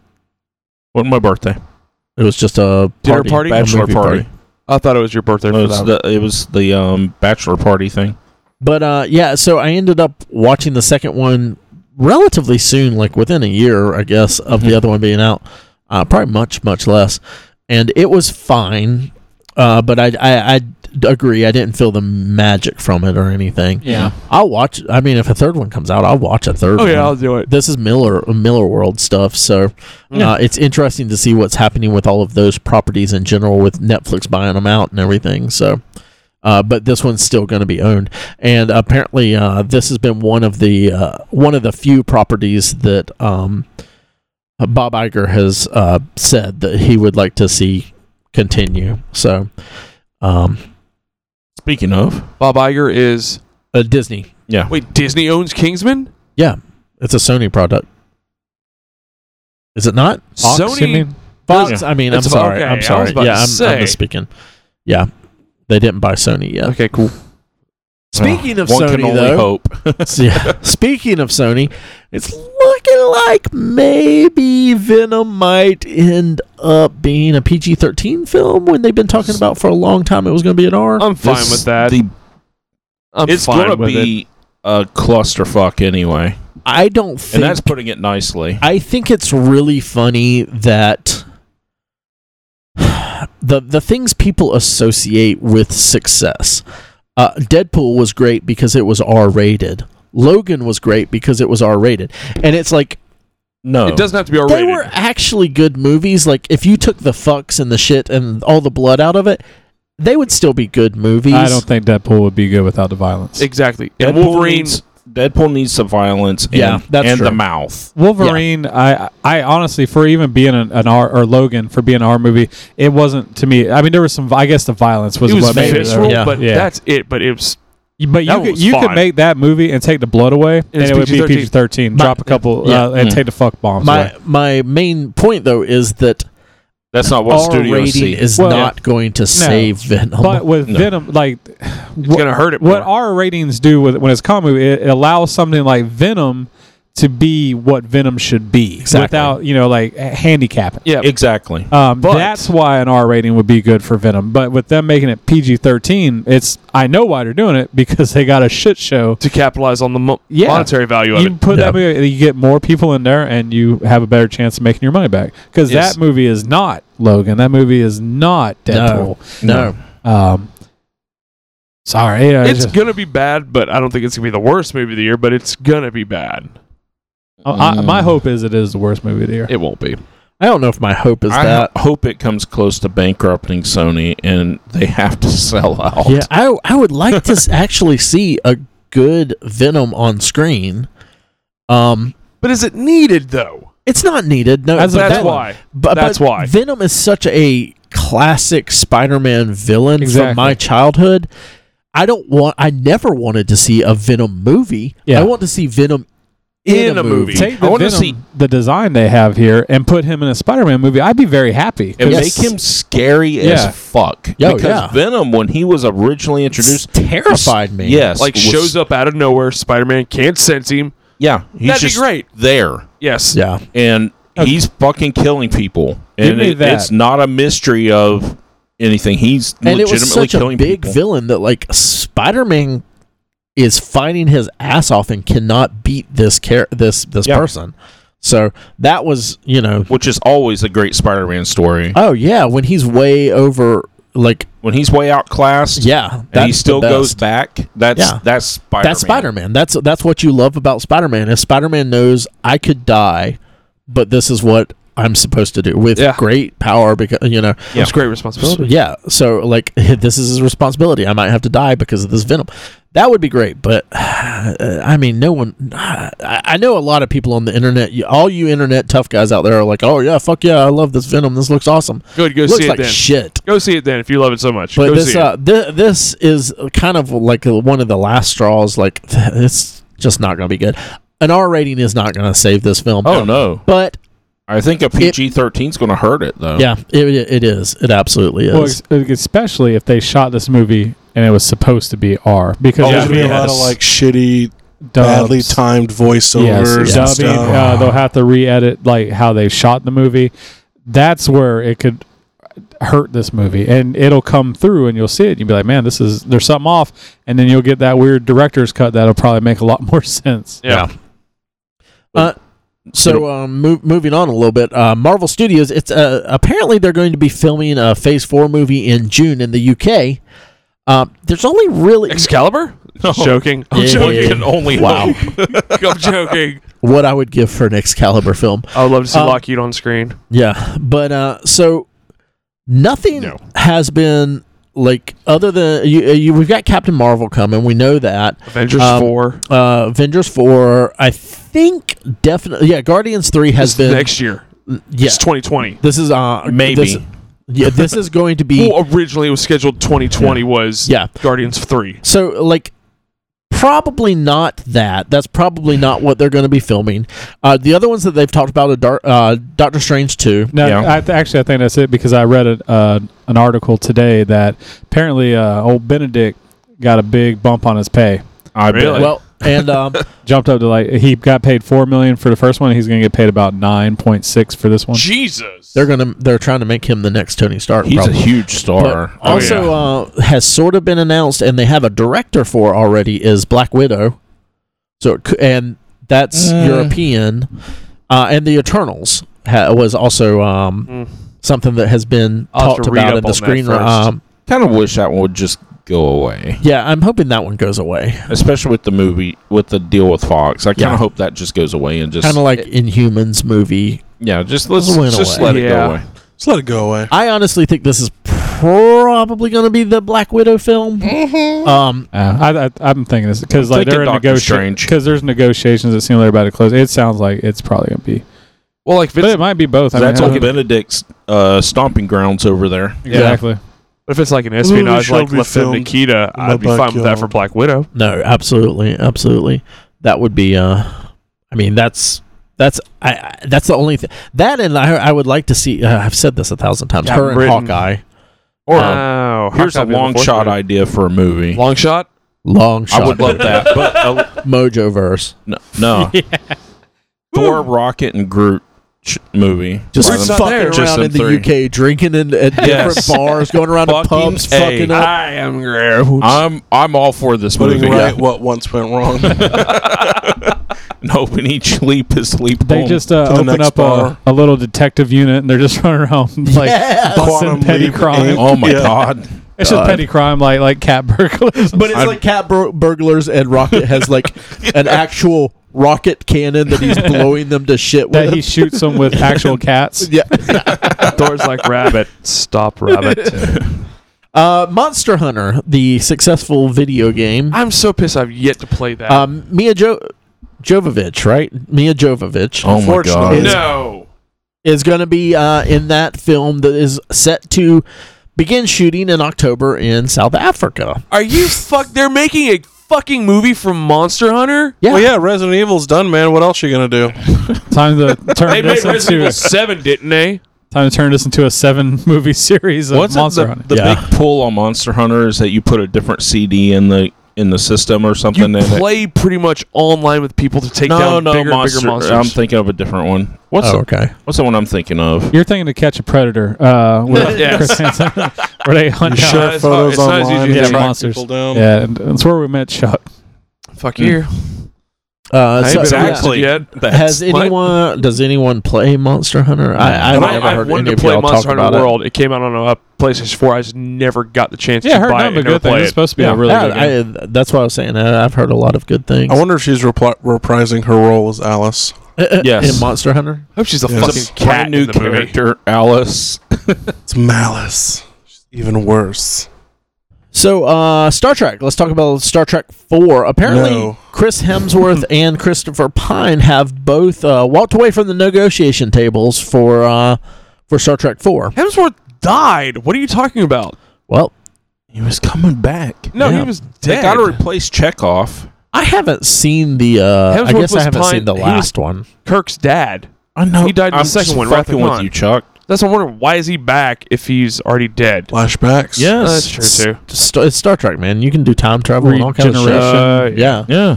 Speaker 2: Wasn't my birthday.
Speaker 3: it was just a
Speaker 5: Dinner
Speaker 3: party,
Speaker 5: party?
Speaker 3: a
Speaker 2: Bachelor
Speaker 3: movie
Speaker 2: party.
Speaker 5: I thought it was your birthday.
Speaker 2: No,
Speaker 5: for
Speaker 2: it's
Speaker 5: that.
Speaker 2: the, it was the um, bachelor party thing.
Speaker 3: But uh, yeah, so I ended up watching the second one relatively soon, like within a year, I guess, of
Speaker 5: Mm-hmm.
Speaker 3: the other one being out. Uh, probably much, much less. And it was fine, uh, but I, I, I d- agree. I didn't feel the magic from it or anything.
Speaker 1: Yeah.
Speaker 3: I'll watch. I mean, if a third one comes out, I'll watch a third.
Speaker 5: oh
Speaker 3: one.
Speaker 5: yeah, I'll do it.
Speaker 3: this is Miller Miller World stuff, so uh, it's interesting to see what's happening with all of those properties in general, with Netflix buying them out and everything. So, uh, but this one's still going to be owned, and apparently, uh, this has been one of the uh, one of the few properties that um, uh, Bob Iger has uh, said that he would like to see continue. So, um,
Speaker 2: Speaking of,
Speaker 5: Bob Iger is
Speaker 3: uh, Disney,
Speaker 2: yeah,
Speaker 5: wait. Disney owns Kingsman.
Speaker 3: it's a Sony product. Is it not?
Speaker 1: Ox, you mean?
Speaker 3: Fox. I mean, I'm
Speaker 5: It's-
Speaker 3: sorry.
Speaker 5: okay, I
Speaker 3: I'm
Speaker 5: was
Speaker 3: sorry.
Speaker 5: about
Speaker 3: yeah,
Speaker 5: to
Speaker 3: I'm,
Speaker 5: say.
Speaker 3: I'm speaking. Yeah, they didn't buy Sony yet.
Speaker 5: Okay, cool.
Speaker 3: Speaking of
Speaker 2: one can
Speaker 3: Sony,
Speaker 2: only
Speaker 3: though,
Speaker 2: hope.
Speaker 3: yeah. Speaking of Sony, it's looking like maybe Venom might end up being a PG-13 film when they've been talking about for a long time. It was going to be an R.
Speaker 5: I'm fine
Speaker 2: This-
Speaker 5: with that.
Speaker 2: the-
Speaker 5: I'm
Speaker 2: it's
Speaker 5: fine
Speaker 2: gonna
Speaker 5: with it.
Speaker 2: be a clusterfuck anyway,
Speaker 3: I don't think.
Speaker 2: and that's putting it nicely.
Speaker 3: I think it's really funny that the the things people associate with success. Uh, Deadpool was great because it was R rated. Logan was great because it was R rated, and it's like
Speaker 2: No,
Speaker 5: It doesn't have to be
Speaker 3: they
Speaker 5: R-rated.
Speaker 3: were actually good movies. Like if you took the fucks and the shit and all the blood out of it, they would still be good movies.
Speaker 1: I don't think Deadpool would be good without the violence.
Speaker 5: exactly.
Speaker 2: Deadpool
Speaker 5: And Wolverine.
Speaker 2: Needs, Deadpool needs the violence. And,
Speaker 3: Yeah, that's
Speaker 2: and
Speaker 3: true.
Speaker 2: the mouth.
Speaker 1: Wolverine, I, I honestly, for even being an, an R or Logan for being an R movie, it wasn't to me. I mean, there was some. I guess the violence was,
Speaker 5: It was
Speaker 1: what made it.
Speaker 5: visceral,
Speaker 3: Yeah.
Speaker 5: but
Speaker 1: Yeah.
Speaker 5: that's it. But it was
Speaker 1: But
Speaker 5: That
Speaker 1: you
Speaker 5: one
Speaker 1: could,
Speaker 5: was
Speaker 1: you could
Speaker 5: fine.
Speaker 1: make that movie and take the blood away, and
Speaker 5: it's
Speaker 1: it would be
Speaker 5: PG-13.
Speaker 1: PG thirteen.
Speaker 3: My-
Speaker 1: Drop a couple
Speaker 3: yeah.
Speaker 1: uh, and
Speaker 2: Mm.
Speaker 1: take the fuck bombs.
Speaker 3: My
Speaker 1: away.
Speaker 3: my main point though is that
Speaker 2: That's not what
Speaker 3: R
Speaker 2: Studio
Speaker 3: rating
Speaker 2: C.
Speaker 3: is
Speaker 1: Well,
Speaker 3: not going to save Venom.
Speaker 1: But with
Speaker 2: No.
Speaker 1: Venom, like
Speaker 5: it's gonna hurt it.
Speaker 1: what
Speaker 5: more.
Speaker 1: R ratings do with when it's a comic movie, it, it allows something like Venom to be what Venom should be
Speaker 3: Exactly.
Speaker 1: without you know like handicapping.
Speaker 5: yeah,
Speaker 2: exactly.
Speaker 1: Um,
Speaker 5: But-
Speaker 1: that's why an R rating would be good for Venom. But with them making it PG thirteen, it's I know why they're doing it because they got a shit show.
Speaker 5: to capitalize on the mo-
Speaker 1: Yeah.
Speaker 5: monetary value of
Speaker 1: You
Speaker 5: it.
Speaker 1: put
Speaker 3: Yeah.
Speaker 1: that movie, you get more people in there, and you have a better chance of making your money back. Because
Speaker 5: Yes.
Speaker 1: that movie is not Logan. That movie is not
Speaker 3: No.
Speaker 1: Deadpool.
Speaker 3: no,
Speaker 1: Um, sorry, you know,
Speaker 5: It's
Speaker 1: it's just-
Speaker 5: gonna be bad, but I don't think it's gonna be the worst movie of the year. But it's gonna be bad.
Speaker 1: I, I- my hope is it is the worst movie of the year.
Speaker 5: It won't be.
Speaker 3: I don't know if my hope is
Speaker 2: I
Speaker 3: that.
Speaker 2: ho- hope it comes close to bankrupting Sony and they have to sell out.
Speaker 3: Yeah, I I would like to s- actually see a good Venom on screen. Um,
Speaker 5: But is it needed though?
Speaker 3: it's not needed. No,
Speaker 1: That's-
Speaker 3: but
Speaker 5: That's
Speaker 3: that-
Speaker 5: why.
Speaker 3: But,
Speaker 5: that's
Speaker 3: but
Speaker 5: why.
Speaker 3: Venom is such a classic Spider-Man villain
Speaker 1: Exactly.
Speaker 3: from my childhood. I don't want. I never wanted to see a Venom movie.
Speaker 1: Yeah.
Speaker 3: I want to see Venom
Speaker 5: In a movie.
Speaker 1: Take
Speaker 2: I
Speaker 1: the
Speaker 2: wanna
Speaker 1: Venom,
Speaker 2: see-
Speaker 1: the design they have here, and put him in a Spider-Man movie. I'd be very happy.
Speaker 2: And
Speaker 3: Yes.
Speaker 2: make him scary
Speaker 1: Yeah.
Speaker 2: as fuck.
Speaker 3: Yo,
Speaker 2: because
Speaker 3: yeah.
Speaker 2: Venom, when he was originally introduced,
Speaker 3: terrified me.
Speaker 2: yes,
Speaker 5: Like shows up out of nowhere. Spider Man can't sense him.
Speaker 2: Yeah, he's
Speaker 5: That'd be
Speaker 2: just
Speaker 5: great.
Speaker 2: there,
Speaker 5: Yes.
Speaker 3: Yeah.
Speaker 2: and he's fucking killing people.
Speaker 1: Give
Speaker 2: And
Speaker 1: me
Speaker 2: it-
Speaker 1: that.
Speaker 2: it's not a mystery of anything. He's
Speaker 3: and it
Speaker 2: legitimately
Speaker 3: was such a
Speaker 2: killing
Speaker 3: big
Speaker 2: people.
Speaker 3: villain that like Spider-Man is fighting his ass off and cannot beat this care this this
Speaker 2: Yeah.
Speaker 3: person. So that was you know
Speaker 2: which is always a great Spider-Man story.
Speaker 3: oh yeah when he's way over like
Speaker 2: when he's way outclassed,
Speaker 3: yeah
Speaker 2: and
Speaker 3: the
Speaker 2: he still goes
Speaker 3: best.
Speaker 2: back. That's
Speaker 3: Yeah.
Speaker 2: that's Spider.
Speaker 3: that's Spider-Man that's that's what you love about Spider-Man is Spider-Man knows I could die but this is what I'm supposed to do with
Speaker 5: Yeah.
Speaker 3: great power because you know
Speaker 2: Yeah.
Speaker 5: It's great
Speaker 3: So,
Speaker 5: responsibility.
Speaker 3: yeah. So like this is his responsibility. I might have to die because of this venom. That would be great, but uh, I mean, no one. I, I know a lot of people on the internet. you- All you internet tough guys out there are like, "Oh yeah, fuck yeah, I love this venom. This looks awesome.
Speaker 5: Good. Go
Speaker 3: looks
Speaker 5: see
Speaker 3: like
Speaker 5: it then.
Speaker 3: shit."
Speaker 5: go see it then if you love it so much.
Speaker 3: But
Speaker 5: go
Speaker 3: this
Speaker 5: see it.
Speaker 3: uh, th- this is kind of like one of the last straws. Like it's just not going to be good. An R rating is not going to save this film.
Speaker 2: Oh no,
Speaker 3: But
Speaker 2: I think a PG thirteen is going to hurt it though.
Speaker 5: Oh.
Speaker 3: yeah, it, it is. It absolutely is.
Speaker 1: Well, ex- especially if they shot this movie and it was supposed to be R,
Speaker 5: Oh,
Speaker 1: because
Speaker 4: There's
Speaker 1: there's
Speaker 4: gonna be a lot of
Speaker 2: yes.
Speaker 4: like shitty,
Speaker 1: dubs.
Speaker 4: badly timed voiceovers
Speaker 1: Yes,
Speaker 4: and
Speaker 1: dubbing,
Speaker 4: stuff.
Speaker 1: uh, they'll have to re-edit like how they shot the movie. That's where it could hurt this movie, and it'll come through, and you'll see it. And you'll be like, man, this is there's something off, and then you'll get that weird director's cut that'll probably make a lot more sense.
Speaker 5: Yeah.
Speaker 3: So um, move, moving on a little bit, uh, Marvel Studios. It's uh, apparently they're going to be filming a Phase Four movie in June in the UK. Uh, there's only really
Speaker 5: Excalibur? Joking. I'm
Speaker 3: Yeah.
Speaker 5: joking. Only
Speaker 3: Wow.
Speaker 5: I'm joking.
Speaker 3: what I would give for an Excalibur film.
Speaker 5: I would love to see
Speaker 3: Um,
Speaker 5: Lockheed on screen.
Speaker 3: Yeah, but uh, so nothing
Speaker 8: No.
Speaker 3: has been like other than you, uh, you, we've got Captain Marvel coming. We know that
Speaker 5: Avengers
Speaker 3: Um,
Speaker 5: 4
Speaker 3: uh, Avengers Four. I think definitely. Yeah, Guardians Three has been.
Speaker 5: next year.
Speaker 3: yeah,
Speaker 5: It's 2020.
Speaker 3: this is uh
Speaker 2: Maybe.
Speaker 3: this- yeah, this is going to be
Speaker 5: Well, originally it was scheduled 2020 was
Speaker 3: yeah.
Speaker 5: Guardians 3.
Speaker 3: So like probably not that. That's probably not what they're going to be filming. Uh, the other ones that they've talked about are Dar- uh, Doctor Strange 2.
Speaker 1: No,
Speaker 2: Yeah.
Speaker 1: I th- actually, I think that's it because I read a, uh, an article today that apparently uh, old Benedict got a big bump on his pay.
Speaker 2: I
Speaker 5: Really?
Speaker 2: bet.
Speaker 3: Well, and um,
Speaker 1: Jumped up to like he got paid four million for the first one. He's going to get paid about nine point six for this one.
Speaker 5: Jesus.
Speaker 3: they're going to they're trying to make him the next Tony Stark.
Speaker 2: He's
Speaker 3: probably.
Speaker 2: a huge
Speaker 5: Oh,
Speaker 2: star. Oh,
Speaker 3: But also uh, has sort of been announced, and they have a director for already is Black Widow. So it cou- and that's
Speaker 5: Mm.
Speaker 2: Uh.
Speaker 3: European, uh, and the Eternals ha- was also um,
Speaker 5: Mm.
Speaker 3: something that has been
Speaker 5: I'll have
Speaker 3: talked
Speaker 5: to read
Speaker 3: about
Speaker 5: up
Speaker 3: in the
Speaker 5: on that
Speaker 3: screen.
Speaker 5: first.
Speaker 3: Um,
Speaker 2: kind of wish that one would just go away,
Speaker 3: yeah, I'm hoping that one goes away.
Speaker 2: especially with the movie with the deal with Fox. I kind of
Speaker 3: Yeah.
Speaker 2: hope that just goes away and just
Speaker 3: kind of like Inhumans movie.
Speaker 2: yeah, just let's
Speaker 3: Went
Speaker 2: just
Speaker 3: away.
Speaker 2: let it
Speaker 5: Yeah.
Speaker 2: go away.
Speaker 4: Just let it go away.
Speaker 3: I honestly think this is probably going to be the Black Widow film.
Speaker 2: Mm-hmm.
Speaker 3: Um,
Speaker 1: Uh, I, I, I'm thinking this because like
Speaker 2: Thinking
Speaker 1: they're in
Speaker 2: Doctor
Speaker 1: negotiations
Speaker 2: Strange.
Speaker 1: because there's negotiations that seem like they're about to close. It sounds like it's probably going to be,
Speaker 5: well, like
Speaker 1: but
Speaker 5: Vince
Speaker 1: it might be both. I mean,
Speaker 2: That's
Speaker 1: hell,
Speaker 2: old Benedict's uh, stomping grounds over there.
Speaker 1: exactly.
Speaker 5: But if it's like an espionage
Speaker 4: shall
Speaker 5: like
Speaker 4: be
Speaker 5: Left
Speaker 4: filmed
Speaker 5: Nikita,
Speaker 4: in my
Speaker 5: I'd be fine with that
Speaker 4: backyard.
Speaker 5: for Black Widow.
Speaker 3: no, absolutely, absolutely. That would be. Uh, I mean, that's that's I, I that's the only thing that and I, I would like to see. Uh, I've said this a thousand times.
Speaker 5: Yeah,
Speaker 3: her and
Speaker 5: Britain.
Speaker 3: Hawkeye,
Speaker 2: Or
Speaker 5: oh,
Speaker 2: here's a
Speaker 5: Hawkeye being the
Speaker 2: long
Speaker 5: fourth
Speaker 2: shot
Speaker 5: one.
Speaker 2: idea for a movie.
Speaker 5: Long shot?
Speaker 3: long
Speaker 2: I
Speaker 3: shot,
Speaker 2: would love that, but uh,
Speaker 3: Mojo verse.
Speaker 2: No, no. Thor, Rocket, and Groot ch- movie.
Speaker 3: Just
Speaker 2: Why them-
Speaker 3: fucking around
Speaker 2: Just them
Speaker 3: in the
Speaker 2: three.
Speaker 3: UK, drinking in at different
Speaker 2: Yes.
Speaker 3: bars, going around to
Speaker 2: Fucking
Speaker 3: pubs,
Speaker 2: A.
Speaker 3: fucking up.
Speaker 5: I am Groot.
Speaker 2: I'm I'm all for this
Speaker 4: Putting
Speaker 2: movie.
Speaker 4: right what once went wrong.
Speaker 2: And hoping each leap is leap.
Speaker 1: They
Speaker 2: home.
Speaker 1: just uh,
Speaker 4: To the
Speaker 1: open
Speaker 4: next
Speaker 1: up
Speaker 4: bar.
Speaker 1: a, a little detective unit and they're just running around like
Speaker 3: Yes.
Speaker 1: busting
Speaker 4: Quantum
Speaker 1: petty
Speaker 4: leap
Speaker 1: crime.
Speaker 4: and-
Speaker 2: Oh my
Speaker 4: Yeah.
Speaker 2: god!
Speaker 1: It's just petty crime like like cat burglars.
Speaker 3: But it's
Speaker 2: I'm-
Speaker 3: like cat bur- burglars and Rocket has like an actual rocket cannon that he's blowing them to shit
Speaker 1: that
Speaker 3: with.
Speaker 1: he shoots them with actual cats.
Speaker 3: yeah.
Speaker 5: Thor's like rabbit. Stop rabbit.
Speaker 3: Uh, Monster Hunter, the successful video game.
Speaker 5: I'm so pissed I've yet to play that.
Speaker 3: Um, Mia jo- Jovovich, right? Mia Jovovich
Speaker 2: Oh my god!
Speaker 4: Unfortunately.
Speaker 5: no.
Speaker 3: is going to be uh, in that film that is set to begin shooting in October in South Africa.
Speaker 5: Are you fuck? They're making a fucking movie from Monster Hunter?
Speaker 3: Yeah.
Speaker 4: Well, yeah, Resident Evil's done, man. What else you gonna do?
Speaker 1: Time to turn
Speaker 5: They made
Speaker 1: this
Speaker 5: Resident
Speaker 1: into
Speaker 5: Evil 7, didn't they?
Speaker 1: time to turn this into a seven movie series of
Speaker 2: What's
Speaker 1: Monster
Speaker 2: it, the,
Speaker 1: Hunter.
Speaker 2: the
Speaker 3: Yeah.
Speaker 2: big pull on Monster Hunter is that you put a different CD in the in the system or
Speaker 5: You
Speaker 2: something. and it-
Speaker 5: play pretty much online with people to take
Speaker 2: no,
Speaker 5: down
Speaker 2: no,
Speaker 5: bigger
Speaker 2: monster,
Speaker 5: and bigger monsters.
Speaker 2: I'm thinking of a different one. What's the,
Speaker 3: okay.
Speaker 2: what's the one I'm thinking of?
Speaker 1: You're thinking to catch a predator, uh, with
Speaker 5: Yes.
Speaker 1: Chris Hansen, where they hunt down.
Speaker 5: Sure.
Speaker 4: Share
Speaker 5: it's
Speaker 4: photos
Speaker 5: not- it's not as
Speaker 4: online.
Speaker 5: easy to
Speaker 4: and
Speaker 1: do.
Speaker 4: track
Speaker 1: Monsters.
Speaker 4: people down.
Speaker 1: Yeah, and that's where we met Chuck.
Speaker 5: Fuck you.
Speaker 3: Uh,
Speaker 5: I
Speaker 3: so-
Speaker 5: ain't been
Speaker 3: yeah.
Speaker 5: arrested yet.
Speaker 3: Has
Speaker 5: What?
Speaker 3: anyone? Does anyone play Monster Hunter? I, I've
Speaker 5: And
Speaker 3: never
Speaker 5: I,
Speaker 3: heard
Speaker 5: I wanted
Speaker 3: any
Speaker 5: to
Speaker 3: of
Speaker 5: play
Speaker 3: y'all
Speaker 5: Monster
Speaker 3: talk
Speaker 5: Hunter
Speaker 3: about
Speaker 5: World. It. came out on a PlayStation 4. I just never got the chance
Speaker 1: Yeah, I
Speaker 5: to
Speaker 1: heard
Speaker 5: buy
Speaker 1: nothing
Speaker 5: it.
Speaker 1: but
Speaker 5: never
Speaker 1: good things.
Speaker 5: played
Speaker 1: It's
Speaker 5: it.
Speaker 1: supposed to be
Speaker 3: it.
Speaker 1: a really good game.
Speaker 3: Yeah, I, that's what I was saying. I, I've heard a lot of good things.
Speaker 4: I wonder if she's repli- reprising her role as Alice.
Speaker 2: Yes.
Speaker 3: in Monster Hunter.
Speaker 5: I hope she's a
Speaker 4: Yeah.
Speaker 2: It's a
Speaker 5: fucking cat
Speaker 2: brand new
Speaker 5: in the movie.
Speaker 2: character, Alice.
Speaker 4: It's Malice. She's even worse.
Speaker 3: So, uh, Star Trek. Let's talk about Star Trek Four. Apparently,
Speaker 4: No.
Speaker 3: Chris Hemsworth and Christopher Pine have both uh, walked away from the negotiation tables for uh, for Star Trek Four.
Speaker 5: Hemsworth died. What are you talking about?
Speaker 3: Well,
Speaker 2: He was coming back.
Speaker 5: No,
Speaker 3: Yeah.
Speaker 5: he was
Speaker 2: They
Speaker 5: dead.
Speaker 2: got to replace Chekhov.
Speaker 3: I haven't seen the. Uh, I
Speaker 5: Hemsworth
Speaker 3: guess I
Speaker 5: was
Speaker 3: haven't
Speaker 5: Pine-
Speaker 3: seen the
Speaker 5: he was-
Speaker 3: last one.
Speaker 5: Kirk's dad.
Speaker 2: I know.
Speaker 5: He died in the
Speaker 2: I'm
Speaker 5: second
Speaker 2: just
Speaker 5: one, Wrath of
Speaker 2: Fucking with
Speaker 5: Khan.
Speaker 2: you, Chuck.
Speaker 5: That's I'm wondering why is he back if he's already dead.
Speaker 4: Flashbacks.
Speaker 3: Yes,
Speaker 5: That's true,
Speaker 3: it's-
Speaker 5: too.
Speaker 3: it's Star- it's Star Trek, man. You can do time travel and all kinds of shit.
Speaker 1: Regeneration.
Speaker 5: Uh,
Speaker 3: Yeah,
Speaker 2: Yeah.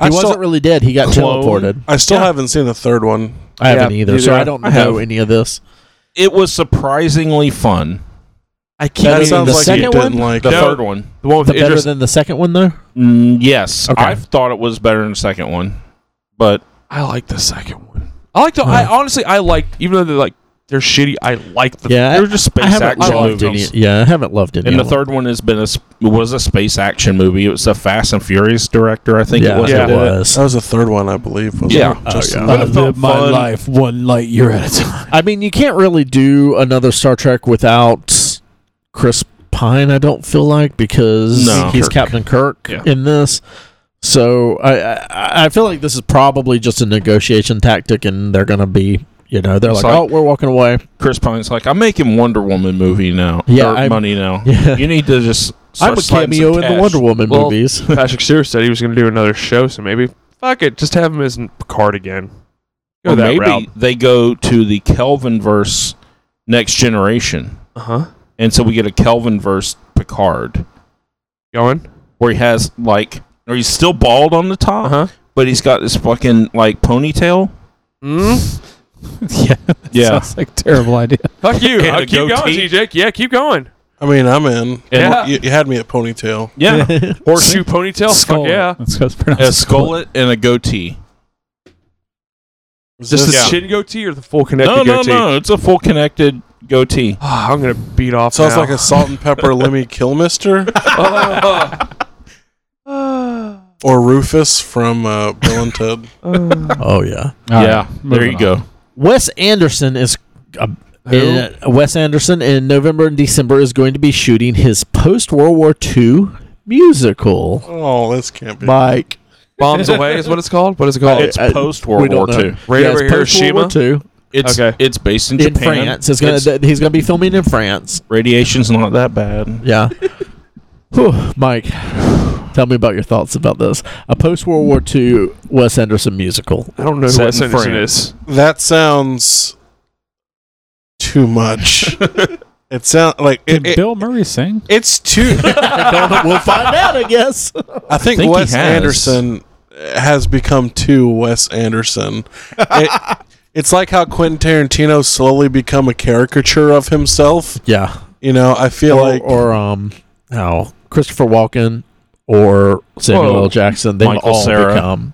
Speaker 4: I
Speaker 3: he wasn't
Speaker 4: still,
Speaker 3: really dead. He got
Speaker 5: Clone.
Speaker 3: teleported.
Speaker 4: I still haven't seen the third one.
Speaker 3: I
Speaker 5: Yeah,
Speaker 3: haven't either,
Speaker 5: neither
Speaker 3: so I
Speaker 5: have-
Speaker 3: don't
Speaker 2: I
Speaker 3: know
Speaker 2: have.
Speaker 3: any of this.
Speaker 2: It was surprisingly fun.
Speaker 3: I keep
Speaker 4: That
Speaker 3: meaning
Speaker 4: sounds
Speaker 3: the
Speaker 4: like you
Speaker 3: second
Speaker 4: didn't
Speaker 3: one.
Speaker 4: like
Speaker 2: The
Speaker 4: it.
Speaker 5: No.
Speaker 2: third one.
Speaker 5: The one with
Speaker 3: The
Speaker 5: the
Speaker 3: better
Speaker 5: Idris.
Speaker 3: than the second one though.
Speaker 2: Mm, yes,
Speaker 3: Okay.
Speaker 2: I thought it was better than the second one, but
Speaker 5: I like the second one. I like the. I honestly, I like even though they're like they're shitty. I like the.
Speaker 3: Yeah,
Speaker 2: they're just space
Speaker 3: I haven't
Speaker 2: action
Speaker 3: loved any.
Speaker 2: movies.
Speaker 3: Yeah, I haven't loved any.
Speaker 2: And the
Speaker 3: of them.
Speaker 2: third one has been a s- was a space action movie. It was a Fast and Furious director, I think
Speaker 3: yeah,
Speaker 2: it was. that
Speaker 5: Yeah.
Speaker 2: did it.
Speaker 3: was.
Speaker 4: That was the third one, I believe. wasn't
Speaker 2: Yeah.
Speaker 5: Oh,
Speaker 4: it? Just-
Speaker 2: But it felt
Speaker 1: my
Speaker 2: fun.
Speaker 1: life one light year at a time.
Speaker 3: I mean, you can't really do another Star Trek without Chris Pine. I don't feel like because
Speaker 2: No.
Speaker 3: he's
Speaker 2: Kirk.
Speaker 3: Captain Kirk
Speaker 2: Yeah.
Speaker 3: in this. So I, I I feel like this is probably just a negotiation tactic, and they're gonna be you know they're
Speaker 2: It's
Speaker 3: like,
Speaker 2: like-
Speaker 3: oh we're walking away.
Speaker 2: Chris Pine's like, I'm making Wonder Woman movie now.
Speaker 3: Yeah,
Speaker 2: or
Speaker 3: I'm-
Speaker 2: money now.
Speaker 3: Yeah.
Speaker 2: You need to just.
Speaker 3: I'm a cameo in the Wonder Woman
Speaker 5: Well-
Speaker 3: movies.
Speaker 5: Patrick Stewart said he was going to do another show, so maybe fuck it, just have him as Picard again. Go
Speaker 2: Or
Speaker 5: that
Speaker 2: maybe
Speaker 5: route.
Speaker 2: they go to the Kelvin verse next generation,
Speaker 5: Uh huh.
Speaker 2: and so we get a Kelvin verse Picard
Speaker 5: Going.
Speaker 2: where he has like, or he's still bald on the top,
Speaker 5: Uh huh.
Speaker 2: but he's got this fucking like ponytail.
Speaker 5: Mm.
Speaker 1: yeah,
Speaker 2: Yeah,
Speaker 1: sounds like a terrible idea.
Speaker 5: Fuck you.
Speaker 2: And
Speaker 5: Uh,
Speaker 2: a
Speaker 5: keep going,
Speaker 2: goatee.
Speaker 5: TJ. Yeah, keep going.
Speaker 4: I mean, I'm in.
Speaker 5: Yeah.
Speaker 4: You, you had me at ponytail.
Speaker 2: yeah.
Speaker 5: Horseshoe ponytail.
Speaker 1: Skull.
Speaker 5: Fuck yeah.
Speaker 1: that's how it's pronounced.
Speaker 2: a skullet and a goatee.
Speaker 4: Is
Speaker 5: Just the
Speaker 4: this-
Speaker 2: Yeah.
Speaker 5: chin goatee or the full connected
Speaker 2: No, no,
Speaker 5: goatee?
Speaker 2: no. It's a full connected goatee.
Speaker 5: Ah, I'm gonna beat off.
Speaker 4: sounds
Speaker 5: now.
Speaker 4: like a salt and pepper Lemmy Kilmister
Speaker 5: Uh,
Speaker 4: or Rufus from uh, Bill and Ted.
Speaker 5: uh,
Speaker 1: All
Speaker 3: oh yeah,
Speaker 1: right,
Speaker 2: yeah, there
Speaker 1: moving
Speaker 2: you
Speaker 1: on.
Speaker 2: go.
Speaker 3: Wes Anderson is. Uh, in- Wes Anderson in November and December is going to be shooting his post World War II musical.
Speaker 4: Oh, this can't be.
Speaker 3: Mike.
Speaker 5: bombs away is what it's called. What is it
Speaker 3: Uh,
Speaker 5: called?
Speaker 2: It's
Speaker 3: I-
Speaker 2: post World
Speaker 3: we don't
Speaker 2: War
Speaker 3: know.
Speaker 2: II.
Speaker 5: right
Speaker 3: Yeah,
Speaker 5: over
Speaker 3: it's
Speaker 5: Hiroshima.
Speaker 3: post-World War II
Speaker 2: It's
Speaker 5: Okay.
Speaker 2: it's based in
Speaker 3: in
Speaker 2: Japan.
Speaker 3: France. It's gonna,
Speaker 2: It's-
Speaker 3: th- he's going to be filming in France.
Speaker 2: radiation's not that bad.
Speaker 3: Yeah. Whew, Mike, tell me about your thoughts about this. A post World War II Wes Anderson musical.
Speaker 5: I don't know
Speaker 2: Set
Speaker 5: who Wes
Speaker 2: in
Speaker 5: Anderson
Speaker 2: France.
Speaker 5: is.
Speaker 4: That sounds too much. it sounds like
Speaker 1: Did
Speaker 4: it, it-
Speaker 1: Bill Murray sing?
Speaker 4: it's too.
Speaker 3: we'll find out, I guess.
Speaker 4: I think,
Speaker 2: think he
Speaker 4: Wes
Speaker 2: has.
Speaker 4: Anderson has become too Wes Anderson. It- it's like how Quentin Tarantino slowly become a caricature of himself.
Speaker 3: Yeah.
Speaker 4: You know, I feel
Speaker 3: Or,
Speaker 4: like
Speaker 3: or um, oh, Christopher Walken or Samuel
Speaker 2: Well,
Speaker 3: L. Jackson. They've
Speaker 2: Michael
Speaker 3: all
Speaker 2: Cera.
Speaker 3: become.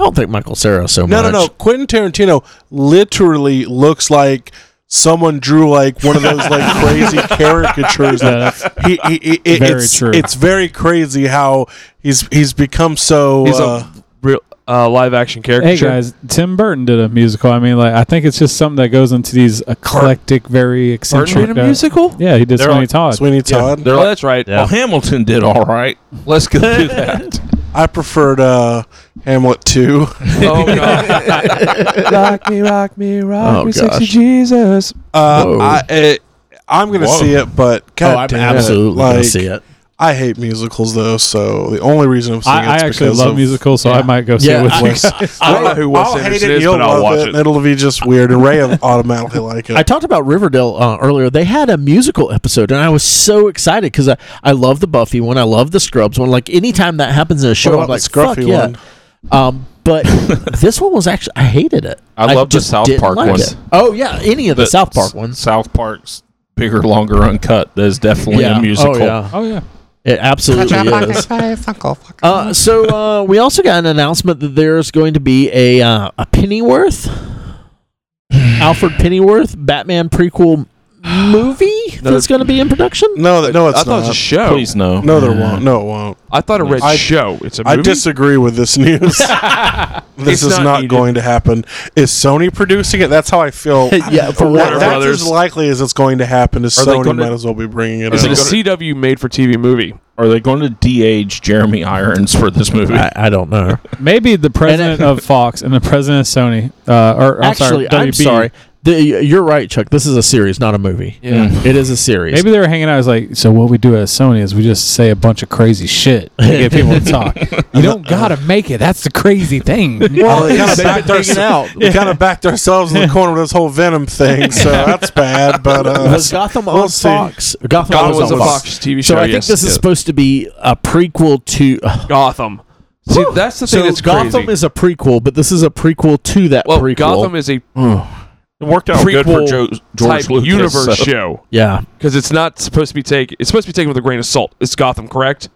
Speaker 3: I don't think Michael Sarah so
Speaker 4: no,
Speaker 3: much.
Speaker 4: no, no. Quentin Tarantino literally looks like someone drew like one of those like crazy caricatures.
Speaker 1: Yeah,
Speaker 4: That
Speaker 1: that's-
Speaker 4: he, he, he- it-
Speaker 1: Very
Speaker 4: it's,
Speaker 1: true.
Speaker 4: It's very crazy how he's he's become so.
Speaker 5: He's
Speaker 4: uh,
Speaker 5: a real uh, live action character.
Speaker 1: hey guys, Tim Burton did a musical. I mean, like I think it's just something that goes into these eclectic, very
Speaker 5: Burton
Speaker 1: eccentric.
Speaker 5: made a
Speaker 1: uh,
Speaker 5: musical.
Speaker 1: Yeah, he did
Speaker 2: They're
Speaker 1: Sweeney
Speaker 2: like-
Speaker 1: Todd.
Speaker 4: Sweeney Todd.
Speaker 2: They're
Speaker 5: Oh,
Speaker 2: like,
Speaker 5: that's right.
Speaker 2: well, Hamilton did all right. Let's go do that.
Speaker 4: I preferred uh, Hamlet too.
Speaker 5: Oh god. rock me, rock me, rock
Speaker 3: Oh,
Speaker 5: me, sexy
Speaker 3: gosh.
Speaker 5: Jesus.
Speaker 3: Whoa.
Speaker 4: Uh, I, it, I'm gonna
Speaker 2: Whoa.
Speaker 4: see it, but
Speaker 3: Oh,
Speaker 4: God
Speaker 3: I'm
Speaker 4: damn
Speaker 3: absolutely
Speaker 4: it. Like,
Speaker 3: going to see it.
Speaker 4: I hate musicals though, so the only reason I'm seeing
Speaker 1: I, I
Speaker 4: it's
Speaker 1: actually
Speaker 4: because
Speaker 1: love
Speaker 4: of,
Speaker 1: musicals, so I might go see
Speaker 3: Yeah,
Speaker 1: it with
Speaker 3: I-
Speaker 1: Wes.
Speaker 5: I don't know who Wes
Speaker 4: I'll hate
Speaker 5: Anderson
Speaker 4: it,
Speaker 5: is,
Speaker 4: you'll
Speaker 5: but
Speaker 4: love
Speaker 5: I'll watch
Speaker 4: it,
Speaker 5: it.
Speaker 4: and it'll be just weird. And Ray will automatically like it.
Speaker 3: I talked about Riverdale uh, earlier. They had a musical episode, and I was so excited because I, I love the Buffy one. I love the Scrubs one. Like anytime that happens in a show,
Speaker 4: What
Speaker 3: I'm
Speaker 4: about
Speaker 3: like,
Speaker 4: the
Speaker 3: Fuck
Speaker 4: Scruffy
Speaker 3: yeah.
Speaker 4: one?
Speaker 3: Um, but this one was actually I hated it.
Speaker 2: I love the
Speaker 3: just
Speaker 2: South
Speaker 3: didn't
Speaker 2: Park ones.
Speaker 3: it. Oh yeah, any of the, South Park ones.
Speaker 2: South Park's bigger, longer, uncut. That is definitely
Speaker 3: Yeah.
Speaker 2: a musical.
Speaker 3: Oh yeah,
Speaker 1: Oh yeah,
Speaker 3: it absolutely is. Uh, so uh, we also got an announcement that there's going to be a uh, a Pennyworth, Alfred Pennyworth Batman prequel movie that's going to be in production.
Speaker 4: no, that, no, it's
Speaker 5: I thought
Speaker 4: not.
Speaker 5: it was a show.
Speaker 2: Please no.
Speaker 4: no, there won't. No, it won't.
Speaker 5: I thought it read
Speaker 4: I-
Speaker 5: show. It's a
Speaker 4: I
Speaker 5: movie.
Speaker 4: disagree with this news. this
Speaker 5: It's
Speaker 4: is
Speaker 5: not
Speaker 4: not,
Speaker 5: needed.
Speaker 4: going to happen. Is Sony producing it? That's how I feel.
Speaker 3: yeah, for
Speaker 4: That-
Speaker 5: Warner
Speaker 3: what?
Speaker 4: that's
Speaker 5: Brothers.
Speaker 4: as likely as it's going to happen. Is
Speaker 2: Are they
Speaker 4: Sony
Speaker 2: gonna-
Speaker 4: might as well be bringing it.
Speaker 5: Is
Speaker 4: out.
Speaker 5: it a CW made for TV movie?
Speaker 2: Are they going to de-age Jeremy Irons for this movie?
Speaker 3: I, I don't know.
Speaker 1: maybe the president of Fox and the president of Sony. Uh, or I'm
Speaker 3: Actually,
Speaker 1: sorry,
Speaker 3: I'm
Speaker 1: WB,
Speaker 3: sorry. The, you're right, Chuck. This is a series, not a movie. Mm.
Speaker 2: Yeah.
Speaker 3: It is a series.
Speaker 1: Maybe they were hanging out. I was like, so what we do at Sony is we just say a bunch of crazy shit to get people to talk. you don't gotta make it. That's the crazy thing.
Speaker 4: Well, we kind of
Speaker 3: They've
Speaker 4: backed,
Speaker 3: been
Speaker 4: ourse-
Speaker 3: hanging out.
Speaker 4: we kinda backed ourselves in the corner with this whole Venom thing, so that's bad. But uh,
Speaker 3: was Gotham
Speaker 4: we'll
Speaker 3: on
Speaker 4: see.
Speaker 3: Fox? Gotham,
Speaker 5: Gotham
Speaker 3: was,
Speaker 5: was a
Speaker 3: on Fox.
Speaker 5: Fox TV
Speaker 3: So
Speaker 5: show.
Speaker 3: I think
Speaker 5: yes.
Speaker 3: this is supposed to be a prequel to.
Speaker 5: Gotham. See, that's the thing
Speaker 3: so
Speaker 5: that's
Speaker 3: Gotham
Speaker 5: crazy.
Speaker 3: is a prequel, but this is a prequel to that
Speaker 5: well,
Speaker 3: prequel.
Speaker 5: Gotham is a
Speaker 2: It worked out good for
Speaker 5: prequel
Speaker 2: jo-
Speaker 5: type
Speaker 2: George Lucas.
Speaker 5: universe
Speaker 2: so-
Speaker 5: show
Speaker 3: Yeah.
Speaker 5: because it's not supposed to be taken. It's supposed to be taken with a grain of salt. It's Gotham, correct?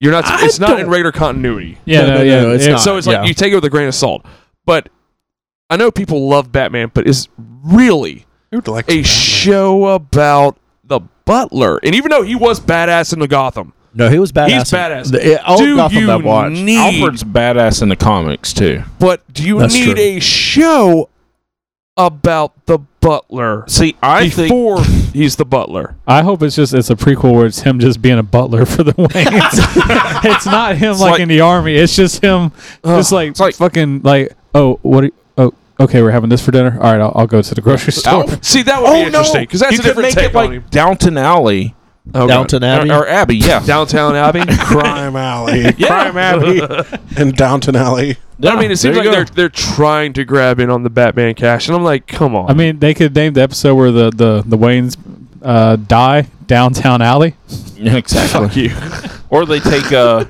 Speaker 5: You're not.
Speaker 3: I
Speaker 5: it's not in
Speaker 3: don't-
Speaker 5: regular continuity.
Speaker 1: Yeah,
Speaker 3: No,
Speaker 1: no,
Speaker 3: no,
Speaker 1: yeah,
Speaker 3: no, it's
Speaker 1: it-
Speaker 3: not.
Speaker 5: So it's like
Speaker 3: yeah.
Speaker 5: you take it with a grain of salt. But I know people love Batman, but is really
Speaker 4: Who would like
Speaker 5: a
Speaker 4: that?
Speaker 5: show about the Butler. And even though he was badass in the Gotham,
Speaker 3: No, he was badass.
Speaker 5: He's badass.
Speaker 3: The- yeah, all
Speaker 5: do
Speaker 3: Gotham
Speaker 5: you
Speaker 3: that watched.
Speaker 5: need?
Speaker 2: Alfred's badass in the comics too.
Speaker 5: but do you
Speaker 3: That's
Speaker 5: need
Speaker 3: true.
Speaker 5: a show about the Butler
Speaker 2: See, I think
Speaker 5: before he's the Butler?
Speaker 1: I hope it's just it's a prequel where it's him just being a butler for the Wayans. it's not him like,
Speaker 2: like-
Speaker 1: in the army. It's just him just like,
Speaker 2: it's like-
Speaker 1: fucking like oh what are, oh okay we're having this for dinner. All right, I'll, I'll go to the grocery store.
Speaker 5: See, that
Speaker 3: Oh,
Speaker 5: would be interesting because that's
Speaker 2: you
Speaker 5: a
Speaker 2: could
Speaker 5: different
Speaker 2: make
Speaker 5: take
Speaker 2: it
Speaker 5: on him.
Speaker 2: like Downton Alley
Speaker 3: Downton Abbey.
Speaker 2: or, or Abbey. Yeah,
Speaker 5: Downtown Abbey.
Speaker 4: Crime Alley
Speaker 2: Crime Abbey.
Speaker 4: and Downton Alley.
Speaker 5: I mean, it
Speaker 2: There
Speaker 5: seems
Speaker 2: you
Speaker 5: like
Speaker 2: go.
Speaker 5: they're they're trying to grab in on the Batman cash, and I'm like, come on.
Speaker 1: I mean, they could name the episode where the the the Waynes uh, die downtown alley.
Speaker 2: Yeah, exactly.
Speaker 5: fuck you.
Speaker 2: Or they take uh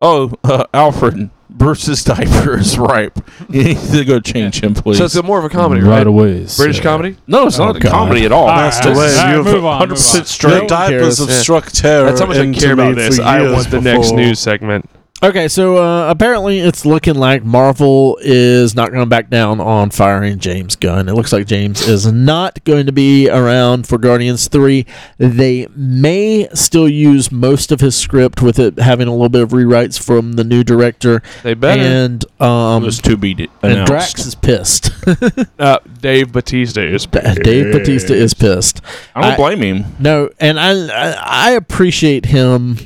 Speaker 2: oh uh, Alfred Bruce's diaper is ripe. You need to go change him, please.
Speaker 5: So it's a more of a comedy, right?
Speaker 1: away,
Speaker 5: British
Speaker 1: sir.
Speaker 5: comedy.
Speaker 2: no, it's not a
Speaker 3: God.
Speaker 2: comedy at all.
Speaker 4: That's the way.
Speaker 1: All right,
Speaker 4: You have
Speaker 1: move on, move
Speaker 2: 100%
Speaker 1: on.
Speaker 4: The
Speaker 2: straight.
Speaker 4: diapers
Speaker 3: cares?
Speaker 4: have
Speaker 5: Yeah.
Speaker 4: struck terror.
Speaker 5: That's how much I
Speaker 4: into
Speaker 5: care
Speaker 4: me
Speaker 5: about this.
Speaker 4: for
Speaker 5: I
Speaker 4: years
Speaker 5: want the next
Speaker 4: before-
Speaker 5: news segment.
Speaker 3: Okay, so uh, apparently it's looking like Marvel is not going to back down on firing James Gunn. It looks like James is not going to be around for Guardians 3. They may still use most of his script with it having a little bit of rewrites from the new director.
Speaker 5: They better.
Speaker 3: And, um,
Speaker 2: was to be d-
Speaker 3: and
Speaker 2: announced.
Speaker 3: Drax is pissed.
Speaker 5: Uh, Dave Batista is.
Speaker 3: Dave Batista is pissed.
Speaker 2: I don't
Speaker 3: I-
Speaker 2: blame him.
Speaker 3: No, and I I, I appreciate him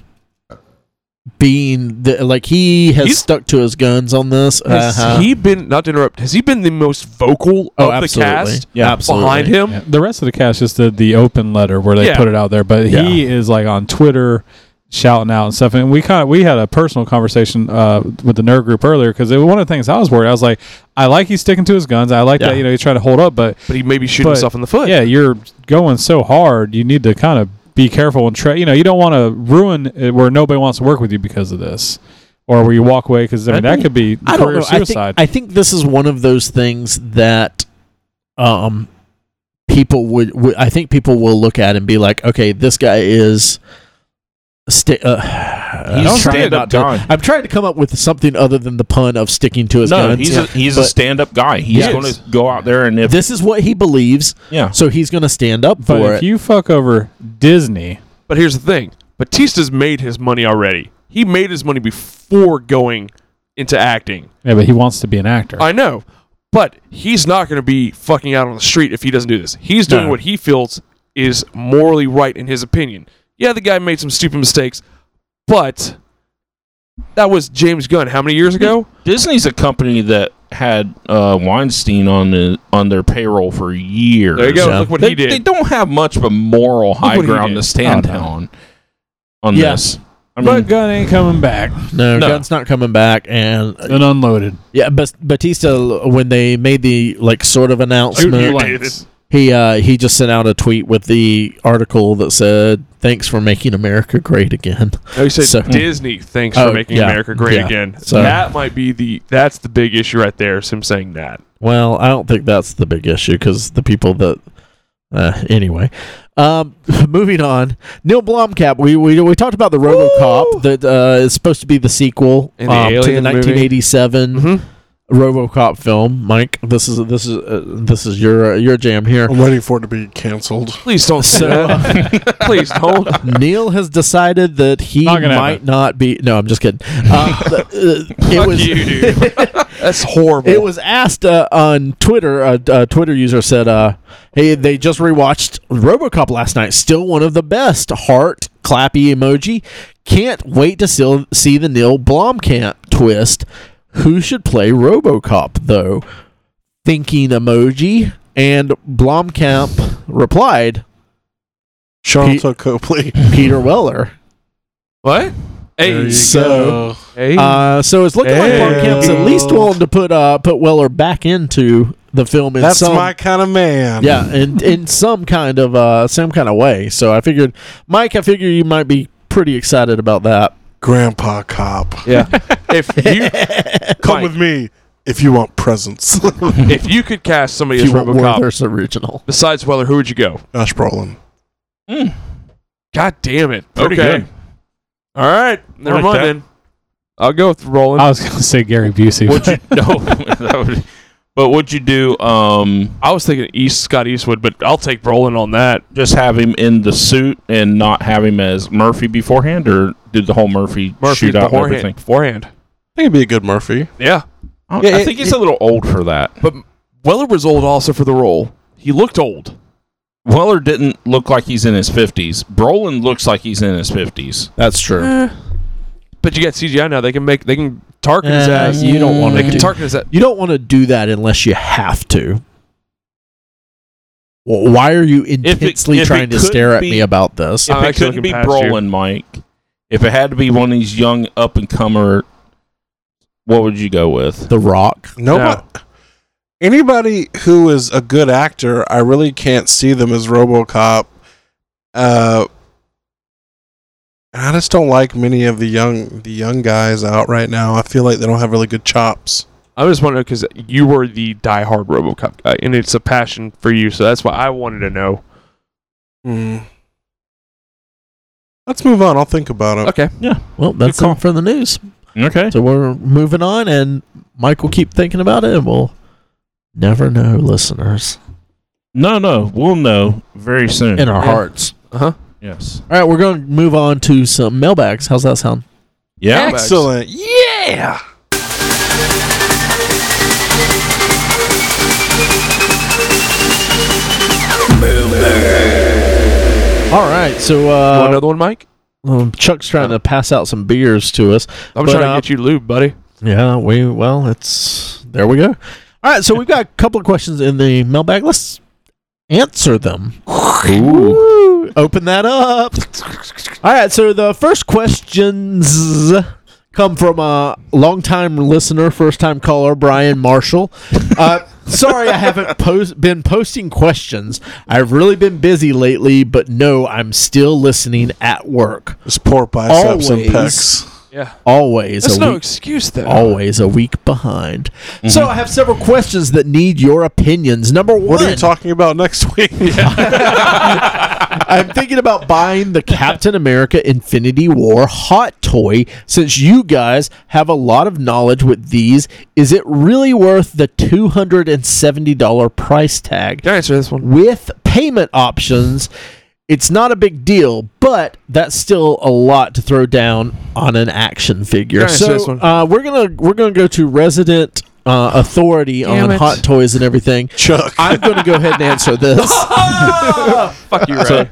Speaker 3: being the, like he has
Speaker 5: He's-
Speaker 3: stuck to his guns on this.
Speaker 5: Has
Speaker 3: Uh-huh.
Speaker 5: he been? Not to interrupt. Has he been the most vocal
Speaker 3: Oh,
Speaker 5: of the
Speaker 3: absolutely.
Speaker 5: cast
Speaker 3: Yeah, absolutely.
Speaker 5: behind him?
Speaker 1: Yeah, The rest of the cast just did the open letter where they
Speaker 5: Yeah.
Speaker 1: put it out there, but he is like on Twitter shouting out and stuff. And we kind of we had a personal conversation uh, with the nerd group earlier because one of the things I was worried. I was like, I like he's sticking to his guns. I like
Speaker 3: Yeah.
Speaker 1: that you know he's trying to hold up, but
Speaker 5: But he maybe shooting
Speaker 1: But-
Speaker 5: himself in the foot.
Speaker 1: yeah, you're going so hard. You need to kind of be careful and try. You know, you don't want to ruin it where nobody wants to work with you because of this, or where you walk away because I mean that could be
Speaker 3: I don't
Speaker 1: career
Speaker 3: know. I think,
Speaker 1: suicide.
Speaker 3: I think this is one of those things that um people would, would I think people will look at and be like, okay, this guy is sti- uh,
Speaker 2: He's
Speaker 3: I'm trying
Speaker 2: a stand-up
Speaker 3: not to-
Speaker 2: guy.
Speaker 3: I'm trying to come up with something other than the pun of sticking to his
Speaker 2: No,
Speaker 3: guns.
Speaker 2: he's a, he's a
Speaker 3: But-
Speaker 2: stand-up guy. He's
Speaker 3: Yes.
Speaker 2: going to go out there and if
Speaker 3: this is what he believes,
Speaker 2: yeah,
Speaker 3: so he's going to stand up
Speaker 1: but
Speaker 3: for
Speaker 1: if
Speaker 3: it.
Speaker 1: you fuck over Disney,
Speaker 5: But here's the thing: Batista's made his money already. He made his money before going into acting.
Speaker 1: yeah, but he wants to be an actor.
Speaker 5: I know, but he's not going to be fucking out on the street if he doesn't do this. He's doing what he feels is morally right in his opinion. Yeah, the guy made some stupid mistakes, but that was James Gunn how many years ago?
Speaker 2: Disney's a company that had uh, Weinstein on the, on their payroll for years.
Speaker 5: There you go.
Speaker 3: Yeah.
Speaker 5: Look what
Speaker 2: they,
Speaker 5: he did.
Speaker 2: they don't have much of a moral high
Speaker 5: what he
Speaker 2: ground to
Speaker 5: did.
Speaker 2: stand
Speaker 1: Oh, no.
Speaker 2: on on
Speaker 3: Yeah.
Speaker 2: this. I mean,
Speaker 1: but Gunn ain't coming back
Speaker 3: no,
Speaker 2: No.
Speaker 3: Gunn's not coming back, and uh,
Speaker 1: and unloaded.
Speaker 3: Yeah, but Batista, when they made the like sort of announcement,
Speaker 1: Blanks.
Speaker 3: he uh, he just sent out a tweet with the article that said, "Thanks for making America great again."
Speaker 5: No, he Oh, said
Speaker 3: So-
Speaker 5: Disney. Thanks
Speaker 3: Oh,
Speaker 5: for making
Speaker 3: yeah.
Speaker 5: America great
Speaker 3: Yeah.
Speaker 5: again.
Speaker 3: So-
Speaker 5: that might be the that's the big issue right there. Is him saying that.
Speaker 3: Well, I don't think that's the big issue because the people that uh, anyway. Um, moving on, Neil Blomkamp. We we, we talked about the RoboCop that uh, is supposed to be the sequel
Speaker 5: And the
Speaker 3: um, to the
Speaker 5: Alien movie.
Speaker 3: 1987
Speaker 5: Mm-hmm.
Speaker 3: RoboCop film. Mike, this is this is uh, this is your your jam here.
Speaker 4: I'm waiting for it to be canceled.
Speaker 5: Please don't say
Speaker 3: So,
Speaker 5: that. Please don't.
Speaker 3: Neil has decided that he
Speaker 1: Not
Speaker 3: might
Speaker 1: gonna happen.
Speaker 3: not be. No, I'm just kidding. Uh, th- uh, it
Speaker 5: Fuck
Speaker 3: was.
Speaker 5: you, dude. That's horrible.
Speaker 3: It was asked uh, on Twitter. A, a Twitter user said, uh, "Hey, they just rewatched RoboCop last night. Still one of the best." Heart clappy emoji. Can't wait to still see the Neil Blomkamp twist. Who should play RoboCop though? Thinking emoji. And Blomkamp replied,
Speaker 4: Charlotte Copley.
Speaker 3: "Peter Weller."
Speaker 5: what?
Speaker 4: There
Speaker 5: Hey,
Speaker 4: you
Speaker 3: so-
Speaker 4: go.
Speaker 5: hey.
Speaker 3: Uh, so it's looking
Speaker 4: Hey.
Speaker 3: like Blomkamp's at least willing to put uh, put Weller back into the film in
Speaker 4: that's
Speaker 3: some
Speaker 4: my kind of man.
Speaker 3: yeah, in in some kind of uh, some kind of way. So I figured, Mike, I figure you might be pretty excited about that.
Speaker 4: Grandpa Cop.
Speaker 5: yeah. if you
Speaker 4: Come
Speaker 5: Mike.
Speaker 4: with me. if you want presents.
Speaker 5: if you could cast somebody
Speaker 3: If
Speaker 5: as
Speaker 3: you want
Speaker 5: RoboCop
Speaker 3: Werther's original.
Speaker 5: besides Weller, who would you go?
Speaker 4: Josh Brolin.
Speaker 5: God damn it!
Speaker 2: Pretty good.
Speaker 5: All right. Never
Speaker 2: like
Speaker 5: mind
Speaker 2: that.
Speaker 5: then. I'll go with Roland.
Speaker 1: I
Speaker 3: Uh,
Speaker 1: was going to say Gary Busey.
Speaker 2: Would you no? that would, but would you do? Um,
Speaker 5: I was thinking East Scott Eastwood, but I'll take Roland on that.
Speaker 2: just have him in the suit and not have him as Murphy beforehand, or do the whole Murphy,
Speaker 5: Murphy
Speaker 2: shootout and
Speaker 5: beforehand.
Speaker 2: everything?
Speaker 5: Beforehand.
Speaker 4: I think it'd be a good Murphy.
Speaker 5: Yeah.
Speaker 2: I,
Speaker 5: Yeah,
Speaker 2: I
Speaker 5: it-
Speaker 2: think he's a little old for that.
Speaker 5: But Weller was old also for the role. He looked old.
Speaker 2: Weller didn't look like he's in his fifties. Brolin looks like he's in his fifties.
Speaker 3: That's true.
Speaker 5: But you got CGI now. They can make they can target his
Speaker 3: Uh,
Speaker 5: ass.
Speaker 3: you don't wanna
Speaker 5: They can
Speaker 3: do-
Speaker 5: target his ass.
Speaker 3: You don't want to do that unless you have to. Well, why are you intensely
Speaker 2: if it
Speaker 3: trying to
Speaker 2: couldn't
Speaker 3: stare at
Speaker 2: be-
Speaker 3: me about this?
Speaker 5: I'm
Speaker 2: If it
Speaker 5: actually
Speaker 2: couldn't be
Speaker 5: looking past you.
Speaker 2: Brolin, Mike, if it had to be one of these young up and comer, what would you go with?
Speaker 3: The Rock.
Speaker 4: Nobody, anybody who is a good actor, I really can't see them as RoboCop. Uh, I just don't like many of the young the young guys out right now. I feel like they don't have really good chops.
Speaker 5: I just want to know because you were the diehard RoboCop guy, and it's a passion for you, so that's why I wanted to know.
Speaker 4: Hmm. Let's move on. I'll think about it.
Speaker 5: Okay,
Speaker 3: Well, that's
Speaker 2: call.
Speaker 3: it for the news.
Speaker 2: Okay.
Speaker 3: So we're moving on, and Mike will keep thinking about it, and we'll never know, listeners,
Speaker 2: No, no, we'll know very soon.
Speaker 3: in our
Speaker 5: Yeah.
Speaker 3: hearts.
Speaker 2: yes.
Speaker 3: All right, we're going to move on to some mailbags. How's that sound?
Speaker 2: Yeah.
Speaker 4: Excellent. Yeah.
Speaker 3: All right, so
Speaker 5: Want
Speaker 3: uh,
Speaker 5: another one, Mike.
Speaker 3: um, Chuck's trying to pass out some beers to us.
Speaker 5: I'm
Speaker 3: But,
Speaker 5: trying
Speaker 3: uh,
Speaker 5: to get you lube, buddy.
Speaker 3: Yeah, we well, it's there we go. All right, so we've got a couple of questions in the mailbag. Let's answer them. Woo. Open that up. All right, so the first questions come from a longtime listener, first time caller, Brian Marshall. Uh, sorry, I haven't post- been posting questions. I've really been busy lately, but no, I'm still listening at work.
Speaker 4: Just poor biceps
Speaker 3: Always.
Speaker 4: and pecs.
Speaker 5: Yeah,
Speaker 3: Always.
Speaker 5: that's
Speaker 3: a
Speaker 5: no
Speaker 3: week-
Speaker 5: excuse though.
Speaker 4: Oh.
Speaker 3: always a week behind. So I have several questions that need your opinions. Number one,
Speaker 4: What are you talking about next week?
Speaker 3: I'm thinking about buying the Captain America Infinity War hot toy since you guys have a lot of knowledge with these. Is it really worth the $270 price tag?
Speaker 5: Can I answer this one?
Speaker 3: with payment options, it's not a big deal, but that's still a lot to throw down on an action figure.
Speaker 5: Yeah, it's
Speaker 3: So
Speaker 5: this one.
Speaker 3: uh, we're gonna we're gonna go to resident uh, authority on
Speaker 5: it.
Speaker 3: hot toys and everything.
Speaker 4: Chuck.
Speaker 3: I'm gonna go ahead and answer this.
Speaker 5: Fuck you, Ray.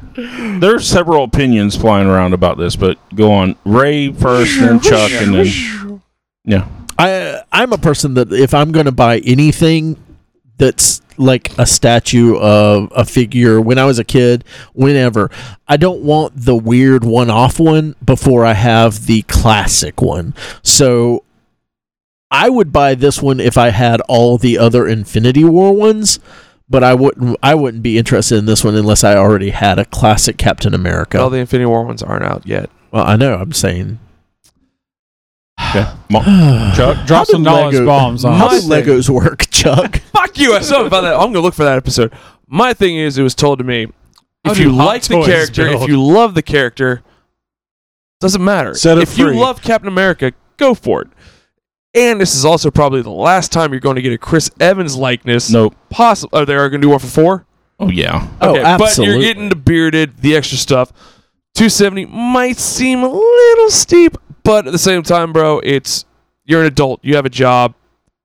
Speaker 2: There's several opinions flying around about this, but go on. Ray first, and Chuck, and then yeah.
Speaker 3: I I'm a person that if I'm gonna buy anything that's like a statue of a figure when I was a kid, whenever. I don't want the weird one off one before I have the classic one. So I would buy this one if I had all the other Infinity War ones, but I wouldn't I wouldn't be interested in this one unless I already had a classic Captain America.
Speaker 5: All
Speaker 3: Well,
Speaker 5: the Infinity War ones aren't out yet.
Speaker 3: I know I'm saying
Speaker 2: Okay. Mo-
Speaker 1: Chuck, drop
Speaker 3: How
Speaker 1: some
Speaker 3: do
Speaker 1: knowledge
Speaker 3: Lego-
Speaker 1: bombs on
Speaker 3: How
Speaker 1: us.
Speaker 3: do Legos work, Chuck?
Speaker 5: Fuck you! I still haven't found that. I'm gonna look for that episode. My thing is, it was told to me.
Speaker 1: How
Speaker 5: If
Speaker 1: do
Speaker 5: you
Speaker 1: hot
Speaker 5: like the
Speaker 1: toys
Speaker 5: character, if
Speaker 1: build?
Speaker 5: you love the character, doesn't matter.
Speaker 4: Set it
Speaker 5: if
Speaker 4: free.
Speaker 5: you love Captain America, go for it. And this is also probably the last time you're going to get a Chris Evans likeness.
Speaker 2: Nope.
Speaker 5: Possible. Oh, they are going to do one for four.
Speaker 2: Oh yeah.
Speaker 3: Oh,
Speaker 5: But
Speaker 3: absolutely.
Speaker 5: you're getting the bearded, the extra stuff. 270 might seem a little steep, but at the same time, bro, it's you're an adult, you have a job,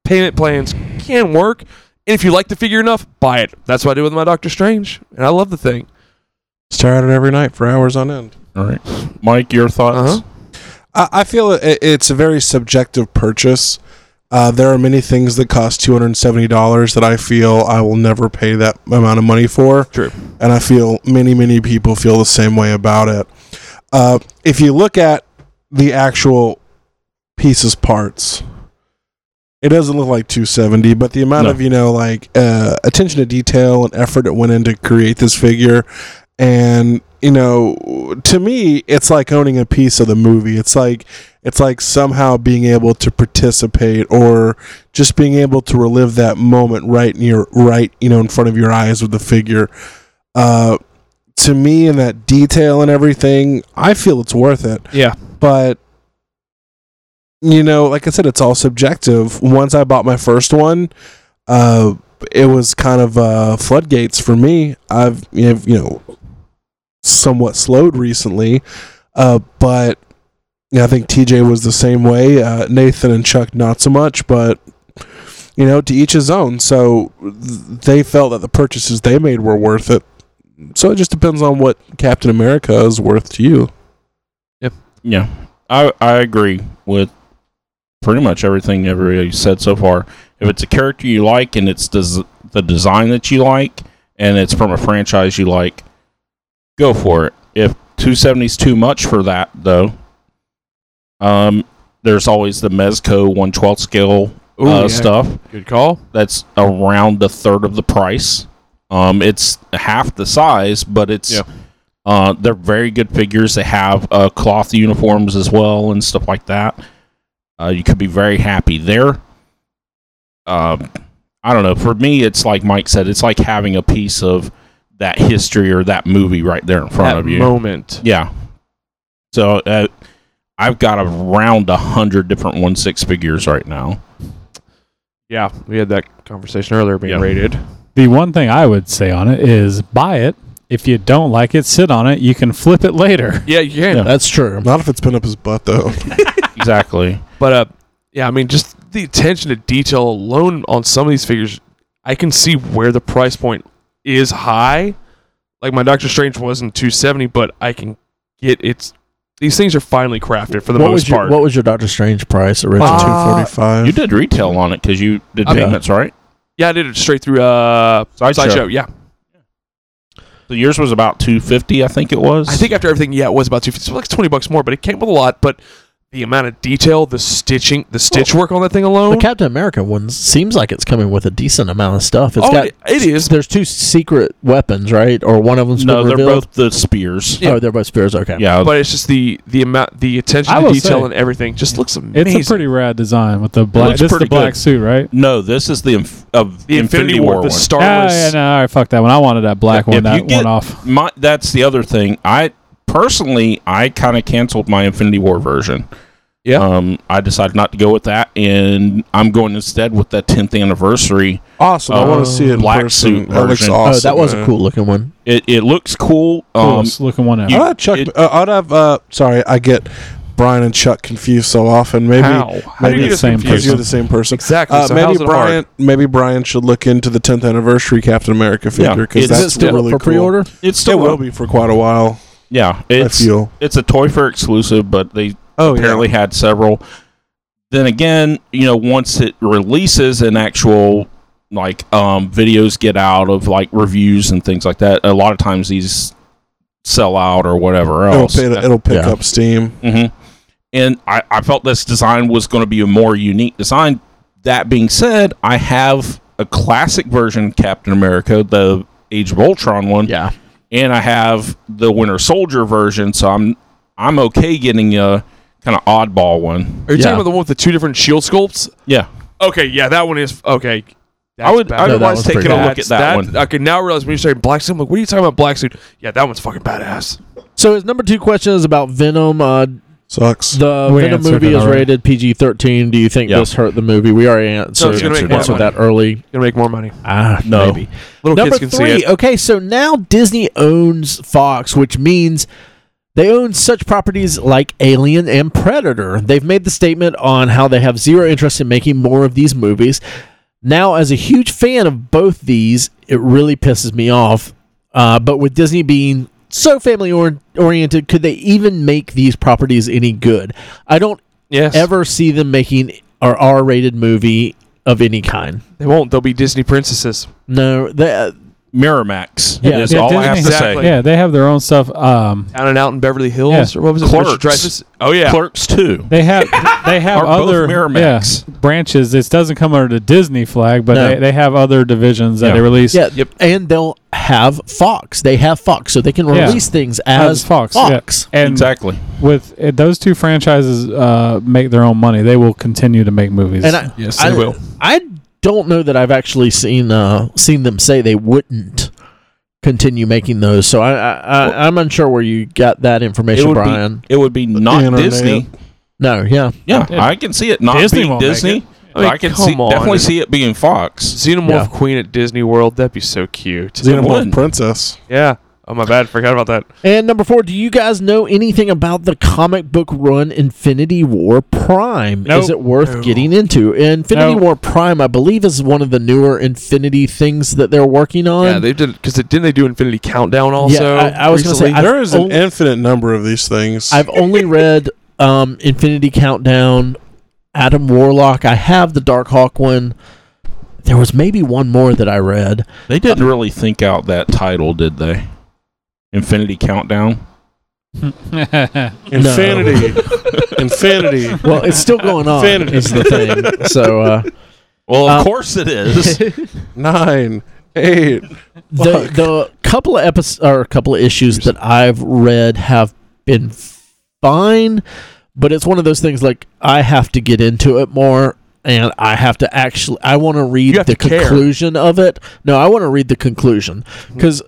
Speaker 5: payment plans can work, and if you like the figure enough, buy it. That's what I did with my Doctor Strange, and I love the thing.
Speaker 4: Stare at it every night for hours on end.
Speaker 2: All right. Mike, your thoughts?
Speaker 4: I, I feel it, it's a very subjective purchase. Uh, there are many things that cost two hundred and seventy dollars that I feel I will never pay that amount of money for.
Speaker 5: True.
Speaker 4: and I feel many many people feel the same way about it. Uh, if you look at the actual pieces parts, it doesn't look like two seventy, but the amount
Speaker 2: No.
Speaker 4: of you know like uh, attention to detail and effort that went into create this figure, and you know, to me, it's like owning a piece of the movie. It's like it's like somehow being able to participate or just being able to relive that moment right near right, you know, in front of your eyes with the figure. Uh, to me, and that detail and everything, I feel it's worth it.
Speaker 5: Yeah.
Speaker 4: But you know, like I said, it's all subjective. Once I bought my first one, uh, it was kind of uh, floodgates for me. I've you know, you know somewhat slowed recently, uh, but you know, I think TJ was the same way. Uh, Nathan and Chuck not so much, but you know, to each his own. So th- they felt that the purchases they made were worth it. So it just depends on what Captain America is worth to you.
Speaker 2: Yeah, I I agree with pretty much everything everybody said so far. If it's a character you like and it's des- the design that you like and it's from a franchise you like, go for it. If 270 is too much for that though, um, there's always the Mezco 112 scale
Speaker 5: Ooh,
Speaker 2: uh,
Speaker 5: yeah.
Speaker 2: stuff
Speaker 5: Good call.
Speaker 2: that's around a third of the price. Um, it's half the size, but it's
Speaker 5: Yeah.
Speaker 2: uh, they're very good figures. They have uh, cloth uniforms as well and stuff like that. Uh, you could be very happy there. Um, I don't know. For me, it's like Mike said. It's like having a piece of that history or that movie right there in front
Speaker 5: That
Speaker 2: of you.
Speaker 5: moment.
Speaker 2: Yeah. So uh, I've got around a hundred different one six figures right now.
Speaker 5: Yeah, we had that conversation earlier being
Speaker 2: Yeah.
Speaker 5: rated.
Speaker 1: The one thing I would say on it is buy it. If you don't like it, sit on it. You can flip it later.
Speaker 5: Yeah, you can.
Speaker 3: That's true.
Speaker 4: Not if it's been up his butt though.
Speaker 2: Exactly.
Speaker 5: But uh, yeah, I mean, just the attention to detail alone on some of these figures, I can see where the price point is high. Like my Doctor Strange wasn't 270, but I can get it's. These things are finely crafted for the
Speaker 3: what
Speaker 5: most
Speaker 3: was your
Speaker 5: part.
Speaker 3: What was your Doctor Strange price originally?
Speaker 4: Two forty five.
Speaker 2: You did retail on it because you did
Speaker 5: Okay.
Speaker 2: payments, right?
Speaker 5: yeah, I did it straight through uh,
Speaker 2: Sideshow.
Speaker 5: Sideshow. Yeah,
Speaker 2: So yours was about two fifty, I think it was.
Speaker 5: I think after everything, yeah, it was about 250. So like 20 bucks more, but it came with a lot. But the amount of detail, the stitching, the stitch work on that thing
Speaker 3: the
Speaker 5: alone.
Speaker 3: Captain America one seems like it's coming with a decent amount of stuff. It's
Speaker 5: oh,
Speaker 3: got
Speaker 5: it- it is.
Speaker 3: there's two secret weapons, right? Or one of them's
Speaker 2: no,
Speaker 3: been
Speaker 2: they're
Speaker 3: revealed.
Speaker 2: both the spears.
Speaker 3: Oh, they're both spears. Okay.
Speaker 2: Yeah,
Speaker 5: But it's just the the amount, the attention
Speaker 1: I
Speaker 5: to
Speaker 1: will
Speaker 5: detail
Speaker 1: say,
Speaker 5: and everything just looks amazing.
Speaker 1: It's a pretty rad design with the black.
Speaker 2: looks
Speaker 1: This is the
Speaker 2: pretty
Speaker 1: black
Speaker 2: good.
Speaker 1: suit, right?
Speaker 2: no, this is the inf- of
Speaker 5: the Infinity, War, the
Speaker 2: one.
Speaker 1: Yeah,
Speaker 5: Starless.
Speaker 1: yeah, no, all right, fuck that one. I wanted that black one.
Speaker 2: If you
Speaker 1: That
Speaker 2: get-
Speaker 1: one off.
Speaker 2: My, that's the other thing. I personally, I kind of canceled my Infinity War version.
Speaker 5: Yeah.
Speaker 2: Um, I decided not to go with that, and I'm going instead with the 10th anniversary.
Speaker 4: Awesome. I want
Speaker 2: Uh,
Speaker 4: to see it in
Speaker 2: black
Speaker 4: person.
Speaker 2: suit
Speaker 4: that looks
Speaker 2: version.
Speaker 4: awesome.
Speaker 3: oh, that was a
Speaker 4: man.
Speaker 3: cool looking one.
Speaker 2: It it looks cool. Um,
Speaker 1: Coolest looking one ever.
Speaker 2: you-
Speaker 4: I'd have Chuck.
Speaker 2: it-
Speaker 4: uh, I'd have. Uh, sorry, I get Brian and Chuck confused so often. Maybe
Speaker 5: How? How
Speaker 4: maybe
Speaker 1: it's
Speaker 5: do you get
Speaker 1: the same
Speaker 4: because
Speaker 5: confused?
Speaker 4: you're the same person.
Speaker 5: Exactly.
Speaker 4: Uh,
Speaker 5: so how's
Speaker 4: maybe
Speaker 5: it
Speaker 4: Brian.
Speaker 5: hard?
Speaker 4: Maybe Brian should look into the 10th anniversary Captain America figure because
Speaker 2: Is it
Speaker 4: that's
Speaker 2: still up
Speaker 4: really
Speaker 3: for
Speaker 4: cool.
Speaker 3: pre-order.
Speaker 2: it's
Speaker 4: It
Speaker 2: still
Speaker 4: will be for quite a while.
Speaker 2: Yeah, it's
Speaker 4: I feel.
Speaker 2: it's a Toy Fair exclusive, but they
Speaker 4: Oh,
Speaker 2: apparently had several. Then again, you know, once it releases and actual like um, videos get out of like reviews and things like that, a lot of times these sell out or whatever
Speaker 4: It'll,
Speaker 2: else.
Speaker 4: pay, it'll pick
Speaker 3: Yeah.
Speaker 4: up steam.
Speaker 2: hmm And I, I felt this design was going to be a more unique design. That being said, I have a classic version of Captain America, the Age of Ultron one,
Speaker 3: Yeah.
Speaker 2: and I have the Winter Soldier version, so I'm I'm okay getting a kind of oddball one.
Speaker 5: Are you
Speaker 3: Yeah.
Speaker 5: talking about the one with the two different shield sculpts?
Speaker 2: Yeah,
Speaker 5: Okay, yeah, that one is okay.
Speaker 2: I would
Speaker 5: badass.
Speaker 2: I
Speaker 3: No,
Speaker 2: would
Speaker 3: that
Speaker 2: like
Speaker 3: was
Speaker 2: to take
Speaker 3: pretty
Speaker 2: a
Speaker 3: bad.
Speaker 2: look at that, one.
Speaker 5: Okay, now I realize when you're saying black suit, I'm like, what are you talking about black suit? Yeah, that one's fucking badass.
Speaker 3: So his number two question is about Venom. Uh,
Speaker 4: Sucks.
Speaker 3: the
Speaker 1: We
Speaker 3: Venom
Speaker 1: answered
Speaker 3: movie
Speaker 1: it
Speaker 3: is
Speaker 1: already.
Speaker 3: rated PG thirteen. Do you think
Speaker 2: Yeah.
Speaker 3: this hurt the movie? We already answered,
Speaker 5: No, it's gonna make more
Speaker 3: answered
Speaker 5: money.
Speaker 3: that early.
Speaker 5: Gonna make more money.
Speaker 3: Ah,
Speaker 2: No.
Speaker 3: maybe.
Speaker 5: Little
Speaker 3: Number
Speaker 5: kids can
Speaker 3: three.
Speaker 5: see it.
Speaker 3: Okay, so now Disney owns Fox, which means they own such properties like Alien and Predator. They've made the statement on how they have zero interest in making more of these movies. Now, as a huge fan of both these, it really pisses me off. Uh, but with Disney being so family or- oriented, could they even make these properties any good? I don't
Speaker 5: Yes.
Speaker 3: ever see them making an R rated movie of any kind.
Speaker 5: They won't. They'll be Disney princesses.
Speaker 3: No, the
Speaker 2: Miramax.
Speaker 1: Yeah,
Speaker 2: is
Speaker 1: yeah,
Speaker 2: all
Speaker 1: Disney
Speaker 2: I have to
Speaker 1: has-
Speaker 2: say.
Speaker 5: Exactly.
Speaker 1: Oh, Yeah, they have their own stuff. Um,
Speaker 5: Down and out in Beverly Hills,
Speaker 1: Yeah.
Speaker 5: or what was it?
Speaker 2: Clerks.
Speaker 5: Richard Dreyfuss? Oh yeah,
Speaker 2: Clerks too.
Speaker 1: They have they have
Speaker 2: Are both
Speaker 1: other
Speaker 2: Miramax.
Speaker 1: yeah, branches. This doesn't come under the Disney flag, but
Speaker 3: No.
Speaker 1: they, they have other divisions that
Speaker 2: Yeah.
Speaker 1: they release.
Speaker 3: Yeah.
Speaker 5: Yep.
Speaker 3: And they'll have Fox. They have Fox, so they can
Speaker 1: Yeah.
Speaker 3: release things
Speaker 1: As
Speaker 3: as,
Speaker 1: Uh, Fox, yeah.
Speaker 3: Fox.
Speaker 1: And
Speaker 2: Exactly.
Speaker 1: with uh, those two franchises, uh, make their own money. They will continue to make movies.
Speaker 3: And I,
Speaker 5: Yes,
Speaker 3: I,
Speaker 5: they will.
Speaker 3: I don't know that I've actually seen uh, seen them say they wouldn't continue making those. So I, I, I I'm unsure where you got that
Speaker 2: It
Speaker 3: information,
Speaker 2: would
Speaker 3: Brian.
Speaker 2: be it would be not
Speaker 4: Internet.
Speaker 2: Disney.
Speaker 3: no, yeah.
Speaker 2: Yeah, I can see it not
Speaker 1: Disney
Speaker 2: being
Speaker 1: won't make
Speaker 2: Disney.
Speaker 1: it.
Speaker 2: I,
Speaker 5: mean,
Speaker 2: can
Speaker 5: come
Speaker 2: see,
Speaker 5: on.
Speaker 2: definitely see it being Fox.
Speaker 5: Xenomorph
Speaker 3: Yeah.
Speaker 5: Queen at Disney World. That'd be so cute.
Speaker 2: One.
Speaker 4: Xenomorph Princess.
Speaker 5: Yeah. Oh my bad, forgot about that.
Speaker 3: And number four, do you guys know anything about the comic book run Infinity War Prime?
Speaker 1: Nope.
Speaker 3: Is it worth getting into? Infinity
Speaker 1: Nope.
Speaker 3: War Prime, I believe, is one of the newer Infinity things that they're working on.
Speaker 5: Yeah, they did because didn't they do Infinity Countdown
Speaker 3: Yeah,
Speaker 5: also?
Speaker 3: I, I was going to say
Speaker 5: recently?
Speaker 3: I've
Speaker 4: there is an
Speaker 3: only-
Speaker 4: infinite number of these things.
Speaker 3: I've only read um, Infinity Countdown, Adam Warlock. I have the Dark Hawk one. There was maybe one more that I read.
Speaker 2: They didn't really think out that title, did they? Infinity Countdown.
Speaker 4: Infinity. Infinity.
Speaker 3: Well, it's still going on.
Speaker 4: Infinity.
Speaker 3: is the thing. So uh,
Speaker 2: Well, of
Speaker 3: Um,
Speaker 2: course it is.
Speaker 4: Nine. Eight.
Speaker 3: the the couple of episodes or a couple of issues that I've read have been fine, but it's one of those things like I have to get into it more and I have to actually I want to read
Speaker 5: You have
Speaker 3: the
Speaker 5: to care.
Speaker 3: conclusion of it. No, I want to read the conclusion cuz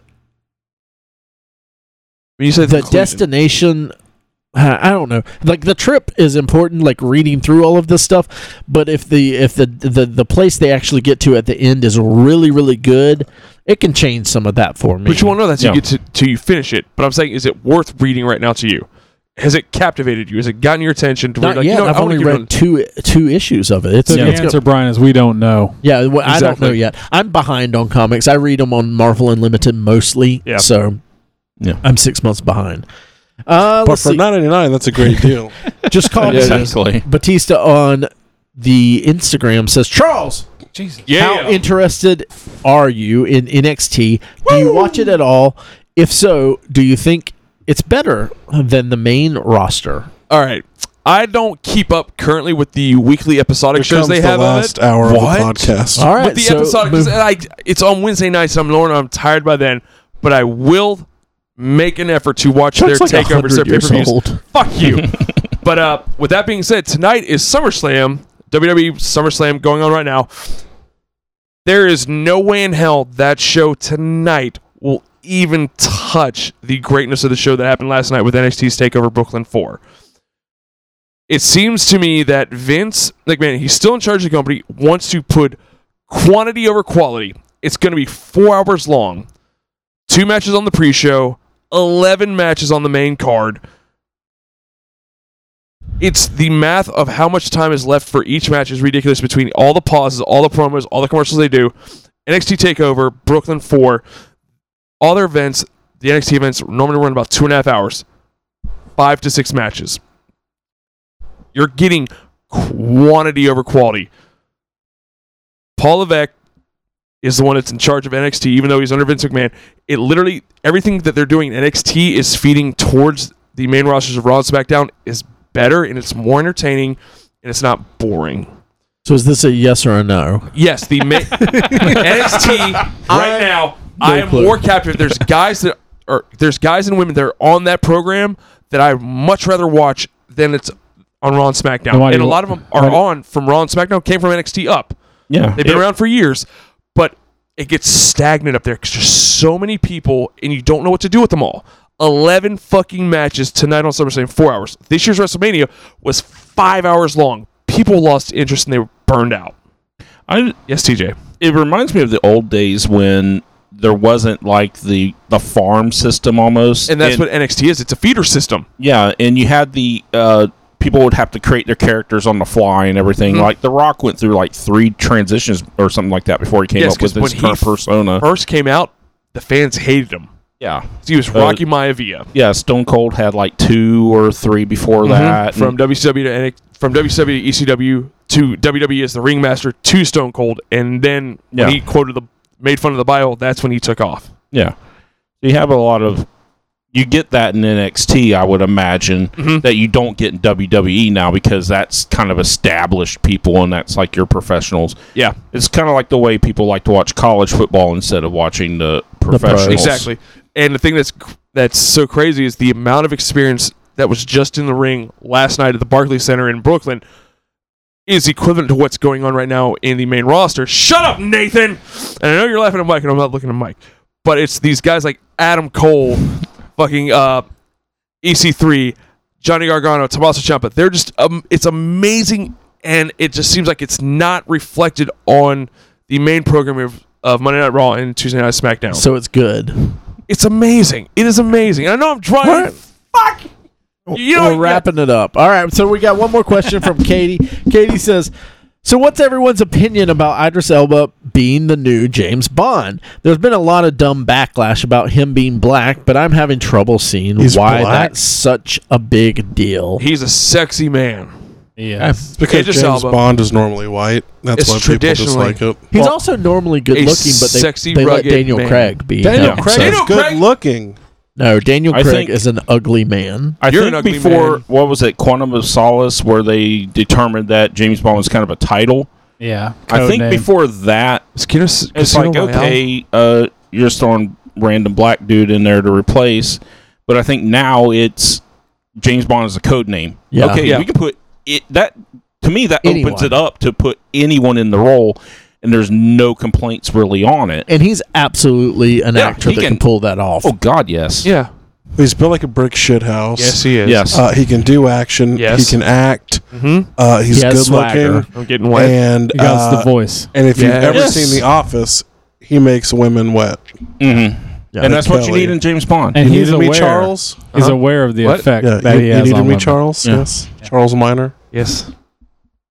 Speaker 5: when you said
Speaker 3: the
Speaker 5: conclusion-
Speaker 3: destination I I don't know. Like the trip is important, like reading through all of this stuff. But if the if the the, the place they actually get to at the end is really really good, it can change some of that for me.
Speaker 5: But you won't know that till
Speaker 2: Yeah.
Speaker 5: you get to till you finish it. But I'm saying, is it worth reading right now to you? Has it captivated you? Has it gotten your attention? To where
Speaker 3: Not
Speaker 5: you're like,
Speaker 3: yet.
Speaker 5: you know, what,
Speaker 3: I've
Speaker 5: I wanna
Speaker 3: only
Speaker 5: give it
Speaker 3: read two two issues of it. It's,
Speaker 1: so
Speaker 3: yeah,
Speaker 1: the
Speaker 3: it's
Speaker 1: answer,
Speaker 3: go-
Speaker 1: Brian, is we don't know.
Speaker 3: yeah well, I don't
Speaker 5: Exactly.
Speaker 3: know yet. I'm behind on comics. I read them on Marvel Unlimited mostly.
Speaker 5: Yeah.
Speaker 3: So
Speaker 2: Yeah.
Speaker 3: I'm six months behind. Uh,
Speaker 4: But
Speaker 3: let's
Speaker 4: for
Speaker 3: see.
Speaker 4: nine ninety nine, that's a great deal.
Speaker 3: Just call
Speaker 5: Yeah,
Speaker 3: me.
Speaker 2: exactly.
Speaker 3: Batista on the Instagram says, Charles,
Speaker 5: an- yeah.
Speaker 3: how interested are you in NXT? Do you watch it at all? If so, do you think it's better than the main roster?
Speaker 5: All right. I don't keep up currently with the weekly episodic
Speaker 4: Here comes
Speaker 5: shows they
Speaker 4: the
Speaker 5: have on
Speaker 4: last
Speaker 5: it.
Speaker 4: hour
Speaker 5: What?
Speaker 4: of the podcast.
Speaker 3: All right.
Speaker 5: with the episodic, 'cause I, it's on Wednesday nights. I'm Lorna. I'm tired by then, but I will make an effort to watch
Speaker 3: Chuck's
Speaker 5: their
Speaker 3: like
Speaker 5: takeover
Speaker 3: 100
Speaker 5: their
Speaker 3: years
Speaker 5: pay-per-views.
Speaker 3: old.
Speaker 5: Fuck you. but uh, with that being said, tonight is SummerSlam, WWE SummerSlam going on right now. There is no way in hell that show tonight will even touch the greatness of the show that happened last night with NXT's Takeover Brooklyn 4 it seems to me that Vince McMahon, he's still in charge of the company, wants to put quantity over quality. It's going to be four hours long, two matches on the pre show, 11 matches on the main card. It's the math of how much time is left for each match is ridiculous between all the pauses, all the promos, all the commercials they do. NXT TakeOver, Brooklyn 4, all their events, the NXT events normally run about two and a half hours, five to six matches. You're getting quantity over quality. Paul Levesque is the one that's in charge of NXT, even though he's under Vince McMahon. It literally everything that they're doing in NXT is feeding towards the main rosters of Raw and SmackDown is better and it's more entertaining and it's not boring.
Speaker 3: So is this a yes or a no?
Speaker 5: Yes, the ma- NXT right now. I am
Speaker 3: clue.
Speaker 5: more captive. There's guys that are there's guys and women that are on that program that I would much rather watch than it's on Raw and
Speaker 1: Then
Speaker 5: SmackDown.
Speaker 1: why do
Speaker 5: And a
Speaker 1: you-
Speaker 5: lot of them
Speaker 1: why
Speaker 5: are
Speaker 1: do-
Speaker 5: on from Raw and SmackDown. Came from NXT up.
Speaker 2: Yeah,
Speaker 5: They've been around for years, but it gets stagnant up there because there's so many people and you don't know what to do with them all. 11 fucking matches tonight on SummerSlam, four hours. This year's WrestleMania was five hours long. People lost interest and they were burned out.
Speaker 2: I,
Speaker 5: Yes, TJ.
Speaker 2: it reminds me of the old days when there wasn't like the the farm system almost,
Speaker 5: And that's what NXT is. It's a feeder system.
Speaker 2: yeah, and you had the uh, people would have to create their characters on the fly and everything.
Speaker 5: Mm-hmm.
Speaker 2: Like The Rock went through like three transitions or something like that before he came
Speaker 5: Yes,
Speaker 2: up with
Speaker 5: 'cause
Speaker 2: his
Speaker 5: when he
Speaker 2: current persona.
Speaker 5: First came out, the fans hated him.
Speaker 2: yeah,
Speaker 5: He was Rocky Maivia
Speaker 2: yeah. Stone Cold had like two or three before that.
Speaker 5: Mm-hmm. from
Speaker 2: From
Speaker 5: WCW to NXT, from WCW E to ECW to WWE as the ringmaster to Stone Cold, and then
Speaker 2: Yeah.
Speaker 5: when he quoted the made fun of the Bible, that's when he took off.
Speaker 2: Yeah. You have a lot of you get that in NXT, I would imagine,
Speaker 5: Mhm.
Speaker 2: that you don't get in WWE now because that's kind of established people and that's like your professionals.
Speaker 5: Yeah.
Speaker 2: It's kind of like the way people like to watch college football instead of watching the
Speaker 3: pros.
Speaker 2: professionals.
Speaker 5: Exactly. And the thing that's that's so crazy is the amount of experience that was just in the ring last night at the Barclays Center in Brooklyn is equivalent to what's going on right now in the main roster. Shut up, Nathan. And I know you're laughing at Mike, and I'm not looking at Mike, but it's these guys like Adam Cole, fucking uh, EC3, Johnny Gargano, Tommaso Ciampa. They're just um, it's amazing, and it just seems like it's not reflected on the main program of, of Monday Night Raw and Tuesday Night SmackDown.
Speaker 3: So it's good.
Speaker 5: It's amazing. It is amazing. I know I'm trying. Fuck. You know,
Speaker 3: We're wrapping it up. All right. So we got one more question from Katie. Katie says, "So what's everyone's opinion about Idris Elba being the new James Bond? There's been a lot of dumb backlash about him being black, but I'm having trouble seeing
Speaker 4: He's
Speaker 3: why
Speaker 4: black?
Speaker 3: that's such a big deal."
Speaker 5: he's a sexy man.
Speaker 1: Yeah.
Speaker 4: It's because
Speaker 5: Idris
Speaker 4: James
Speaker 5: Elba.
Speaker 4: Bond is normally white. That's
Speaker 5: It's
Speaker 4: why people
Speaker 5: traditionally-
Speaker 4: dislike it.
Speaker 3: He's
Speaker 5: Well,
Speaker 3: also normally good
Speaker 5: a
Speaker 3: looking, but they,
Speaker 5: sexy,
Speaker 3: they let
Speaker 5: rugged
Speaker 3: Daniel
Speaker 5: man.
Speaker 3: Craig be.
Speaker 4: Daniel
Speaker 3: him,
Speaker 4: Craig
Speaker 3: so-
Speaker 4: is
Speaker 5: Daniel
Speaker 4: good
Speaker 5: Craig-
Speaker 4: looking.
Speaker 3: No, Daniel
Speaker 2: I
Speaker 3: Craig
Speaker 2: think-
Speaker 3: is an ugly man.
Speaker 2: I
Speaker 5: You're an
Speaker 2: think
Speaker 5: ugly
Speaker 2: before
Speaker 5: man.
Speaker 2: what was it, Quantum of Solace, where they determined that James Bond was kind of a title.
Speaker 1: Yeah.
Speaker 2: I
Speaker 1: Code
Speaker 2: think
Speaker 1: name.
Speaker 2: before that,
Speaker 5: It's, Casino- Casino
Speaker 2: it's like
Speaker 5: Royale.
Speaker 2: okay, uh, you're just throwing random black dude in there to replace, but I think now it's James Bond is a code name.
Speaker 3: Yeah.
Speaker 2: Okay,
Speaker 5: Yeah.
Speaker 2: we can put it that to me that opens
Speaker 3: Anyone.
Speaker 2: it up to put anyone in the role, and there's no complaints really on it.
Speaker 3: And he's absolutely an
Speaker 2: Yeah,
Speaker 3: actor
Speaker 2: he
Speaker 3: that can,
Speaker 2: can-
Speaker 3: pull that off.
Speaker 2: Oh God, yes,
Speaker 5: Yeah.
Speaker 4: He's built like a brick shit house.
Speaker 5: Yes, he is.
Speaker 2: yes.
Speaker 4: Uh, he can do action.
Speaker 5: Yes.
Speaker 4: He can act.
Speaker 5: Mm-hmm.
Speaker 4: Uh, he's
Speaker 3: He has
Speaker 4: good
Speaker 3: swagger.
Speaker 4: looking.
Speaker 5: I'm getting wet.
Speaker 4: And
Speaker 1: He got
Speaker 4: uh,
Speaker 1: the voice.
Speaker 4: and if you've ever
Speaker 5: Yes.
Speaker 4: seen The Office, he makes women wet.
Speaker 2: Mhm.
Speaker 3: Yeah.
Speaker 2: and that's what you
Speaker 4: Kelly.
Speaker 2: need in James Bond.
Speaker 1: And
Speaker 4: you
Speaker 1: he's
Speaker 4: needed
Speaker 1: aware.
Speaker 4: me, Charles.
Speaker 1: He's
Speaker 5: Uh-huh.
Speaker 1: aware of the
Speaker 5: What?
Speaker 1: effect
Speaker 4: Yeah,
Speaker 1: that
Speaker 4: you,
Speaker 1: he
Speaker 4: you
Speaker 1: has
Speaker 4: needed
Speaker 1: on
Speaker 4: me,
Speaker 1: women.
Speaker 4: Charles.
Speaker 2: Yeah.
Speaker 4: Yes, Charles Minor.
Speaker 5: yes.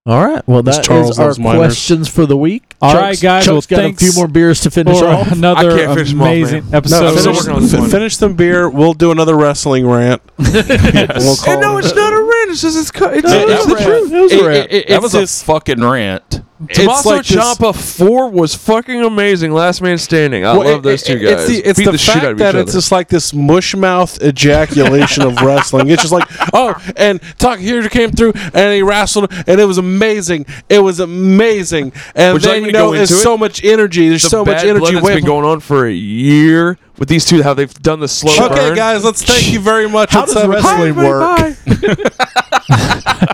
Speaker 3: All right. Well,
Speaker 4: It's
Speaker 3: that is
Speaker 4: Charles
Speaker 3: our
Speaker 4: Loves Miners.
Speaker 3: questions for the week.
Speaker 1: All
Speaker 3: All right,
Speaker 1: right, guys,
Speaker 3: Chuck's
Speaker 1: well,
Speaker 3: got a
Speaker 1: thanks
Speaker 3: few more beers to finish
Speaker 1: For
Speaker 3: off.
Speaker 1: another
Speaker 5: I can't finish 'em all,
Speaker 1: amazing
Speaker 5: man.
Speaker 1: episode.
Speaker 5: No,
Speaker 4: finish,
Speaker 5: still working on this
Speaker 4: fi-
Speaker 5: one.
Speaker 4: finish some beer. We'll do another wrestling rant. We'll call
Speaker 5: And no,
Speaker 4: it.
Speaker 5: it's not a rant. It's just it's, co- it's,
Speaker 2: No,
Speaker 5: it's
Speaker 2: that
Speaker 5: the
Speaker 2: rant.
Speaker 5: truth.
Speaker 3: It was a
Speaker 2: It-
Speaker 3: wrap.
Speaker 2: it- it- that was a fucking rant.
Speaker 5: Tommaso
Speaker 4: like this-
Speaker 5: Ciampa four was fucking amazing. Last man standing. I
Speaker 4: Well,
Speaker 5: love
Speaker 4: it-
Speaker 5: those two
Speaker 4: it-
Speaker 5: guys.
Speaker 4: It's the, it's
Speaker 5: Beat
Speaker 4: the,
Speaker 5: the shit
Speaker 4: fact
Speaker 5: out of each
Speaker 4: that
Speaker 5: other.
Speaker 4: it's just like this mushmouth ejaculation of wrestling. It's just like, oh, and Takahiro came through and he wrestled and it was amazing. It was amazing. And
Speaker 5: Would you like
Speaker 4: then
Speaker 5: me
Speaker 4: you
Speaker 5: to
Speaker 4: know
Speaker 5: go
Speaker 4: there's
Speaker 5: into it?
Speaker 4: so much energy. There's
Speaker 5: the
Speaker 4: so much
Speaker 5: bad blood
Speaker 4: energy.
Speaker 5: that's
Speaker 4: Wait,
Speaker 5: been going on for a year with these two. How they've done the slow
Speaker 4: okay,
Speaker 5: burn.
Speaker 4: guys, let's thank you very much.
Speaker 3: How
Speaker 4: Let's
Speaker 3: does
Speaker 4: have-
Speaker 3: wrestling
Speaker 4: Hi, everybody,
Speaker 3: work?
Speaker 4: bye.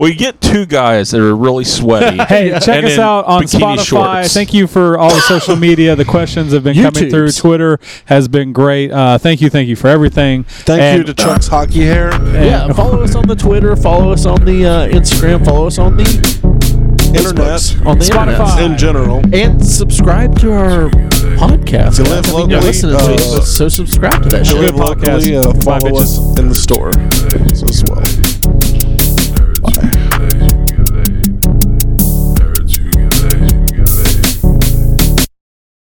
Speaker 2: We get two guys that are really sweaty.
Speaker 1: Hey, check
Speaker 2: And
Speaker 1: us
Speaker 2: in
Speaker 1: out on
Speaker 2: bikini
Speaker 1: Spotify.
Speaker 2: shorts.
Speaker 1: Thank you for all the social media. The questions have been coming
Speaker 3: YouTubes.
Speaker 1: through. Twitter has been great. Uh, thank you, thank you for everything.
Speaker 4: Thank
Speaker 1: And- uh,
Speaker 4: you to Chuck's hockey hair
Speaker 3: Yeah, follow us on the Twitter, follow us on the uh, Instagram, follow us on the
Speaker 4: internet
Speaker 3: on the Spotify,
Speaker 4: in general.
Speaker 3: and subscribe to our podcast.
Speaker 4: You live
Speaker 3: I mean,
Speaker 4: locally,
Speaker 3: you're listening to
Speaker 4: uh,
Speaker 3: it, but so subscribe to that shit.
Speaker 4: Live locally, uh,
Speaker 1: Bye,
Speaker 4: follow us
Speaker 1: bitches.
Speaker 4: in the store as well.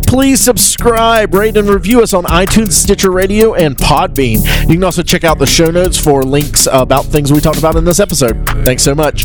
Speaker 3: Please subscribe, rate, and review us on iTunes, Stitcher Radio, and Podbean. You can also check out the show notes for links about things we talked about in this episode. Thanks so much.